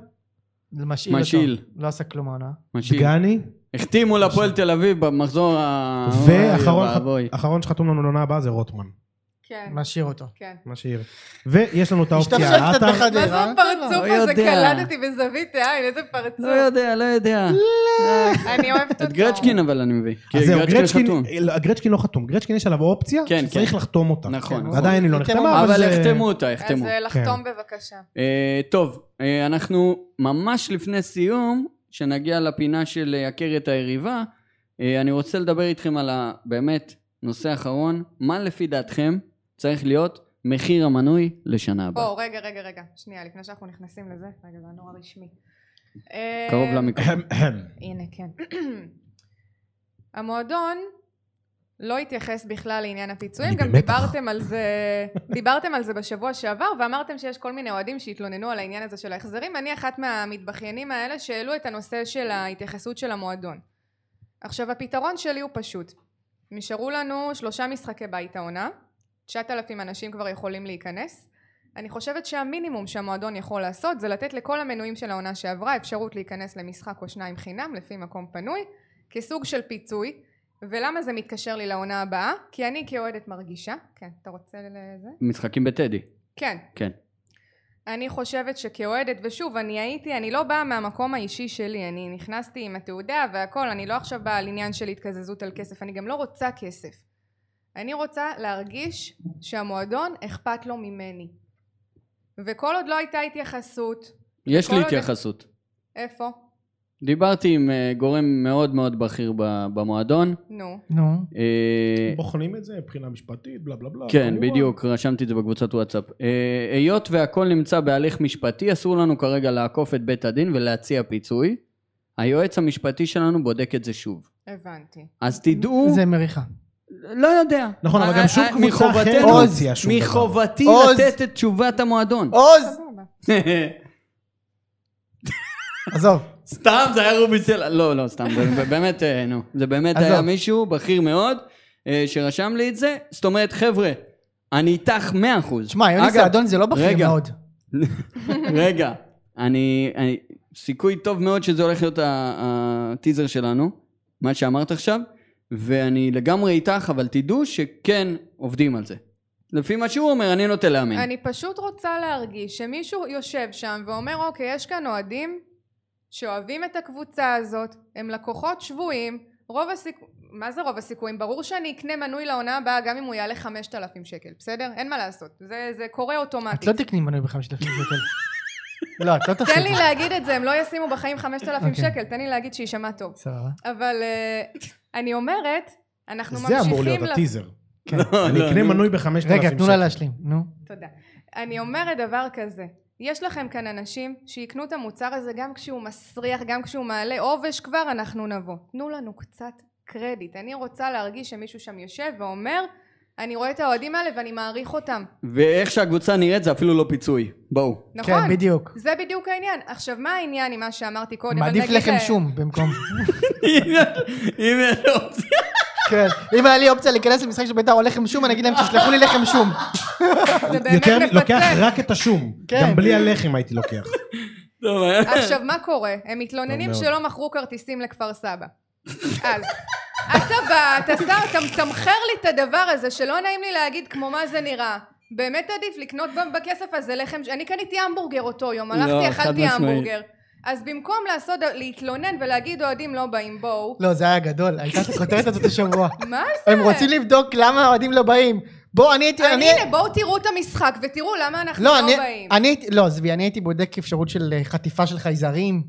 Speaker 4: משאיל
Speaker 2: משאיל.
Speaker 4: אותו. לא עשה כלום העונה.
Speaker 2: משאיר.
Speaker 3: דגני,
Speaker 2: החתימו לפועל תל אביב במחזור ה... אוי,
Speaker 3: ואחרון
Speaker 2: ואבוי.
Speaker 3: אחרון שחתום לנו לעונה הבאה זה רוטמן.
Speaker 5: כן,
Speaker 4: משאיר אותו.
Speaker 5: כן.
Speaker 3: מה שהעיר. ויש לנו את האופציה,
Speaker 4: השתפשף קצת
Speaker 3: עטר,
Speaker 5: מה זה
Speaker 4: בחדרה.
Speaker 5: הפרצוף
Speaker 2: לא
Speaker 5: הזה?
Speaker 2: יודע.
Speaker 5: קלטתי בזווית העין, איזה
Speaker 2: לא
Speaker 5: פרצוף.
Speaker 2: יודע, לא יודע.
Speaker 5: אני אוהבת אותו.
Speaker 2: את גרצ'קין אבל אני מביא. כי
Speaker 3: אז אה, זהו, גרצ'קין,
Speaker 2: חתום.
Speaker 3: גרצ'קין לא חתום, גרצ'קין יש עליו אופציה
Speaker 2: כן,
Speaker 3: שצריך
Speaker 2: כן.
Speaker 3: לחתום אותה.
Speaker 2: נכון,
Speaker 3: אז
Speaker 2: נכון.
Speaker 3: עדיין היא לא נחתמה,
Speaker 2: אבל
Speaker 3: זה-
Speaker 2: החתמו אותה,
Speaker 5: אז
Speaker 2: החתמו.
Speaker 5: אה, לחתום בבקשה.
Speaker 2: אה, טוב, אה, אנחנו ממש לפני סיום, שנגיע לפינה של אה, הכר את היריבה, אה, אני רוצה לדבר איתכם על ה... באמת, נושא אחרון, מה לפי דעתכם צריך להיות מחיר המנוי לשנה הבאה?
Speaker 5: בואו, רגע, רגע, רגע. שנייה, לפני שאנחנו נכנסים לזה. רגע, זה היה נורא רשמי. אה,
Speaker 2: קרוב למיקרופון.
Speaker 3: אהם, אהם.
Speaker 5: הנה, כן. המועדון לא התייחס בכלל לעניין הפיצויים,
Speaker 3: אני
Speaker 5: גם
Speaker 3: במתח.
Speaker 5: דיברתם על זה, דיברתם על זה בשבוע שעבר, ואמרתם שיש כל מיני אוהדים שהתלוננו על העניין הזה של ההחזרים. אני אחת מהמתבכיינים האלה שהעלו את הנושא של ההתייחסות של המועדון. עכשיו, הפתרון שלי הוא פשוט. נשארו לנו שלושה משחקי בית העונה, 9,000 אנשים כבר יכולים להיכנס. אני חושבת שהמינימום שהמועדון יכול לעשות זה לתת לכל המנויים של העונה שעברה אפשרות להיכנס למשחק או שניים חינם לפי מקום פנוי כסוג של פיצוי ולמה זה מתקשר לי לעונה הבאה? כי אני כאוהדת מרגישה כן, אתה רוצה לזה?
Speaker 2: משחקים בטדי.
Speaker 5: כן.
Speaker 2: כן.
Speaker 5: אני חושבת שכאוהדת, ושוב, אני הייתי, אני לא באה מהמקום האישי שלי, אני נכנסתי עם התעודה והכל, אני לא עכשיו באה על עניין של התקזזות על כסף, אני גם לא רוצה כסף. אני רוצה להרגיש שהמועדון אכפת לו ממני. וכל עוד לא הייתה התייחסות,
Speaker 2: יש לי
Speaker 5: כל עוד-
Speaker 2: התייחסות.
Speaker 5: איפה?
Speaker 2: דיברתי עם אה, גורם מאוד מאוד בכיר ב- במועדון.
Speaker 5: נו.
Speaker 4: נו.
Speaker 2: אה,
Speaker 3: בוחנים את זה מבחינה משפטית, בלה בלה בלה.
Speaker 2: כן,
Speaker 3: כמובן.
Speaker 2: בדיוק, רשמתי את זה בקבוצת וואטסאפ. אה, היות והכל נמצא בהליך משפטי, אסור לנו כרגע לעקוף את בית הדין ולהציע פיצוי. היועץ המשפטי שלנו בודק את זה שוב.
Speaker 5: הבנתי.
Speaker 2: אז תדעו,
Speaker 4: זה מריחה.
Speaker 2: לא יודע.
Speaker 3: נכון, אבל גם שום
Speaker 2: אה, אה,
Speaker 3: קבוצה אחרת
Speaker 2: מחובתנו-
Speaker 3: לא הציעה שום דבר.
Speaker 2: מחובתי
Speaker 4: עוז.
Speaker 2: לתת את תשובת המועדון.
Speaker 4: עוז!
Speaker 5: סבבה.
Speaker 4: עזוב.
Speaker 2: סתם, זה היה רובי סלע. לא, לא, סתם, זה באמת, אה, נו. זה באמת
Speaker 4: עזוב.
Speaker 2: היה מישהו בכיר מאוד אה, שרשם לי את זה. זאת אומרת, חבר'ה, אני איתך 100%.
Speaker 4: שמע, יוני
Speaker 2: אגב,
Speaker 4: סעדון זה לא בכיר
Speaker 2: רגע,
Speaker 4: מאוד.
Speaker 2: רגע, אני, אני... סיכוי טוב מאוד שזה הולך להיות ה- הטיזר שלנו, מה שאמרת עכשיו, ואני לגמרי איתך, אבל תדעו שכן עובדים על זה. לפי מה שהוא אומר, אני נוטה להאמין.
Speaker 5: אני פשוט רוצה להרגיש שמישהו יושב שם ואומר, אוקיי, יש כאן אוהדים שאוהבים את הקבוצה הזאת, הם לקוחות שבויים, רוב הסיכויים, מה זה רוב הסיכויים? ברור שאני אקנה מנוי לעונה הבאה גם אם הוא יעלה 5,000 שקל, בסדר? אין מה לעשות, זה, זה קורה
Speaker 4: את לא
Speaker 5: אוטומטית.
Speaker 4: תקני מנוי בחמשת אלפים שקל. לא, את לא תעשי
Speaker 5: תן
Speaker 4: את
Speaker 5: לי
Speaker 4: זה.
Speaker 5: להגיד את זה, הם לא ישימו בחיים 5,000
Speaker 4: אוקיי.
Speaker 5: שקל, תן לי להגיד שיישמע טוב.
Speaker 4: סבבה.
Speaker 5: אבל אה, אני אומרת, אנחנו
Speaker 3: זה אמור להיות
Speaker 5: ממשיכים... ל-
Speaker 3: הטיזר.
Speaker 2: לא,
Speaker 4: כן.
Speaker 2: אה,
Speaker 3: אני אקנה מנוי בחמשת אלפים
Speaker 4: רגע, תנו לה להשלים. נו.
Speaker 2: נכון.
Speaker 5: תודה. אני אומרת דבר כזה, יש לכם כאן אנשים שיקנו את המוצר הזה גם כשהוא מסריח, גם כשהוא מעלה עובש כבר, אנחנו נבוא. תנו לנו קצת קרדיט. אני רוצה להרגיש שמישהו שם יושב ואומר, אני רואה את האוהדים האלה ואני מעריך אותם.
Speaker 2: ואיך שהקבוצה נראית זה אפילו לא פיצוי. בואו.
Speaker 5: נכון?
Speaker 4: כן, בדיוק.
Speaker 5: זה בדיוק העניין. עכשיו, מה העניין עם מה שאמרתי קודם?
Speaker 4: מעדיף
Speaker 5: אבל נגיד,
Speaker 4: לחם
Speaker 5: אה,
Speaker 4: שום במקום.
Speaker 2: אם אין אופציה.
Speaker 4: כן. אם היה לי אופציה להיכנס למשחק של בית"ר או לחם שום, אני אגיד להם, תשלחו לי לחם שום.
Speaker 5: זה
Speaker 3: יותר
Speaker 5: באמת
Speaker 3: לוקח
Speaker 5: מפצה.
Speaker 3: רק את השום.
Speaker 4: כן.
Speaker 3: גם בלי הלחם הייתי לוקח.
Speaker 2: טוב, היה-
Speaker 5: עכשיו, מה קורה? הם מתלוננים
Speaker 3: טוב מאוד.
Speaker 5: שלא מכרו כרטיסים לכפר סבא. אז, אתה בא, אתה שם, אתה מתמחר לי את הדבר הזה, שלא נעים לי להגיד כמו מה זה נראה. באמת עדיף לקנות ב- בכסף הזה לחם, ש- אני קניתי המבורגר אותו יום, הלכתי,
Speaker 2: לא, חד
Speaker 5: אכלתי
Speaker 2: משמעית.
Speaker 5: המבורגר. אז במקום לעשות, להתלונן ולהגיד אוהדים לא באים, בואו.
Speaker 4: לא, זה היה גדול. הייתה את הכותרת הזאת השבוע.
Speaker 5: מה זה?
Speaker 4: הם רוצים לבדוק למה האוהדים לא באים. בוא, אני הייתי...
Speaker 5: כן. אני,
Speaker 4: אני-
Speaker 5: הנה, בואו תראו את המשחק ותראו למה אנחנו
Speaker 4: לא,
Speaker 5: לא
Speaker 4: אני,
Speaker 5: באים.
Speaker 4: אני הייתי, לא, עזבי, אני הייתי בודק אפשרות של אה, חטיפה של חייזרים.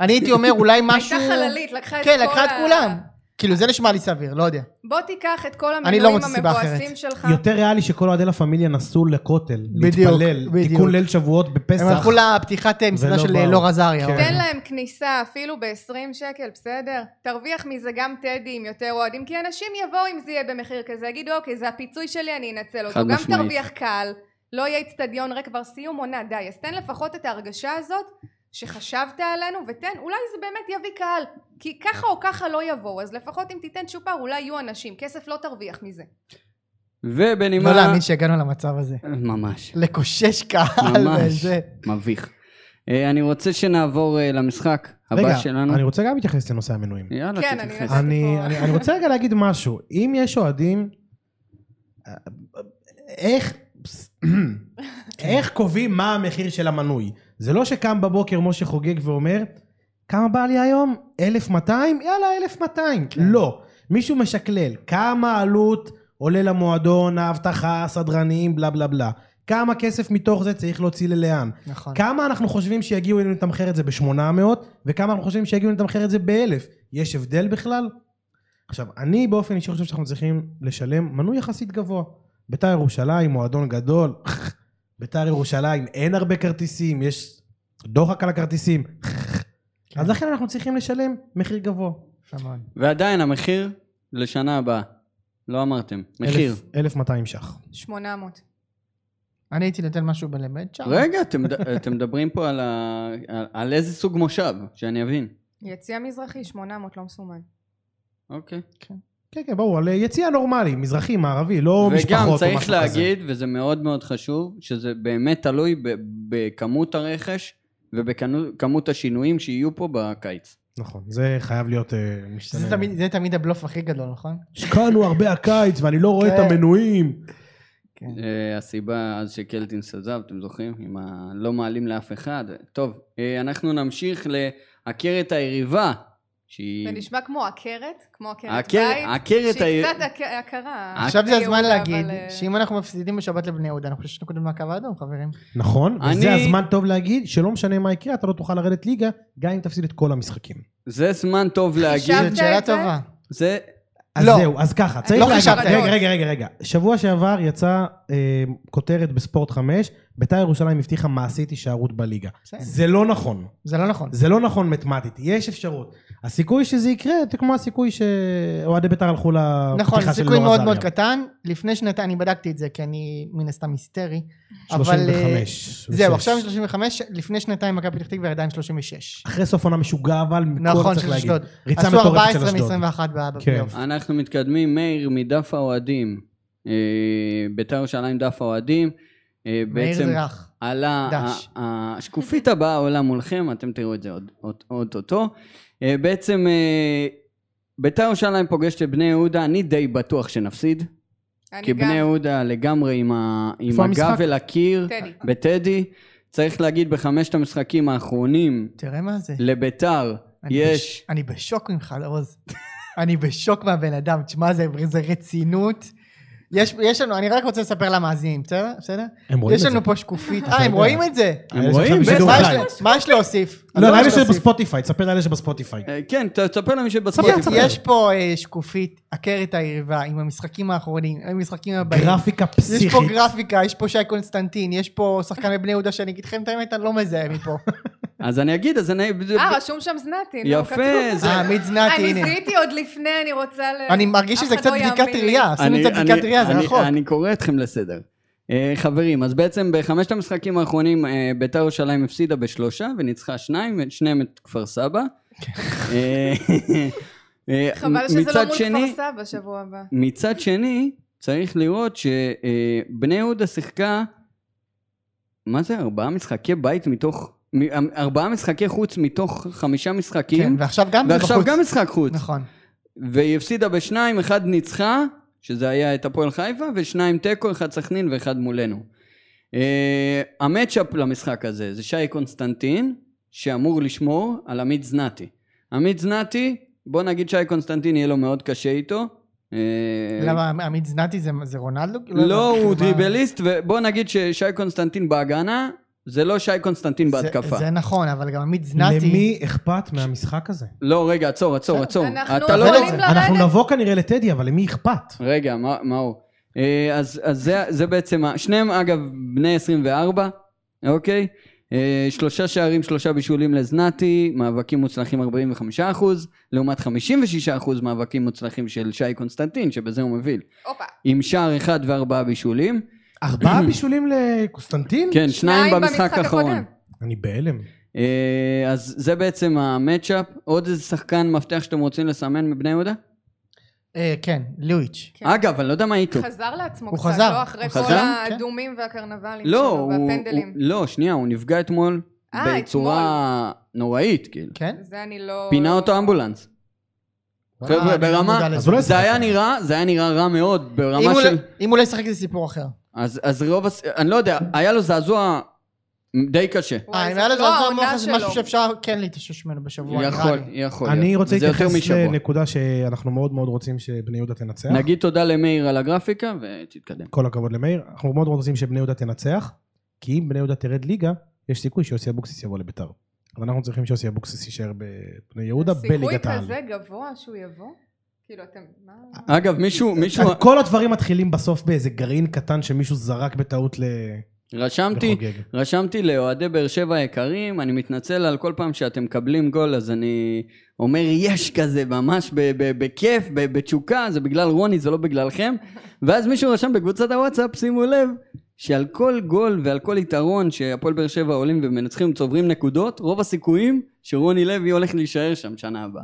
Speaker 4: אני הייתי אומר אולי משהו...
Speaker 5: הייתה חללית, לקחה את כל
Speaker 4: כן, לקחה את
Speaker 5: ה-
Speaker 4: כולם. כאילו, זה נשמע לי סביר, לא יודע.
Speaker 5: בוא תיקח את כל
Speaker 4: אני לא
Speaker 5: המנויים
Speaker 4: רוצה סיבה אחרת.
Speaker 5: המבואסים שלך.
Speaker 3: יותר ריאלי שכל אוהדי לה פמיליה נסעו לכותל.
Speaker 4: בדיוק,
Speaker 3: להתפלל.
Speaker 4: בדיוק.
Speaker 3: תיקון ליל שבועות בפסח.
Speaker 4: הם הלכו לפתיחת אה, מסעדה
Speaker 3: ולא
Speaker 4: של
Speaker 3: באו.
Speaker 4: אה, לור עזריה.
Speaker 3: כן.
Speaker 5: תן להם כניסה אפילו ב-20 שקל, בסדר? תרוויח מזה גם טדי עם יותר אוהדים, כי אנשים יבואו אם זה יהיה במחיר כזה, יגידו אוקיי, זה הפיצוי שלי, אני אנצל אותו.
Speaker 2: חד
Speaker 5: גם
Speaker 2: משמעית.
Speaker 5: תרוויח קהל, לא יהיה אצטדיון ריק, כבר סיום עונה, די. אז תן לפחות את ההרגשה הזאת שחשבת עלינו, ותן, אולי זה באמת יביא קהל, כי ככה או ככה לא יבואו, אז לפחות אם תיתן צ'ופר אולי יהיו אנשים, כסף לא תרוויח מזה.
Speaker 2: ובנימה...
Speaker 5: כן.
Speaker 4: לא להאמין שהגענו למצב הזה.
Speaker 2: ממש.
Speaker 4: לקושש קהל
Speaker 2: ממש.
Speaker 4: וזה.
Speaker 2: מביך. אה, אני רוצה שנעבור אה, למשחק הבא שלנו.
Speaker 3: רגע, אני רוצה גם להתייחס לנושא המנויים.
Speaker 2: יאללה,
Speaker 5: כן, אני
Speaker 2: תתייחס.
Speaker 5: יודעת.
Speaker 3: אני,
Speaker 5: פה.
Speaker 3: אני, אני רוצה רגע להגיד משהו. אם יש אוהדים, איך, איך קובעים מה המחיר של המנוי? זה לא שקם בבוקר משה חוגג ואומר, כמה בא לי היום? 1200? יאללה, 1200. לא. מישהו משקלל, כמה העלות עולה למועדון, האבטחה, הסדרנים, בלה בלה בלה. כמה כסף מתוך זה צריך להוציא ללאן?
Speaker 4: נכון.
Speaker 3: כמה אנחנו חושבים שיגיעו אלינו לתמחר את זה ב-800, וכמה אנחנו חושבים שיגיעו אלינו לתמחר את זה ב-1000. יש הבדל בכלל? עכשיו, אני באופן אישי חושב שאנחנו צריכים לשלם מנוי יחסית גבוה. ביתר ירושלים, מועדון גדול, ביתר ירושלים, אין הרבה כרטיסים, יש דוחק על הכרטיסים.
Speaker 4: כן.
Speaker 3: אז לכן אנחנו צריכים לשלם מחיר גבוה.
Speaker 4: יפה מאוד.
Speaker 2: ועדיין המחיר לשנה הבאה. לא אמרתם. מחיר.
Speaker 3: אלף- 1,200 ש"ח.
Speaker 5: 800.
Speaker 4: אני הייתי נותן משהו בלמד שם.
Speaker 2: רגע, אתם מד- אתם מדברים פה על ה- על- על איזה סוג מושב, שאני אבין.
Speaker 5: יציע מזרחי, 800, לא מסומן.
Speaker 2: אוקיי.
Speaker 3: כן, כן, ברור, על יציאה נורמלי, מזרחי, מערבי, לא משפחות או
Speaker 2: וגם
Speaker 3: משהו כזה.
Speaker 2: צריך להגיד, וזה מאוד מאוד חשוב, שזה באמת תלוי ב- בכמות הרכש ובכמות השינויים שיהיו פה בקיץ.
Speaker 3: נכון, זה חייב להיות אה, משתנה.
Speaker 4: זה תמיד- זה תמיד הבלוף הכי גדול, נכון?
Speaker 3: השקענו הרבה הקיץ ואני לא רואה את
Speaker 4: כן.
Speaker 3: המנויים.
Speaker 2: אה, הסיבה אז שקלטינס עזב, אתם זוכרים? עם ה... לא מעלים לאף אחד. טוב, אה, אנחנו נמשיך לעקרת היריבה, שהיא...
Speaker 5: זה נשמע כמו עקרת, כמו עקרת
Speaker 2: עקר-
Speaker 5: בית,
Speaker 2: עקרת
Speaker 5: שהיא
Speaker 2: ה-
Speaker 5: קצת עק- עקרה.
Speaker 4: עכשיו זה הזמן
Speaker 5: יהודה,
Speaker 4: להגיד
Speaker 5: אבל, אה,
Speaker 4: שאם אנחנו מפסידים בשבת לבני יהודה, אנחנו שש נקודות מהקו האדום, חברים.
Speaker 3: נכון,
Speaker 2: אני-
Speaker 3: וזה הזמן טוב להגיד שלא משנה מה יקרה, אתה לא תוכל לרדת ליגה, גם אם תפסיד את כל המשחקים.
Speaker 2: זה זמן טוב להגיד.
Speaker 5: חישבת
Speaker 4: זאת שאלה
Speaker 5: את זה?
Speaker 4: טובה.
Speaker 2: זה...
Speaker 3: אז
Speaker 4: לא.
Speaker 3: זהו, אז ככה, צריך
Speaker 4: לא
Speaker 3: להגיד,
Speaker 4: חשבת.
Speaker 3: רגע, רגע, רגע, רגע. שבוע שעבר יצאה אה, כותרת בספורט 5, בית"ר ירושלים הבטיחה מעשית הישארות בליגה.
Speaker 4: בסדר.
Speaker 3: זה לא נכון.
Speaker 4: זה לא נכון.
Speaker 3: זה לא נכון מתמטית, יש אפשרות. הסיכוי שזה יקרה, זה כמו הסיכוי שאוהדי בית"ר הלכו לפתיחה של
Speaker 4: נכון,
Speaker 3: נור
Speaker 4: סיכוי מאוד מאוד
Speaker 3: עזריה.
Speaker 4: קטן. לפני שנתיים, אני בדקתי את זה, כי אני מן הסתם היסטרי. אבל, אה,
Speaker 3: 35.
Speaker 4: זהו,
Speaker 3: ושש.
Speaker 4: עכשיו עם 35, לפני שנתיים מכבי פתח תקווה ירדה עם 36.
Speaker 3: אחרי סוף עונה משוגע אבל, מכל
Speaker 4: נכון,
Speaker 3: צריך
Speaker 4: של
Speaker 3: להגיד.
Speaker 4: אשדוד.
Speaker 3: ריצה
Speaker 4: עשו
Speaker 3: מטורפת של
Speaker 4: 14
Speaker 3: אשדוד. כן.
Speaker 4: מ-21 בפלייאוף.
Speaker 2: אנחנו מתקדמים, מאיר מדף האוהדים. אה, בית"ר ירושלים דף האוהדים. אה,
Speaker 4: מאיר
Speaker 2: בעצם
Speaker 4: זה רך.
Speaker 2: עלה,
Speaker 4: דש.
Speaker 2: ה- ה- השקופית הבאה עולה מולכם, אתם תראו את זה עוד- עוד- אוטוטו. אה, בעצם אה, בית"ר ירושלים פוגשת את בני יהודה, אני די בטוח שנפסיד.
Speaker 5: אני
Speaker 2: כי בני
Speaker 5: גם-
Speaker 2: יהודה לגמרי עם ה- עם
Speaker 3: איפה
Speaker 2: הגב
Speaker 3: המשחק?
Speaker 2: אל הקיר,
Speaker 5: טדי.
Speaker 2: בטדי. צריך להגיד בחמשת המשחקים האחרונים
Speaker 4: תראה מה זה.
Speaker 2: לביתר
Speaker 4: אני
Speaker 2: יש...
Speaker 4: בש- אני בשוק ממך, עוז. אני בשוק מהבן אדם, תשמע, זה זה רצינות. יש יש לנו, אני רק רוצה לספר למאזינים, בסדר? בסדר?
Speaker 3: הם רואים
Speaker 4: יש
Speaker 3: את זה.
Speaker 4: לנו פה שקופית.
Speaker 3: אתה
Speaker 4: אה, הם
Speaker 3: יודע.
Speaker 4: רואים את זה?
Speaker 2: הם
Speaker 3: יש
Speaker 2: רואים,
Speaker 3: עכשיו
Speaker 2: בטח.
Speaker 3: שידור
Speaker 4: מה יש
Speaker 3: חי.
Speaker 4: לה- מה יש להוסיף?
Speaker 3: לא,
Speaker 4: אז מה
Speaker 3: להם יש את זה
Speaker 4: להוסיף?
Speaker 3: בספוטיפיי, תספר להם שבספוטיפיי.
Speaker 2: אה, כן, ת- תספר למי
Speaker 4: בסדר,
Speaker 2: שבספוטיפיי.
Speaker 4: יש פה אה, שקופית, עקרת היריבה, עם המשחקים האחרונים, עם המשחקים הבאים.
Speaker 3: גרפיקה
Speaker 4: יש פה
Speaker 3: פסיכית.
Speaker 4: גרפיקה, יש פה שי קונסטנטין, יש פה שחקן מבני יהודה שאני אגיד לכם את האמת, אני לא מזהה מפה.
Speaker 2: אז אני אגיד, אז אני...
Speaker 5: אה, ררשום שם זנתי. נו, כתוב.
Speaker 2: יפה, זה...
Speaker 4: אה, עמית זנתי,
Speaker 5: אני
Speaker 4: הנה.
Speaker 5: זיהיתי עוד לפני, אני רוצה ל...
Speaker 4: אני מרגיש
Speaker 5: אף
Speaker 4: שזה
Speaker 5: אחד
Speaker 4: קצת
Speaker 5: לא יאמין
Speaker 4: בדיקת
Speaker 5: לי.
Speaker 4: ראייה, עשינו
Speaker 2: אני-
Speaker 4: קצת בדיקת
Speaker 2: אני-
Speaker 4: ראייה, זה
Speaker 2: אני-
Speaker 4: רחוק.
Speaker 2: אני קורא אתכם לסדר. אה, חברים, אז בעצם בחמשת המשחקים האחרונים אה, ביתר ירושלים הפסידה בשלושה וניצחה שניים, את שניהם את כפר סבא.
Speaker 4: כן.
Speaker 2: אה, אה,
Speaker 5: חבל שזה לא
Speaker 2: מצד
Speaker 5: מול
Speaker 2: שני-
Speaker 5: כפר סבא שבוע הבא.
Speaker 2: מצד שני, צריך לראות שבני יהודה שיחקה, מה זה, ארבעה משחקי בית מתוך, מ- ארבעה משחקי חוץ מתוך חמישה
Speaker 4: כן,
Speaker 2: משחקים,
Speaker 4: ועכשיו גם זה
Speaker 2: ועכשיו
Speaker 4: בחוץ.
Speaker 2: גם אה. משחק חוץ.
Speaker 4: נכון.
Speaker 2: והיא הפסידה בשניים, אחד ניצחה, שזה היה את הפועל חיפה, ושניים תיקו, אחד סכנין ואחד מולנו. אה, המצ'אפ למשחק הזה זה שי קונסטנטין, שאמור לשמור על עמית זנתי. עמית זנתי, בוא נגיד שי קונסטנטין יהיה לו מאוד קשה איתו. אה,
Speaker 4: למה עמית זנתי זה- זה רונלדו?
Speaker 2: לא,
Speaker 4: הבנתי,
Speaker 2: הוא
Speaker 4: כאילו, מה-
Speaker 2: דריבליסט, ובוא נגיד ששי קונסטנטין בהגנה, זה לא שי קונסטנטין
Speaker 4: זה-
Speaker 2: בהתקפה.
Speaker 4: זה נכון, אבל גם עמית זנתי...
Speaker 3: למי אכפת מהמשחק הזה?
Speaker 2: לא, רגע, עצור, עצור, עצור.
Speaker 5: אנחנו
Speaker 2: אתה לא...
Speaker 5: יכולים לרדת.
Speaker 3: אנחנו נבוא כנראה לטדי, אבל למי אכפת?
Speaker 2: רגע, מה מה הוא? אה, אז, אז זה, זה בעצם, ה- שניהם אגב בני 24, אוקיי? אה, שלושה שערים, שלושה בישולים לזנתי, מאבקים מוצלחים 45%, לעומת 56% מאבקים מוצלחים של שי קונסטנטין, שבזה הוא מוביל.
Speaker 5: הופה.
Speaker 2: עם שער אחד וארבעה בישולים.
Speaker 3: ארבעה בישולים לקוסטנטין?
Speaker 2: כן, שניים
Speaker 5: שניים
Speaker 2: במשחק
Speaker 5: במשחק
Speaker 2: האחרון.
Speaker 5: הקודם.
Speaker 3: אני בהלם.
Speaker 2: אה, אז זה בעצם המצ'אפ. עוד איזה שחקן מפתח שאתם רוצים לסמן מבני יהודה?
Speaker 4: אה, כן, לואיץ'.
Speaker 5: כן.
Speaker 2: אגב, אני לא יודע מה איתו.
Speaker 5: חזר לעצמו
Speaker 4: הוא
Speaker 5: קצת,
Speaker 4: חזר,
Speaker 5: לא? אחרי
Speaker 4: הוא
Speaker 5: כל
Speaker 2: חזר,
Speaker 4: כן.
Speaker 5: האדומים והקרנבלים
Speaker 2: לא,
Speaker 5: שלו
Speaker 2: הוא, הוא,
Speaker 5: והפנדלים.
Speaker 2: לא, שנייה, הוא נפגע אתמול
Speaker 5: אה,
Speaker 2: בצורה נוראית, כאילו.
Speaker 4: כן?
Speaker 5: זה אני לא...
Speaker 2: אמ- פינה אותו אמבולנס. חבר'ה,
Speaker 4: אני לא מודע
Speaker 2: ברמה,
Speaker 4: לזה.
Speaker 3: אז אולי-
Speaker 2: זה היה נראה, זה היה נראה רע מאוד,
Speaker 4: אם
Speaker 2: ברמה
Speaker 4: הוא
Speaker 2: של...
Speaker 4: לא- אם הוא לא ישחק זה סיפור אחר.
Speaker 2: אז, אז רוב, הס- אני לא יודע, היה לו זעזוע די קשה.
Speaker 4: אה,
Speaker 5: וואי,
Speaker 4: אם
Speaker 5: זאת
Speaker 4: היה לו
Speaker 5: לא
Speaker 4: זעזוע
Speaker 5: העונה
Speaker 4: מוח זה משהו
Speaker 5: שלו.
Speaker 4: שאפשר כן להתאושש ממנו בשבוע, נראה
Speaker 2: יכול,
Speaker 4: לי.
Speaker 2: יכול.
Speaker 3: אני
Speaker 2: להיות.
Speaker 3: רוצה
Speaker 2: זה יותר
Speaker 3: להתייחס
Speaker 2: משבוע.
Speaker 3: לנקודה שאנחנו מאוד מאוד רוצים שבני יהודה תנצח.
Speaker 2: נגיד תודה למאיר על הגרפיקה ותתקדם.
Speaker 3: כל הכבוד למאיר. אנחנו מאוד מאוד רוצים שבני יהודה תנצח, כי אם בני יהודה תרד ליגה, יש סיכוי שיוסי אבוקסיס יבוא לביתר. אבל אנחנו צריכים שיוסי אבוקסיס יישאר בבני יהודה בליגת העל.
Speaker 5: סיכוי כזה גבוה שהוא יבוא? כאילו אתם... מה?
Speaker 2: אגב, מישהו, מישהו,
Speaker 3: כל הדברים מתחילים בסוף באיזה גרעין קטן שמישהו זרק בטעות ל-
Speaker 2: רשמתי,
Speaker 3: לחוגג.
Speaker 2: רשמתי לאוהדי באר שבע היקרים, אני מתנצל על כל פעם שאתם מקבלים גול, אז אני אומר יש כזה, ממש ב- ב- בכיף, ב- בתשוקה, זה בגלל רוני, זה לא בגללכם. ואז מישהו רשם בקבוצת הוואטסאפ, שימו לב, שעל כל גול ועל כל יתרון שהפועל באר שבע עולים ומנצחים, צוברים נקודות, רוב הסיכויים שרוני לוי הולך להישאר שם שנה הבאה.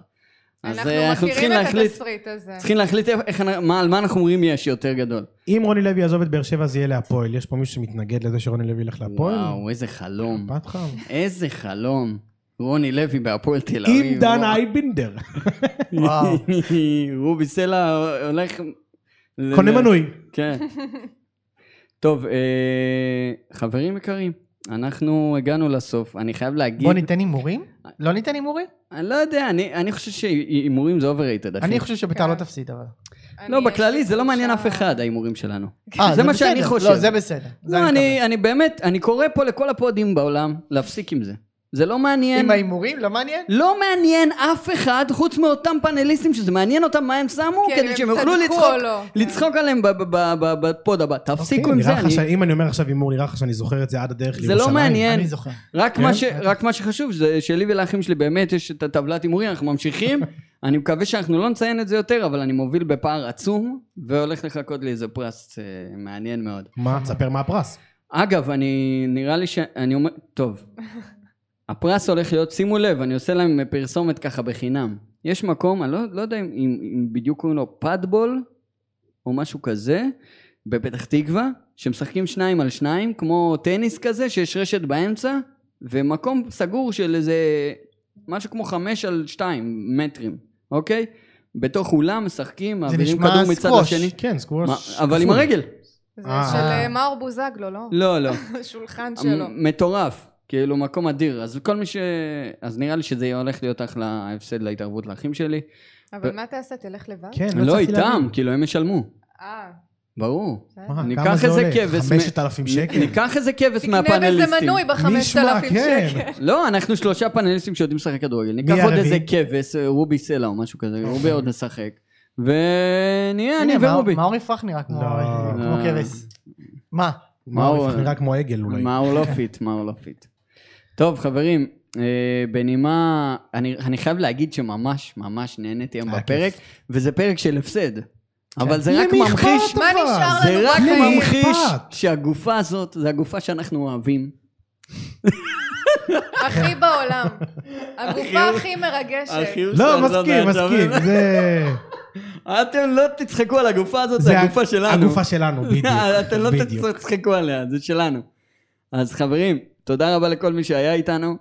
Speaker 2: אז
Speaker 5: אנחנו
Speaker 2: אה, אנחנו צריכים
Speaker 5: מכירים את
Speaker 2: להחליט,
Speaker 5: התסריט הזה.
Speaker 2: צריכים להחליט איך- איך אנ- מה- על מה אנחנו אומרים יש יותר גדול.
Speaker 3: אם רוני לוי יעזוב את באר שבע זה יהיה להפועל. יש פה מישהו שמתנגד לזה שרוני לוי ילך להפועל?
Speaker 2: וואו, איזה חלום.
Speaker 3: אכפת לך?
Speaker 2: איזה חלום. רוני לוי בהפועל תל אביב.
Speaker 3: עם דן
Speaker 2: וואו.
Speaker 3: אייבינדר.
Speaker 4: וואו.
Speaker 2: רובי סלע הולך... ל-
Speaker 3: קונה
Speaker 2: ל-
Speaker 3: מנוי.
Speaker 2: כן. טוב, אה, חברים יקרים, אנחנו הגענו לסוף. אני חייב להגיד...
Speaker 4: בוא ניתן הימורים? לא ניתן הימורים?
Speaker 2: אני לא יודע, אני אני חושב שהימורים זה overrated, אחי.
Speaker 4: אני חושב שביתר
Speaker 5: כן.
Speaker 4: לא תפסיד אבל.
Speaker 2: לא,
Speaker 5: אני-
Speaker 2: בכללי זה לא מעניין
Speaker 5: יש
Speaker 2: אף
Speaker 5: לי
Speaker 2: אחד, ההימורים שלנו.
Speaker 4: אה,
Speaker 2: זה מה שאני
Speaker 4: בסדר.
Speaker 2: חושב.
Speaker 4: לא, זה בסדר. זה
Speaker 2: לא,
Speaker 4: אני...
Speaker 2: אני אני באמת, אני קורא פה לכל הפודים בעולם להפסיק עם זה. זה לא
Speaker 4: מקווה.
Speaker 2: מעניין.
Speaker 4: עם ההימורים? לא מעניין?
Speaker 2: לא מעניין אף אחד חוץ מאותם פאנליסטים שזה מעניין אותם מה הם שמו
Speaker 5: כן,
Speaker 2: כדי
Speaker 5: אם
Speaker 2: שהם
Speaker 5: הם
Speaker 2: יוכלו
Speaker 5: צדקו
Speaker 2: לצחוק,
Speaker 5: או לא.
Speaker 2: לצחוק עליהם ב- ב- ב- ב- בפוד הבא. תפסיקו עם
Speaker 3: אוקיי, נראה
Speaker 2: זה,
Speaker 3: לך
Speaker 2: אני-
Speaker 3: שאם אני אומר עכשיו הימור, נראה לך שאני זוכר את זה עד הדרך
Speaker 2: זה לא
Speaker 3: לירושלים?
Speaker 2: מעניין.
Speaker 4: אני זוכר.
Speaker 2: רק
Speaker 3: כן?
Speaker 2: מה ש- רק מה שחשוב זה שלי ולאחים שלי באמת יש את הטבלת הימורים, אנחנו ממשיכים. אני מקווה שאנחנו לא נציין את זה יותר, אבל אני מוביל בפער עצום, והולך לחכות לי איזה פרס אה, מעניין מאוד.
Speaker 3: מה? תספר מה הפרס.
Speaker 2: אגב, אני נראה לי שאני אומר, טוב, הפרס הולך להיות, שימו לב, אני עושה להם פרסומת ככה בחינם. יש מקום, אני לא, לא יודע אם, אם, אם בדיוק קוראים לו פאדבול או משהו כזה, בפתח תקווה, שמשחקים שניים על שניים, כמו טניס כזה, שיש רשת באמצע, ומקום סגור של איזה משהו כמו חמש על שתיים מטרים, אוקיי? בתוך אולם משחקים,
Speaker 4: זה
Speaker 2: לא, מעבירים
Speaker 4: נשמע
Speaker 2: כדור מצד
Speaker 4: סקווש.
Speaker 2: לשני.
Speaker 3: כן, סקווש.
Speaker 2: מה, אבל עם
Speaker 3: כפול.
Speaker 2: הרגל.
Speaker 5: זה
Speaker 3: אה.
Speaker 5: של אה, מאור בוזגלו, לא?
Speaker 2: לא, לא.
Speaker 5: השולחן שלו.
Speaker 3: אמ,
Speaker 2: מטורף, כאילו מקום אדיר. אז כל מי ש... אז נראה לי שזה הולך להיות אחלה הפסד להתערבות לאחים שלי.
Speaker 5: אבל מה תעשה? תלך לבד?
Speaker 3: כן,
Speaker 2: לא
Speaker 3: הצלחתי
Speaker 2: איתם,
Speaker 3: להבין.
Speaker 2: כאילו הם ישלמו,
Speaker 5: אה,
Speaker 2: ברור.
Speaker 5: בסדר.
Speaker 3: מה,
Speaker 2: ניקח
Speaker 3: כמה זה
Speaker 2: איזה
Speaker 3: עולה?
Speaker 2: כבש מ-
Speaker 3: 5,000 שקל?
Speaker 2: ניקח איזה כבש
Speaker 5: תקנה בזה
Speaker 2: מהפאנליסטים.
Speaker 5: מנוי
Speaker 3: מי ישמע,
Speaker 5: ב-5,000
Speaker 3: כן.
Speaker 5: שקל.
Speaker 2: לא, אנחנו שלושה פאנליסטים שיודעים לשחק כדורגל. ניקח
Speaker 3: מי
Speaker 2: עוד
Speaker 3: הרביעי?
Speaker 2: איזה כבש, אה, רובי סלע או משהו כזה, רובי עוד משחק. ונהיה אני
Speaker 4: הנה, מאור-
Speaker 2: ורובי.
Speaker 4: מאור יפרח נראה כמו
Speaker 3: לא.
Speaker 4: כמו כבש. מה?
Speaker 3: מה, הוא
Speaker 2: מה-
Speaker 3: נראה כמו עגל אולי.
Speaker 2: מה הוא לא פיט, מה הוא לא פיט. טוב, חברים, אה, בנימה, אני, אני חייב להגיד שממש ממש נהניתי היום
Speaker 3: היה
Speaker 2: בפרק,
Speaker 3: כיף. כן.
Speaker 2: זה פרק של הפסד, אבל זה רק
Speaker 3: למי
Speaker 2: ממחיש,
Speaker 3: אכפת
Speaker 5: מה
Speaker 3: אבל?
Speaker 5: נשאר
Speaker 2: זה
Speaker 5: לנו
Speaker 2: רק
Speaker 5: בחיים?
Speaker 3: למי
Speaker 2: ממחיש
Speaker 3: אכפת?
Speaker 2: שהגופה הזאת, זה הגופה שאנחנו אוהבים.
Speaker 5: הכי בעולם. הגופה הכי
Speaker 2: אה,
Speaker 5: מרגשת.
Speaker 3: לא, מסכים, מסכים. זה-
Speaker 2: אתם לא תצחקו על הגופה הזאת, זה
Speaker 3: זה
Speaker 2: הגופה שלנו.
Speaker 3: הגופה שלנו, בדיוק.
Speaker 2: אתם לא
Speaker 3: בדיוק.
Speaker 2: תצחקו עליה, זה שלנו. אז חברים, תודה רבה לכל מי שהיה איתנו,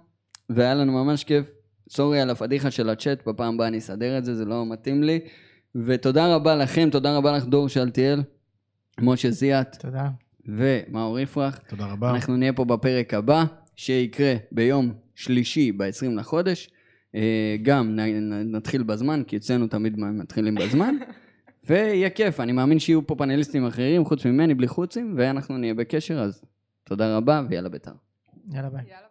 Speaker 2: והיה לנו ממש כיף. סורי על הפדיחה של הצ'אט, בפעם הבאה אני אסדר את זה, זה לא מתאים לי. ותודה רבה לכם, תודה רבה לך דור שאלתיאל, משה זיאת
Speaker 4: תודה.
Speaker 2: ומאור יפרח.
Speaker 3: תודה רבה.
Speaker 2: אנחנו נהיה פה בפרק הבא, שיקרה ביום שלישי ב-20 לחודש. אה, גם נ- נ- נתחיל בזמן, כי אצלנו תמיד מתחילים בזמן. ויהיה כיף, אני מאמין שיהיו פה פאנליסטים אחרים, חוץ ממני, בלי חוצים, ואנחנו נהיה בקשר, אז תודה רבה ויאללה בית"ר.
Speaker 4: יאללה ביי.
Speaker 5: יאללה.